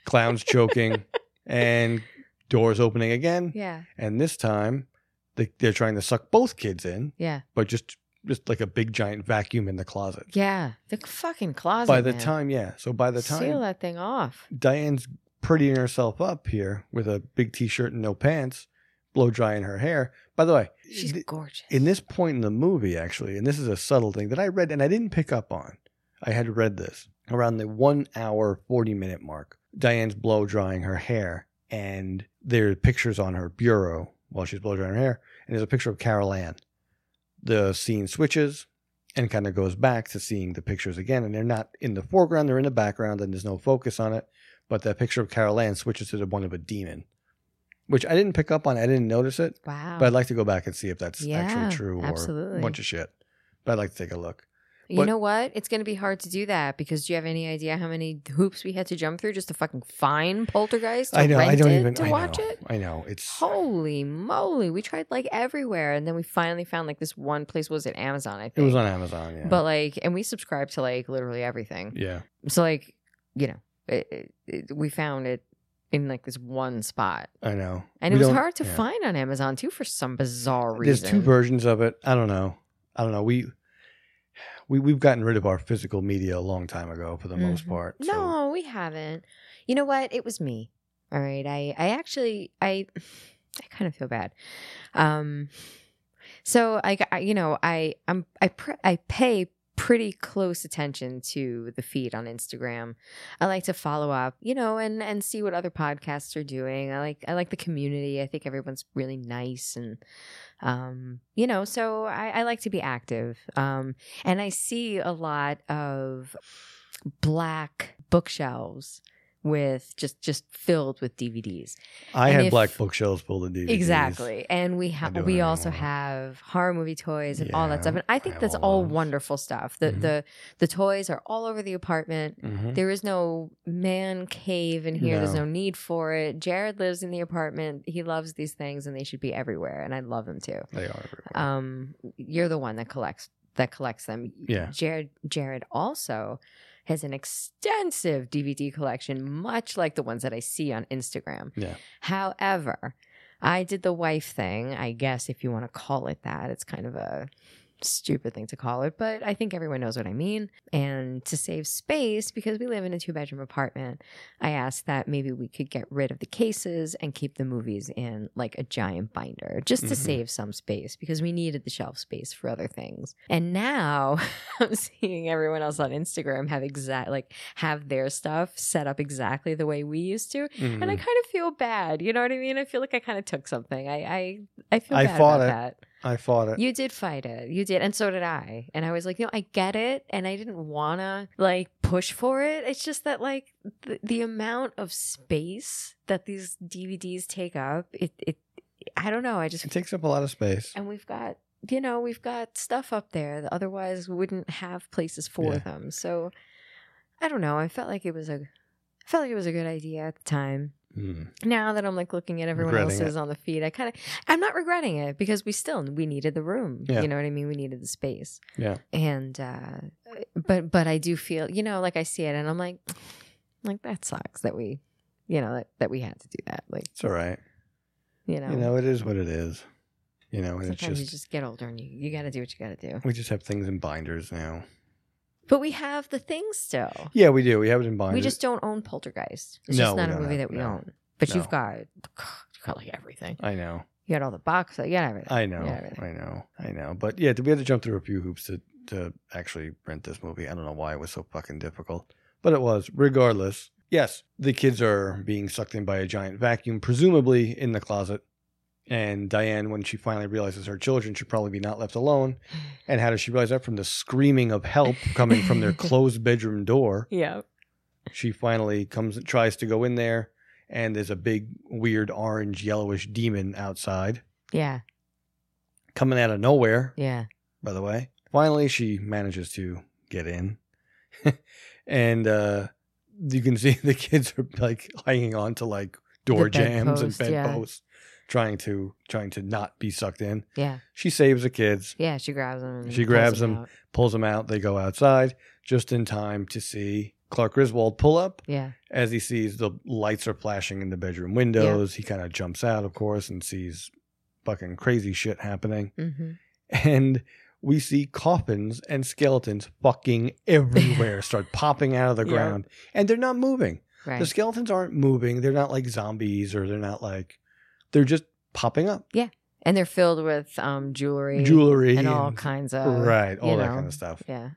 S3: clowns choking, and doors opening again.
S4: Yeah,
S3: And this time, they, they're trying to suck both kids in,
S4: yeah,
S3: but just just like a big giant vacuum in the closet.
S4: yeah. The fucking closet.
S3: by the
S4: man.
S3: time, yeah. So by the
S4: seal
S3: time
S4: that thing off.
S3: Diane's prettying herself up here with a big t-shirt and no pants, blow drying her hair. By the way,
S4: She's
S3: th-
S4: gorgeous.
S3: in this point in the movie, actually, and this is a subtle thing that I read and I didn't pick up on. I had read this around the one hour, 40 minute mark. Diane's blow drying her hair, and there are pictures on her bureau while she's blow drying her hair, and there's a picture of Carol Ann. The scene switches and kind of goes back to seeing the pictures again, and they're not in the foreground, they're in the background, and there's no focus on it. But that picture of Carol Ann switches to the one of a demon, which I didn't pick up on, I didn't notice it.
S4: wow.
S3: But I'd like to go back and see if that's
S4: Um, Yeah,
S3: actually true or
S4: absolutely.
S3: a bunch of shit. But I'd like to take a look.
S4: you
S3: but-
S4: know what? It's going to be hard to do that because do you have any idea how many hoops we had to jump through just to fucking find Poltergeist? To
S3: I know.
S4: Rent
S3: I don't
S4: it,
S3: even.
S4: to
S3: I
S4: watch
S3: know.
S4: it.
S3: I know. It's.
S4: Holy moly! We tried like everywhere, and then we finally found like this one place. Was it Amazon? I think
S3: It was on Amazon. Yeah.
S4: eh, But like, and we subscribe to like literally everything.
S3: yeah.
S4: So like, you know, it, it, it, we found it in like this one spot,
S3: I know.
S4: and
S3: We
S4: it was
S3: don't-
S4: hard to
S3: yeah.
S4: find on Amazon too for some bizarre reason.
S3: There's two versions of it. I don't know. I don't know. We. We we've gotten rid of our physical media a long time ago for the most
S4: Mhm.
S3: part. so-
S4: No, we haven't. You know what? It was me. All right. I I actually I [sighs] I kind of feel bad. Um so I, I you know, I I'm I pr- I pay pretty close attention to the feed on Instagram. I like to follow up, you know, and and see what other podcasts are doing. I like I like the community. I think everyone's really nice and um you know, so I I like to be active. Um and I see a lot of black bookshelves with just just filled with DVDs.
S3: I
S4: And
S3: had
S4: if-
S3: black bookshelves full of DVDs.
S4: Exactly. And we
S3: I
S4: have
S3: do it
S4: we
S3: anymore.
S4: also have horror movie toys and all
S3: Yeah,
S4: that stuff. And I
S3: I
S4: think
S3: have
S4: that's
S3: all
S4: all
S3: those.
S4: wonderful stuff. The
S3: Mhm.
S4: the the toys are all over the apartment.
S3: Mhm.
S4: There is no man cave in here. There's
S3: No.
S4: no need for it. Jared lives in the apartment. He loves these things and they should be everywhere and I love them too.
S3: They are. everywhere.
S4: Um you're the one that collects that collects them.
S3: yeah.
S4: Jared Jared also has an extensive DVD collection, much like the ones that I see on Instagram.
S3: Yeah.
S4: However, I did the wife thing, I guess if you want to call it that. It's kind of a stupid thing to call it, but I think everyone knows what I mean. And to save space, because we live in a two bedroom apartment, I asked that maybe we could get rid of the cases and keep the movies in like a giant binder just to
S3: Mhm.
S4: save some space because we needed the shelf space for other things. And now [laughs] I'm seeing everyone else on Instagram have exact like have their stuff set up exactly the way we used to. And I
S3: Mhm.
S4: kind of feel bad. You know what I mean? I feel like I kind of took something. I I, I feel
S3: I
S4: bad
S3: fought
S4: about
S3: it.
S4: that.
S3: I fought it.
S4: You did fight it. You did, and so did I. And I was like, you know, I get it, and I didn't wanna like push for it. It's just that like the, the amount of space that these DVDs take up, it it I don't know. I just
S3: it takes up a lot of space.
S4: and we've got you know we've got stuff up there that otherwise wouldn't have places for
S3: Yeah.
S4: them. So I don't know. I felt like it was a I felt like it was a good idea at the time
S3: Mm.
S4: now that I'm like looking at everyone
S3: Regretting
S4: else's on the feed, I kind of I'm not regretting it because we still we needed the room.
S3: Yeah.
S4: You know what I mean? We needed the space.
S3: Yeah.
S4: And uh but but I do feel, you know, like I see it and I'm like like that sucks that we you know that, that we had to do that. Like,
S3: It's all right.
S4: you know.
S3: You know, it is what it is. You know, and it's just,
S4: Sometimes you just get older and you, you got to do what you got to do.
S3: we just have things in binders now.
S4: But we have the things still.
S3: Yeah, we do. We have it in binders.
S4: we just don't own Poltergeist. It's
S3: No,
S4: just
S3: we
S4: not a
S3: don't
S4: movie
S3: have-
S4: that we
S3: no.
S4: own. But
S3: No.
S4: you've got, you got like everything.
S3: I know.
S4: You got all the boxes. You got everything.
S3: I know.
S4: Yeah, really.
S3: I know. I know. But yeah, we had to jump through a few hoops to to actually rent this movie. I don't know why it was so fucking difficult, but it was. Regardless, yes, the kids are being sucked in by a giant vacuum, presumably in the closet. And Diane, when she finally realizes her children should probably be not left
S4: [sighs]
S3: alone, and how does she realize that from the screaming of help coming from
S4: [laughs]
S3: their closed bedroom door?
S4: yeah.
S3: she finally comes tries to go in there and there's a big weird orange yellowish demon outside
S4: Yeah.
S3: coming out of nowhere
S4: Yeah.
S3: by the way finally she manages to get in [laughs] and uh you can see [laughs] the kids are like hanging on to like door
S4: The
S3: jams and
S4: bedpost, yeah.
S3: bedposts trying to trying to not be sucked in
S4: Yeah.
S3: she saves the kids
S4: Yeah, she grabs him. And
S3: She
S4: pulls
S3: grabs
S4: him.
S3: him.
S4: out.
S3: pulls them out they go outside just in time to see clark griswold pull up
S4: Yeah,
S3: as he sees the lights are flashing in the bedroom windows, he kind of jumps out, of course, and sees fucking crazy shit happening. [laughs]
S4: hmm
S3: And we see coffins and skeletons fucking
S4: [laughs]
S3: everywhere start popping out of the
S4: Yeah.
S3: ground. And they're not moving.
S4: right.
S3: The skeletons aren't moving. They're not like zombies or they're not like, they're just popping up.
S4: and they're filled with um, jewelry,
S3: jewelry
S4: and all kinds of
S3: right, all
S4: you
S3: that
S4: know,
S3: kind of stuff.
S4: Yeah,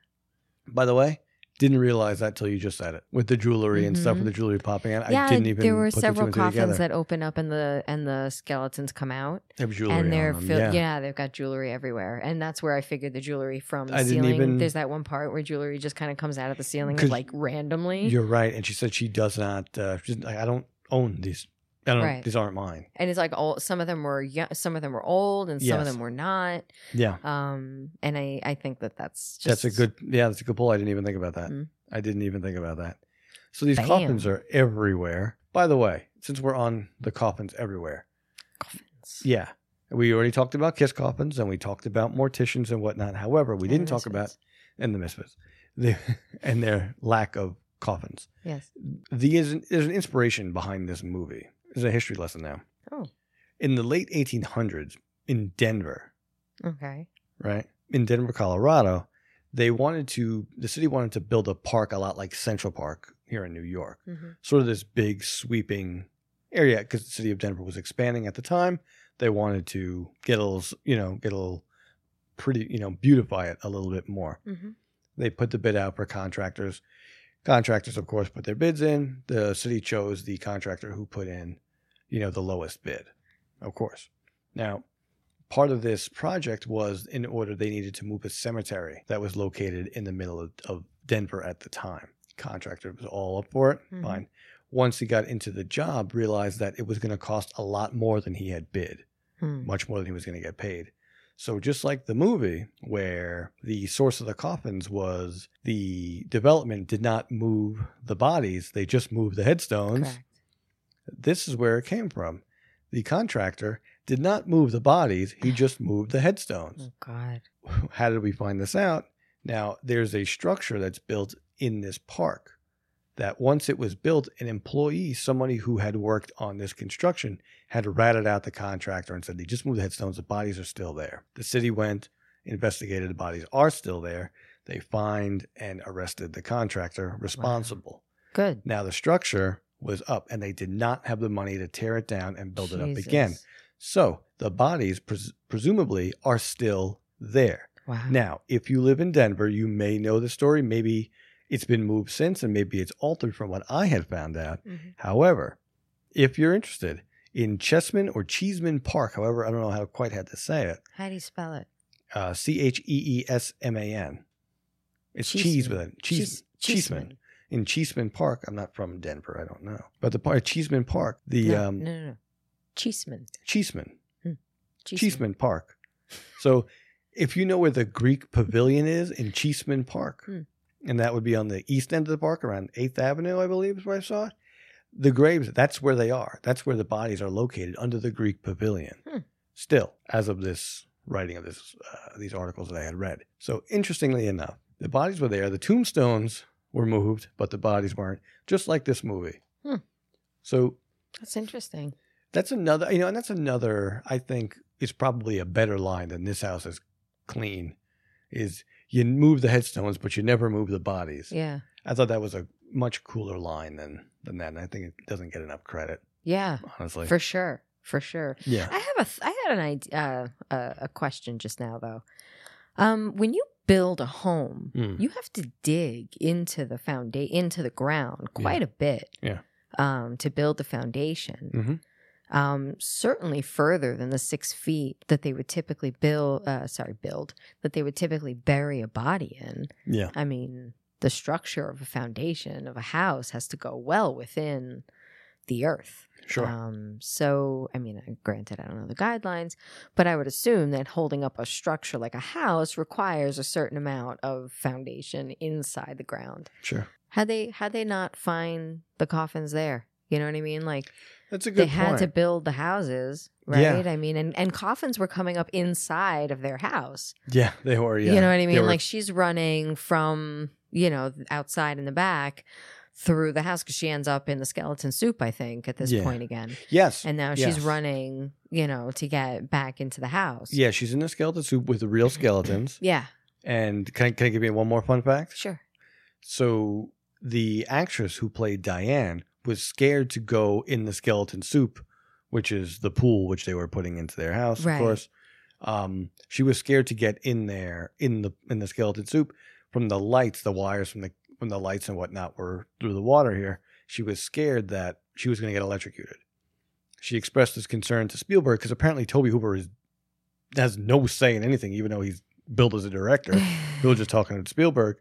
S3: By the way, didn't realize that till you just said it with the jewelry and stuff with
S4: Mhm.
S3: the jewelry popping out.
S4: yeah.
S3: I didn't even.
S4: there were
S3: put
S4: several
S3: the two and two
S4: coffins
S3: together.
S4: that open up and the and the skeletons come out,
S3: They have jewelry
S4: and
S3: on
S4: they're
S3: them,
S4: filled.
S3: yeah.
S4: Yeah. they've got jewelry everywhere, and that's where I figured the jewelry from the
S3: I didn't
S4: ceiling.
S3: even-
S4: There's that one part where jewelry just kind of comes out of the ceiling
S3: 'Cause
S4: like randomly,
S3: You're right, and she said she does not. Uh, she's like, I don't own these. I don't.
S4: Right.
S3: These aren't mine.
S4: and it's like all some of them were young, some of them were old, and some of
S3: Yes.
S4: them were not.
S3: Yeah,
S4: Um, and I I think that that's just
S3: that's a good. Yeah, that's a good pull. I didn't even think about that.
S4: Mm.
S3: I didn't even think about that. So these
S4: Bam.
S3: coffins are everywhere. By the way, since we're on the coffins everywhere,
S4: coffins.
S3: yeah, we already talked about kiss coffins and we talked about morticians and whatnot. However, we
S4: And
S3: didn't
S4: the
S3: talk about
S4: misfits.
S3: and the misfits, the, [laughs] and their lack of coffins.
S4: yes.
S3: the is there's an inspiration behind this movie. There's a history lesson now.
S4: Oh.
S3: In the late 1800s in Denver,
S4: Okay.
S3: right? In Denver, Colorado, they wanted to the city wanted to build a park a lot like Central Park here in New York.
S4: hmm
S3: Sort of this big sweeping area cuz the city of Denver was expanding at the time. They wanted to get a little, s- you know, get a little pretty, you know, beautify it a little bit more
S4: hmm
S3: they put the bid out for contractors. Contractors, of course, put their bids in. The city chose the contractor who put in, you know, the lowest bid, of course. Now, part of this project was in order they needed to move a cemetery that was located in the middle of, of Denver at the time. Contractor was all up for it.
S4: Mhm.
S3: Fine. Once he got into the job, realized that it was going to cost a lot more than he had bid
S4: Hmm.
S3: much more than he was going to get paid. So just like the movie where the source of the coffins was the development did not move the bodies, they just moved the headstones.
S4: Correct.
S3: This is where it came from. The contractor did not move the bodies, he just moved the headstones.
S4: Oh God.
S3: [laughs] How did we find this out? Now, there's a structure that's built in this park that once it was built, an employee, somebody who had worked on this construction, had ratted out the contractor and said they just moved the headstones, the bodies are still there. The city went, investigated, the bodies are still there. They fined and arrested the contractor responsible.
S4: Good.
S3: Now the structure was up and they did not have the money to tear it down and build it up again.
S4: Jesus.
S3: So the bodies pres- presumably are still there.
S4: Wow.
S3: Now, if you live in Denver, you may know the story. Maybe it's been moved since, and maybe it's altered from what I had found out.
S4: Mhm.
S3: However, if you're interested in Chessman or Cheeseman Park, however, I don't know how quite how to say it.
S4: How do you spell it?
S3: Uh, C H E E S M A N. It's cheese with a cheese. Cheeseman. In Cheeseman Park, I'm not from Denver. I don't know, but the park Cheeseman Park, the
S4: no,
S3: um,
S4: no, no, no. Cheeseman.
S3: Cheeseman, Cheeseman Park. So if you know where the Greek pavilion is in Cheeseman Park,
S4: Hmm.
S3: and that would be on the east end of the park around 8th Avenue, I believe is where I saw it. The graves, that's where they are. That's where the bodies are located under the Greek pavilion.
S4: Hmm.
S3: Still, as of this writing of this uh, these articles that I had read. So interestingly enough, the bodies were there, the tombstones were moved, but the bodies weren't, just like this movie.
S4: Hmm.
S3: So
S4: That's interesting.
S3: that's another, you know, and that's another, I think, is probably a better line than this house is clean. Is you move the headstones, but you never move the bodies.
S4: Yeah.
S3: I thought that was a much cooler line than than that. And I think it doesn't get enough credit,
S4: Yeah.
S3: honestly.
S4: For sure. For sure.
S3: yeah.
S4: I have a. Th- I had an idea. Uh, a, a question just now though. Um, when you build a home,
S3: Mm.
S4: you have to dig into the foundation, into the ground, quite a bit.
S3: Yeah.
S4: Um, to build the foundation.
S3: Mhm.
S4: Um, certainly further than the six feet that they would typically build. Uh, sorry, build that they would typically bury a body in.
S3: Yeah.
S4: I mean, the structure of a foundation of a house has to go well within the earth.
S3: Sure.
S4: Um, so, I mean, uh, granted, I don't know the guidelines, but I would assume that holding up a structure like a house requires a certain amount of foundation inside the ground.
S3: sure.
S4: Had they had they not find the coffins there? You know what I mean? Like
S3: That's a good
S4: they had
S3: point.
S4: to build the houses,
S3: Yeah.
S4: right? I mean, and, and coffins were coming up inside of their house.
S3: yeah, they were. Yeah.
S4: You know what I
S3: They
S4: mean?
S3: were-
S4: Like she's running from, you know, outside in the back through the house because she ends up in the skeleton soup, I think, at this
S3: Yeah.
S4: point again.
S3: yes.
S4: And now
S3: Yes.
S4: she's running, you know, to get back into the house.
S3: yeah, she's in a skeleton soup with real skeletons.
S4: Yeah.
S3: And can I, can I give you one more fun fact?
S4: Sure.
S3: So the actress who played Diane was scared to go in the skeleton soup which is the pool which they were putting into their house,
S4: Right.
S3: of course. Um, she was scared to get in there in the in the skeleton soup from the lights, the wires from the from the lights and whatnot were through the water here. She was scared that she was going to get electrocuted. She expressed this concern to Spielberg because apparently Toby Hooper is has no say in anything, even though he's billed as a
S4: [laughs]
S3: director. He was just talking to Spielberg.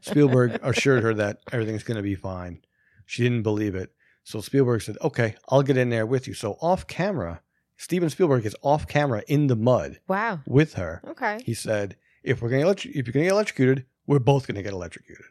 S3: Spielberg assured her that everything's going to be fine. She didn't believe it. So Spielberg said, okay, I'll get in there with you. So off camera, Steven Spielberg is off camera in the mud
S4: wow.
S3: with her.
S4: Okay.
S3: He said, if we're going to electro- if you're going to get electrocuted, we're both going to get electrocuted.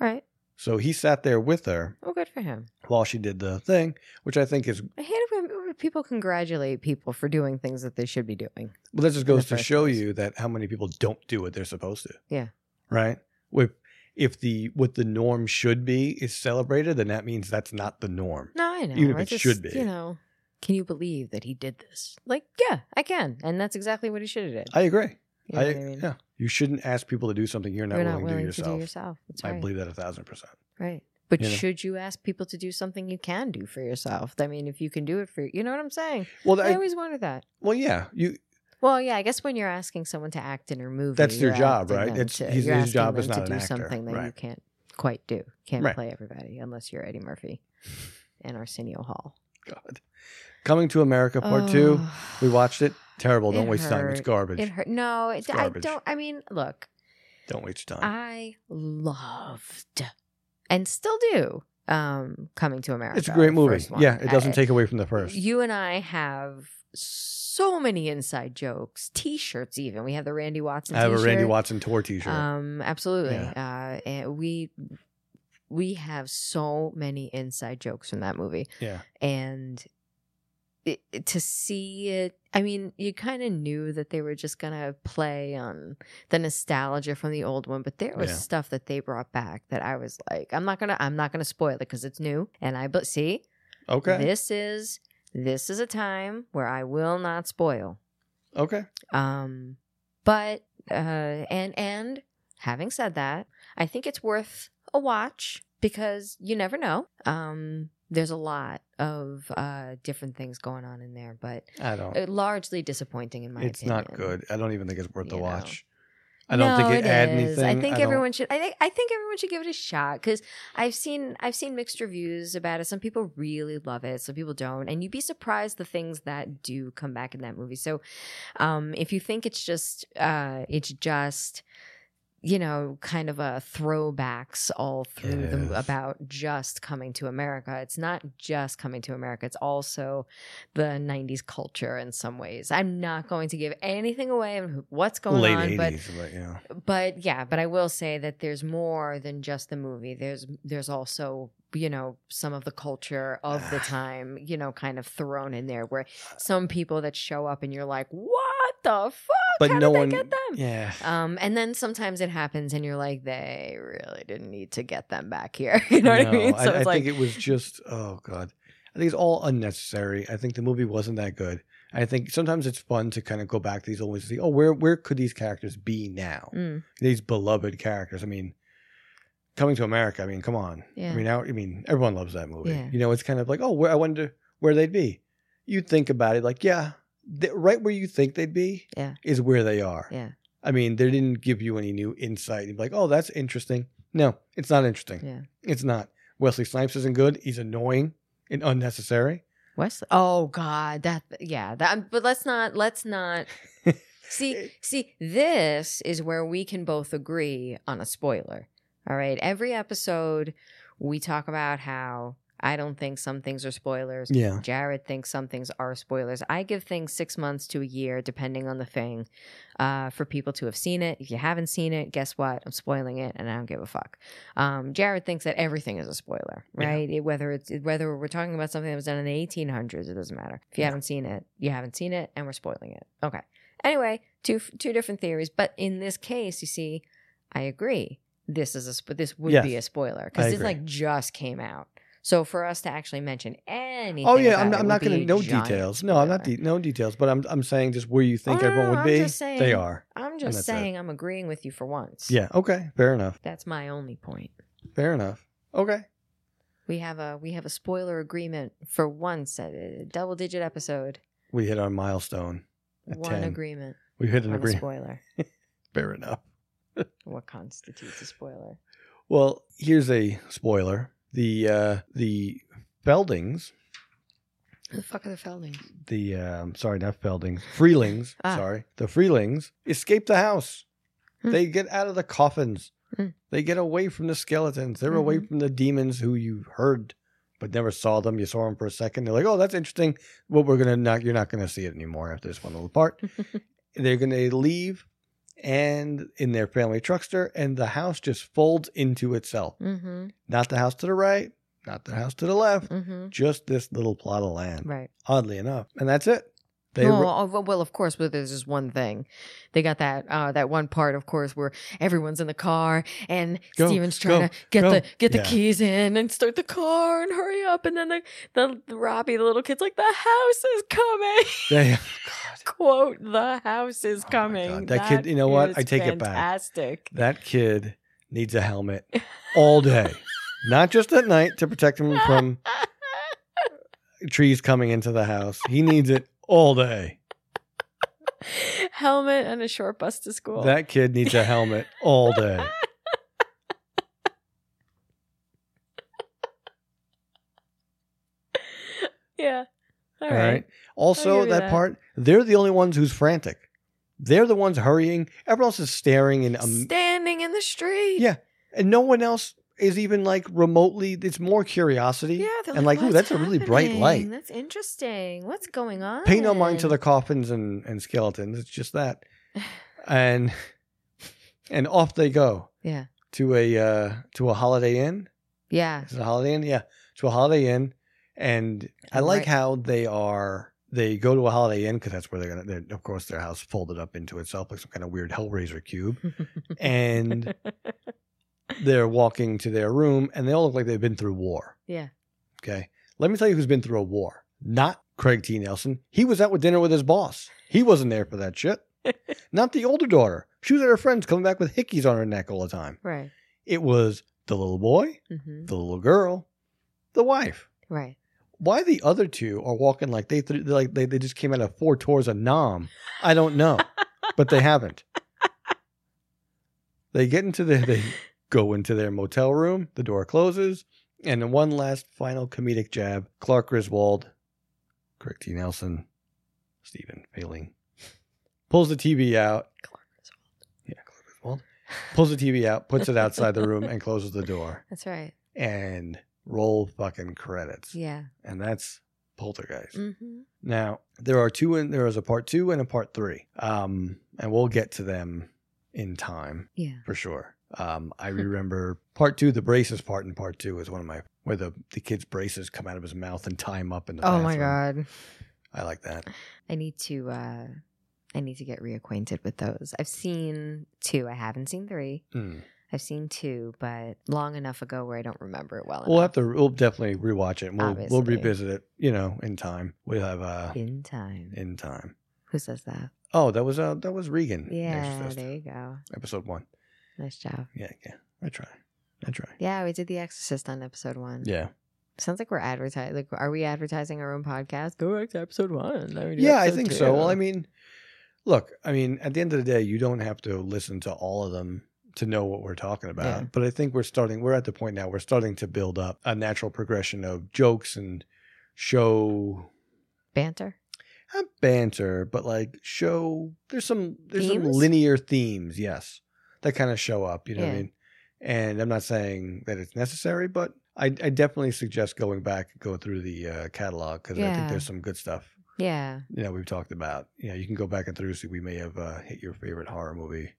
S4: All right.
S3: So he sat there with her
S4: Well, good for him.
S3: while she did the thing, which I think is
S4: I hate it when when people congratulate people for doing things that they should be doing.
S3: Well, that just
S4: in the
S3: goes to
S4: first
S3: show
S4: place.
S3: you that how many people don't do what they're supposed to.
S4: Yeah.
S3: Right. With if the what the norm should be is celebrated, then that means that's not the norm.
S4: No, I know.
S3: Even if
S4: I
S3: it should be.
S4: You know, can you believe that he did this? Like, yeah, I can, and that's exactly what he should have did.
S3: I agree.
S4: You know
S3: I,
S4: what I mean?
S3: yeah. You shouldn't ask people to do something you're not
S4: You're
S3: willing, to do
S4: to
S3: yourself.
S4: do yourself. That's
S3: I
S4: right.
S3: believe that a thousand percent.
S4: Right. But
S3: You know?
S4: should you ask people to do something you can do for yourself? I mean, if you can do it for, you know what I'm saying?
S3: Well,
S4: I,
S3: I,
S4: always wonder that.
S3: well, yeah. You
S4: Well, yeah, I guess when you're asking someone to act in a movie,
S3: That's their
S4: you're
S3: job,
S4: asking
S3: right?
S4: them
S3: It's-
S4: to-
S3: his-
S4: you're
S3: his
S4: asking
S3: job is
S4: them to
S3: not
S4: do
S3: an actor,
S4: something that you
S3: right.
S4: can't quite do. Can't
S3: Right.
S4: play everybody unless you're Eddie Murphy and Arsenio Hall.
S3: God. Coming to America part two. We watched it. Terrible. Don't
S4: It
S3: waste time. It's
S4: hurt.
S3: garbage.
S4: It hurt. No, it,
S3: It's
S4: I
S3: garbage.
S4: don't. I mean, look,
S3: Don't waste your time.
S4: I loved and still do. Um, coming to America.
S3: it's a great
S4: the
S3: movie.
S4: first one.
S3: Yeah, it doesn't
S4: I-
S3: take away from the first.
S4: You and I have so many inside jokes, T-shirts. Even we have the Randy Watson.
S3: I have a Randy
S4: t-shirt.
S3: Watson tour T-shirt.
S4: Um, absolutely. Uh, and we we have so many inside jokes from that movie,
S3: yeah,
S4: and it, it- to see it, I mean, you kind of knew that they were just gonna play on the nostalgia from the old one, but there was
S3: Yeah.
S4: stuff that they brought back that I was like, I'm not gonna, I'm not gonna spoil it because it's new, and I but see,
S3: okay,
S4: this is this is a time where I will not spoil.
S3: okay.
S4: Um, but uh, and and having said that, I think it's worth a watch because you never know. Um, there's a lot of uh, different things going on in there, but
S3: I don't.
S4: uh, largely disappointing in my
S3: it's
S4: opinion.
S3: not good. I don't even think it's worth the
S4: you know.
S3: watch. I don't
S4: No,
S3: think it, adds
S4: is.
S3: anything.
S4: I think
S3: don't-
S4: everyone should. I think I think everyone should give it a shot because I've seen I've seen mixed reviews about it. Some people really love it, some people don't, and you'd be surprised the things that do come back in that movie. So, um, if you think it's just uh, it's just you know kind of a throwbacks all through
S3: Yes.
S4: the, about just coming to america it's not just coming to america it's also the 90s culture in some ways i'm not going to give anything away of what's going
S3: late
S4: on but
S3: 80s, but yeah.
S4: but yeah but i will say that there's more than just the movie there's there's also you know some of the culture of
S3: [sighs]
S4: the time you know kind of thrown in there where
S3: Uh.
S4: some people that show up and you're like what the fuck
S3: But
S4: how
S3: no
S4: did they
S3: one.
S4: get them
S3: Yeah.
S4: um, and then sometimes it happens and you're like they really didn't need to get them back here [laughs] you know what i mean so
S3: I,
S4: it's like
S3: think it was just. Oh god. I think it's all unnecessary. I think the movie wasn't that good. I think sometimes it's fun to kind of go back to these old ones and see, oh, where where could these characters be now?
S4: Mm,
S3: These beloved characters. I mean, coming to America. I mean, come on.
S4: Yeah.
S3: I mean, now, I mean, everyone loves that movie.
S4: Yeah.
S3: You know, it's kind of like, oh, where I wonder where they'd be. You think about it, like, yeah, th- right where you think they'd be
S4: Yeah.
S3: is where they are.
S4: yeah
S3: I mean, they didn't give you any new insight. You'd be like, oh, that's interesting. No, it's not interesting.
S4: Yeah.
S3: It's not. Wesley Snipes isn't good. He's annoying and unnecessary.
S4: Wesley. Oh God, that yeah. That um, but let's not let's not see see. This is where we can both agree on a spoiler. All right. Every episode we talk about how I don't think some things are spoilers.
S3: Yeah.
S4: Jared thinks some things are spoilers. I give things six months to a year, depending on the thing, uh, for people to have seen it. If you haven't seen it, guess what? I'm spoiling it, and I don't give a fuck. Um, Jared thinks that everything is a spoiler,
S3: Yeah.
S4: right? It- whether it's whether we're talking about something that was done in the 1800s, it doesn't matter. If you
S3: Yeah.
S4: haven't seen it, you haven't seen it, and we're spoiling it. Okay. Anyway, two two different theories, but in this case, you see, I agree. This is a sp- this would
S3: Yes.
S4: be a spoiler
S3: I
S4: because this
S3: agree.
S4: like just came out. So for us to actually mention anything,
S3: Oh yeah,
S4: about
S3: I'm,
S4: it
S3: I'm
S4: would
S3: not
S4: be
S3: going
S4: a
S3: to no
S4: giant
S3: details. No, I'm not
S4: spoiler.
S3: de- no details. But I'm I'm saying just where you think
S4: Oh, no,
S3: everyone
S4: no,
S3: would
S4: I'm
S3: be.
S4: just saying-
S3: They are.
S4: I'm
S3: that's
S4: just
S3: it.
S4: saying I'm agreeing with you for once.
S3: Yeah. Okay. Fair enough.
S4: that's my only point.
S3: Fair enough. Okay.
S4: We have a we have a spoiler agreement for once a, double digit episode.
S3: We hit our milestone. At
S4: One
S3: 10.
S4: agreement
S3: We hit an
S4: on a
S3: agreement.
S4: spoiler.
S3: Fair enough.
S4: What constitutes a spoiler?
S3: Well, here's a spoiler. The uh, the Feldings,
S4: Who the fuck are the Feldings?
S3: the um, sorry, not Feldings, Freelings.
S4: Ah.
S3: Sorry, the Freelings escape the house.
S4: Hmm.
S3: They get out of the coffins.
S4: Hmm.
S3: They get away from the skeletons. They're away
S4: Mhm.
S3: from the demons who you heard but never saw them. You saw them for a second. They're like, "Oh, that's interesting." Well, we're gonna not. You're not gonna see it anymore after this one little
S4: [laughs]
S3: part. they're gonna leave, and in their family truckster, and the house just folds into itself.
S4: Mm-hmm.
S3: Not the house to the right, not the house to the left,
S4: Mm-hmm.
S3: just this little plot of land,
S4: Right.
S3: oddly enough. And that's it. They
S4: oh,
S3: ro-
S4: oh, well, of course, but there's just one thing. They got that uh, that one part, of course, where everyone's in the car and
S3: Go,
S4: Steven's
S3: go,
S4: trying to get
S3: go.
S4: the get the
S3: Yeah.
S4: keys in and start the car and hurry up, and then the, the the Robbie, the little kid's like, "The house is coming." [laughs]
S3: they, [laughs]
S4: Quote: "The house is
S3: Oh my
S4: coming."
S3: God. That kid- you know what? I take it back.
S4: Fantastic.
S3: that kid needs a helmet all
S4: [laughs]
S3: day, not just at night to protect him from trees coming into the house. He needs it all day.
S4: Helmet and a short bus to school.
S3: That kid needs a helmet all
S4: [laughs]
S3: day.
S4: yeah. All
S3: All
S4: right.
S3: right. Also,
S4: give you
S3: that,
S4: that.
S3: part, they're the only ones who's frantic. They're the ones hurrying. Everyone else is staring in am-
S4: Standing in the street.
S3: Um, Yeah. and no one else is even like remotely. It's more curiosity.
S4: Yeah, they're
S3: and like, ooh,
S4: "What's
S3: that's a really bright
S4: happening?
S3: light.
S4: That's interesting. What's going on?
S3: Pay no mind to the coffins and, and skeletons. It's just
S4: [laughs]
S3: that, and and off they go
S4: yeah,
S3: to a uh, to a Holiday Inn.
S4: yeah.
S3: Is it a Holiday Inn? Yeah, to a Holiday Inn. And I like
S4: Right.
S3: how they are. They go to a Holiday Inn because that's where they're gonna. They're, of course, their house folded up into itself like some kind of weird Hellraiser
S4: [laughs]
S3: cube, and they're walking to their room, and they all look like they've been through war.
S4: yeah,
S3: Okay. Let me tell you who's been through a war. Not Craig T. Nelson. He was out with dinner with his boss. He wasn't there for that shit. Not the older daughter. She was at her friend's coming back with hickeys on her neck all the time.
S4: [laughs] right,
S3: It was the little boy,
S4: hmm
S3: the little girl, the wife.
S4: right.
S3: Why the other two are walking like they th- like they, they just came out of four tours of Nam? I don't know, but they
S4: [laughs]
S3: haven't. They get into the they go into their motel room. The door closes, and in one last final comedic jab, Clark Griswold, Craig T. Nelson, Stephen Failing, pulls the TV out.
S4: Clark Griswold.
S3: Yeah, Clark Griswold pulls the TV out, puts it outside the room, and closes the door.
S4: That's right.
S3: And roll fucking credits
S4: Yeah.
S3: and that's Poltergeist.
S4: Mm-hmm.
S3: Now there are two, and there is a part two and a part three, um, and we'll get to them in time
S4: Yeah.
S3: for sure. Um,
S4: [laughs]
S3: I remember part two, the braces part in part two is one of my where the the kid's braces come out of his mouth and tie him up in the.
S4: Oh my
S3: bathroom.
S4: god.
S3: I like
S4: [sighs]
S3: that.
S4: I need to. uh I need to get reacquainted with those. I've seen two. I haven't seen three.
S3: Mm.
S4: I've seen two, but long enough ago where I don't remember it well
S3: We'll have
S4: enough.
S3: to. We'll definitely rewatch it. And we'll we'll
S4: Obviously.
S3: revisit it. You know, in time. We'll have uh
S4: in time.
S3: in time.
S4: Who says that?
S3: Oh, that was uh that was Regan. The
S4: Yeah.
S3: Exorcist,
S4: There you go.
S3: episode one.
S4: Nice job.
S3: Yeah, yeah. I try. I try.
S4: Yeah, we did The Exorcist on episode one.
S3: Yeah.
S4: Sounds like we're advertising. Like, are we advertising our own podcast? Go back to episode one. Let me do
S3: Yeah, I
S4: episode
S3: think
S4: two.
S3: so. Well, I mean, look, I mean, at the end of the day, you don't have to listen to all of them to know what we're talking about.
S4: Yeah.
S3: But I think we're starting, we're at the point now, we're starting to build up a natural progression of jokes and show
S4: banter.
S3: not banter, but like show there's some there's some
S4: Themes?
S3: linear themes, yes. That kind of show up, you know what I
S4: Yeah.
S3: mean? And I'm not saying that it's necessary, but I, I definitely suggest going back and go through the uh, catalog because I
S4: Yeah.
S3: think there's some good stuff
S4: Yeah,
S3: you know, we've talked about. You know, you can go back and through. See, we may have uh, hit your favorite horror movie,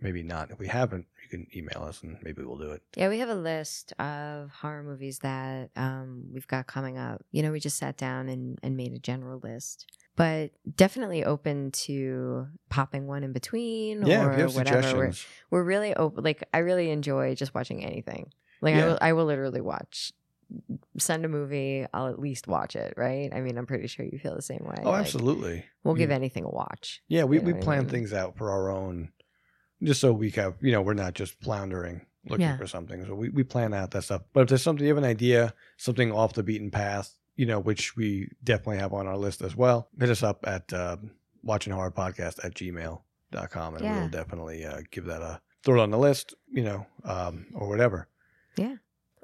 S3: maybe not. If we haven't, you can email us and maybe we'll do it.
S4: yeah. We have a list of horror movies that um, we've got coming up. You know, we just sat down and and made a general list, but definitely open to popping one in between
S3: yeah,
S4: or
S3: if you have
S4: whatever. We're,
S3: suggestions,
S4: we're really open. Like, I really enjoy just watching anything. Like, I
S3: Yeah.
S4: will, I will literally watch. Send a movie. I'll at least watch it, right? I mean, I'm pretty sure you feel the same way.
S3: oh,
S4: Like,
S3: absolutely.
S4: We'll give
S3: You-
S4: anything a watch.
S3: Yeah, we
S4: you know
S3: we
S4: what I
S3: plan
S4: mean?
S3: things out for our own, just so we have. You know, we're not just floundering looking
S4: Yeah.
S3: for something. So we, we plan out that stuff. But if there's something you have an idea, something off the beaten path, you know, which we definitely have on our list as well, hit us up at uh, watching horror podcast at gmail.com and
S4: Yeah.
S3: we'll definitely uh, give that a throw it on the list, you know, um, or whatever.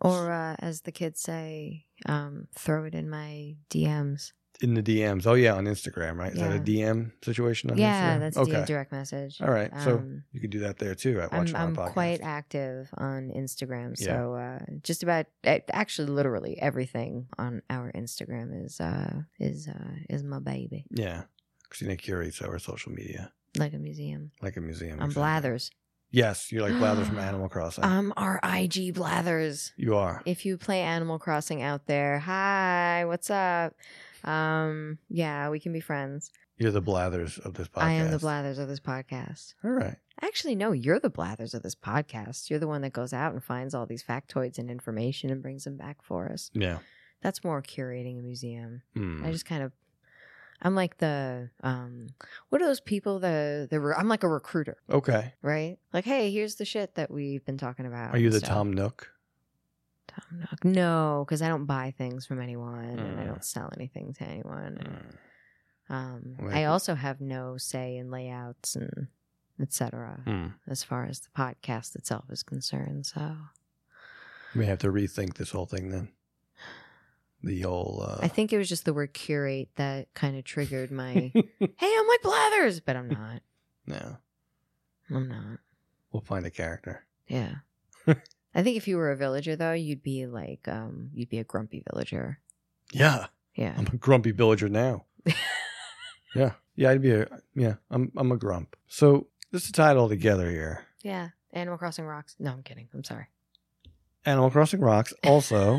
S4: Or uh, as the kids say, um, throw it in my DMs.
S3: In the DMs. Oh, yeah, on Instagram, right? Is that a DM situation on
S4: yeah,
S3: Instagram?
S4: that's
S3: okay.
S4: the direct message.
S3: All right. so
S4: Um,
S3: you can do that there too at
S4: I'm,
S3: watching
S4: I'm
S3: horror podcast.
S4: quite active on Instagram.
S3: Yeah.
S4: So uh, just about a- actually literally everything on our Instagram is uh, is uh, is my baby.
S3: Yeah. Christina curates our social media
S4: Like a museum.
S3: like a museum.
S4: I'm Um,
S3: exactly.
S4: Blathers.
S3: Yes, you're like Blather
S4: [gasps]
S3: from Animal Crossing.
S4: I'm our IG Blathers.
S3: you are.
S4: If you play Animal Crossing out there, hi, what's up? Um, yeah, we can be friends.
S3: You're the Blathers of this podcast.
S4: I am the Blathers of this podcast.
S3: All right.
S4: Actually, no, you're the blathers of this podcast. You're the one that goes out and finds all these factoids and information and brings them back for us.
S3: Yeah.
S4: That's more curating a museum.
S3: Hmm.
S4: I just kind of, I'm like the, um, what are those people? The, the, re- I'm like a recruiter,
S3: okay.
S4: right? Like, hey, here's the shit that we've been talking about.
S3: Are you
S4: and
S3: the
S4: stuff.
S3: Tom Nook?
S4: Tom Nook? No, because I don't buy things from anyone and I
S3: Mm.
S4: don't sell anything to anyone. and,
S3: Mm.
S4: Um,
S3: Well,
S4: I
S3: you-
S4: also have no say in layouts and etc.
S3: Hmm.
S4: as far as the podcast itself is concerned. So.
S3: We have to rethink this whole thing then. The whole. Uh,
S4: I think it was just the word curate that kind of
S3: [laughs]
S4: triggered my, hey, I'm like Blathers, but I'm not.
S3: no.
S4: I'm not.
S3: We'll find a character. [laughs]
S4: Yeah. I think if you were a villager, though, you'd be like, um, you'd be a grumpy villager.
S3: Yeah.
S4: Yeah.
S3: I'm a grumpy villager
S4: [laughs]
S3: now. yeah. Yeah. I'd be a. Yeah. I'm, I'm a grump. So this is tied all together here.
S4: Yeah. Animal Crossing rocks. No, I'm kidding. I'm sorry.
S3: Animal Crossing rocks. Also,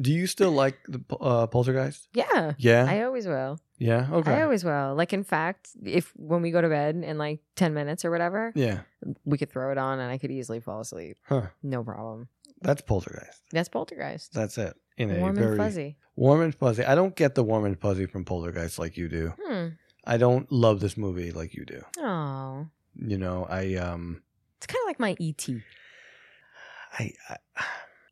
S3: do you still like the po- uh, poltergeist?
S4: [laughs] yeah.
S3: Yeah.
S4: I always will.
S3: yeah. Uh, Okay.
S4: I always will. Like, in fact, if when we go to bed in like 10 minutes or whatever,
S3: yeah.
S4: we could throw it on and I could easily fall asleep.
S3: Huh.
S4: No problem.
S3: That's poltergeist.
S4: That's Poltergeist.
S3: That's it. In a
S4: Warm
S3: very
S4: and fuzzy.
S3: warm and fuzzy. I don't get the warm and fuzzy from Poltergeist like you do.
S4: Hmm.
S3: I don't love this movie like you do.
S4: Oh.
S3: You know, I um,
S4: It's kind of like my E ET.
S3: I I,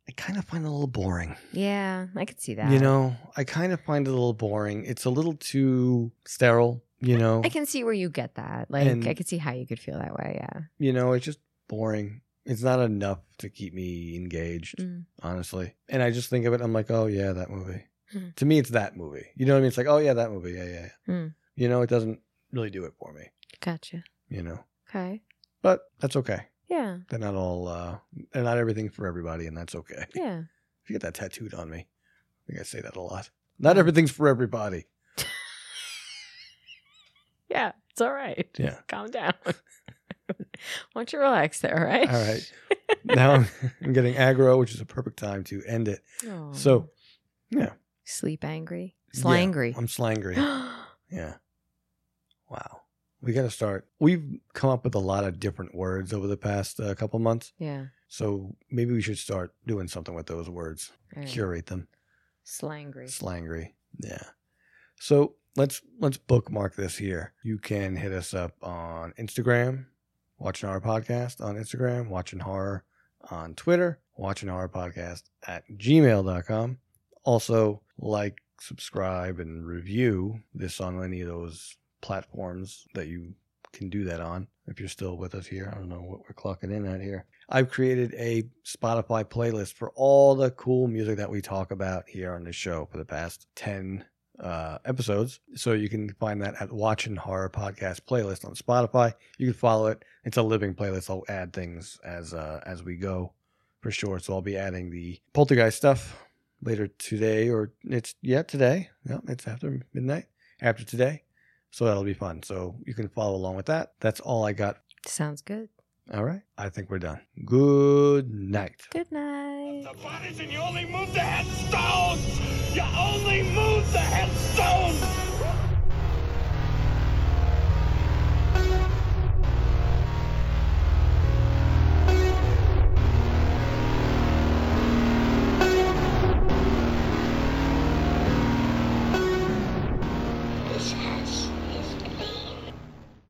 S3: I kind of find it a little boring.
S4: Yeah, I could see that.
S3: You know, I kind of find it a little boring. It's a little too sterile. You know,
S4: I can see where you get that. Like,
S3: And-
S4: I could see how you could feel that way. Yeah.
S3: you know, it's just boring. It's not enough to keep me engaged,
S4: Mm.
S3: honestly. And I just think of it, I'm like, oh yeah, that movie.
S4: Mhm.
S3: to me, it's that movie. You know what I mean? It's like, oh yeah, that movie. Yeah, yeah. yeah.
S4: Mm.
S3: You know, it doesn't really do it for me.
S4: Gotcha.
S3: You know,
S4: Okay.
S3: but that's okay.
S4: Yeah.
S3: They're not all, uh, they're not everything for everybody, and that's okay.
S4: Yeah.
S3: If you get that tattooed on me, I think I say that a lot. Not everything's for everybody.
S4: Yeah. It's all right.
S3: Yeah.
S4: [laughs] Calm down. Why don't you relax there, all right?
S3: All right. Now I'm, [laughs] I'm getting aggro, which is a perfect time to end it.
S4: Aw.
S3: So, yeah.
S4: sleep angry,
S3: Yeah,
S4: slangry.
S3: I'm slangry. yeah. Wow. We got to start. We've come up with a lot of different words over the past uh, couple months.
S4: [gasps] yeah.
S3: So maybe we should start doing something with those words,
S4: All right.
S3: curate them.
S4: Slangry.
S3: Slangry. Yeah. So let's let's bookmark this here. You can hit us up on Instagram, watching horror podcast on Instagram, watching horror on Twitter, watching horror podcast at gmail.com. Also like, subscribe, and review this on any of those platforms that you can do that on. If you're still with us here, I don't know what we're clocking in at here. I've created a Spotify playlist for all the cool music that we talk about here on the show for the past 10 uh, episodes. So you can find that at Watching Horror Podcast playlist on Spotify. You can follow it. It's a living playlist. I'll add things as uh, as we go for sure. So I'll be adding the Poltergeist stuff later today, or it's yeah today. Yeah, it's after midnight after today. So that'll be fun. So you can follow along with that. That's all I got.
S4: Sounds good.
S3: All right. I think we're done. Good night.
S4: Good night.
S6: The bodies and you only move the headstones! You only move the headstones!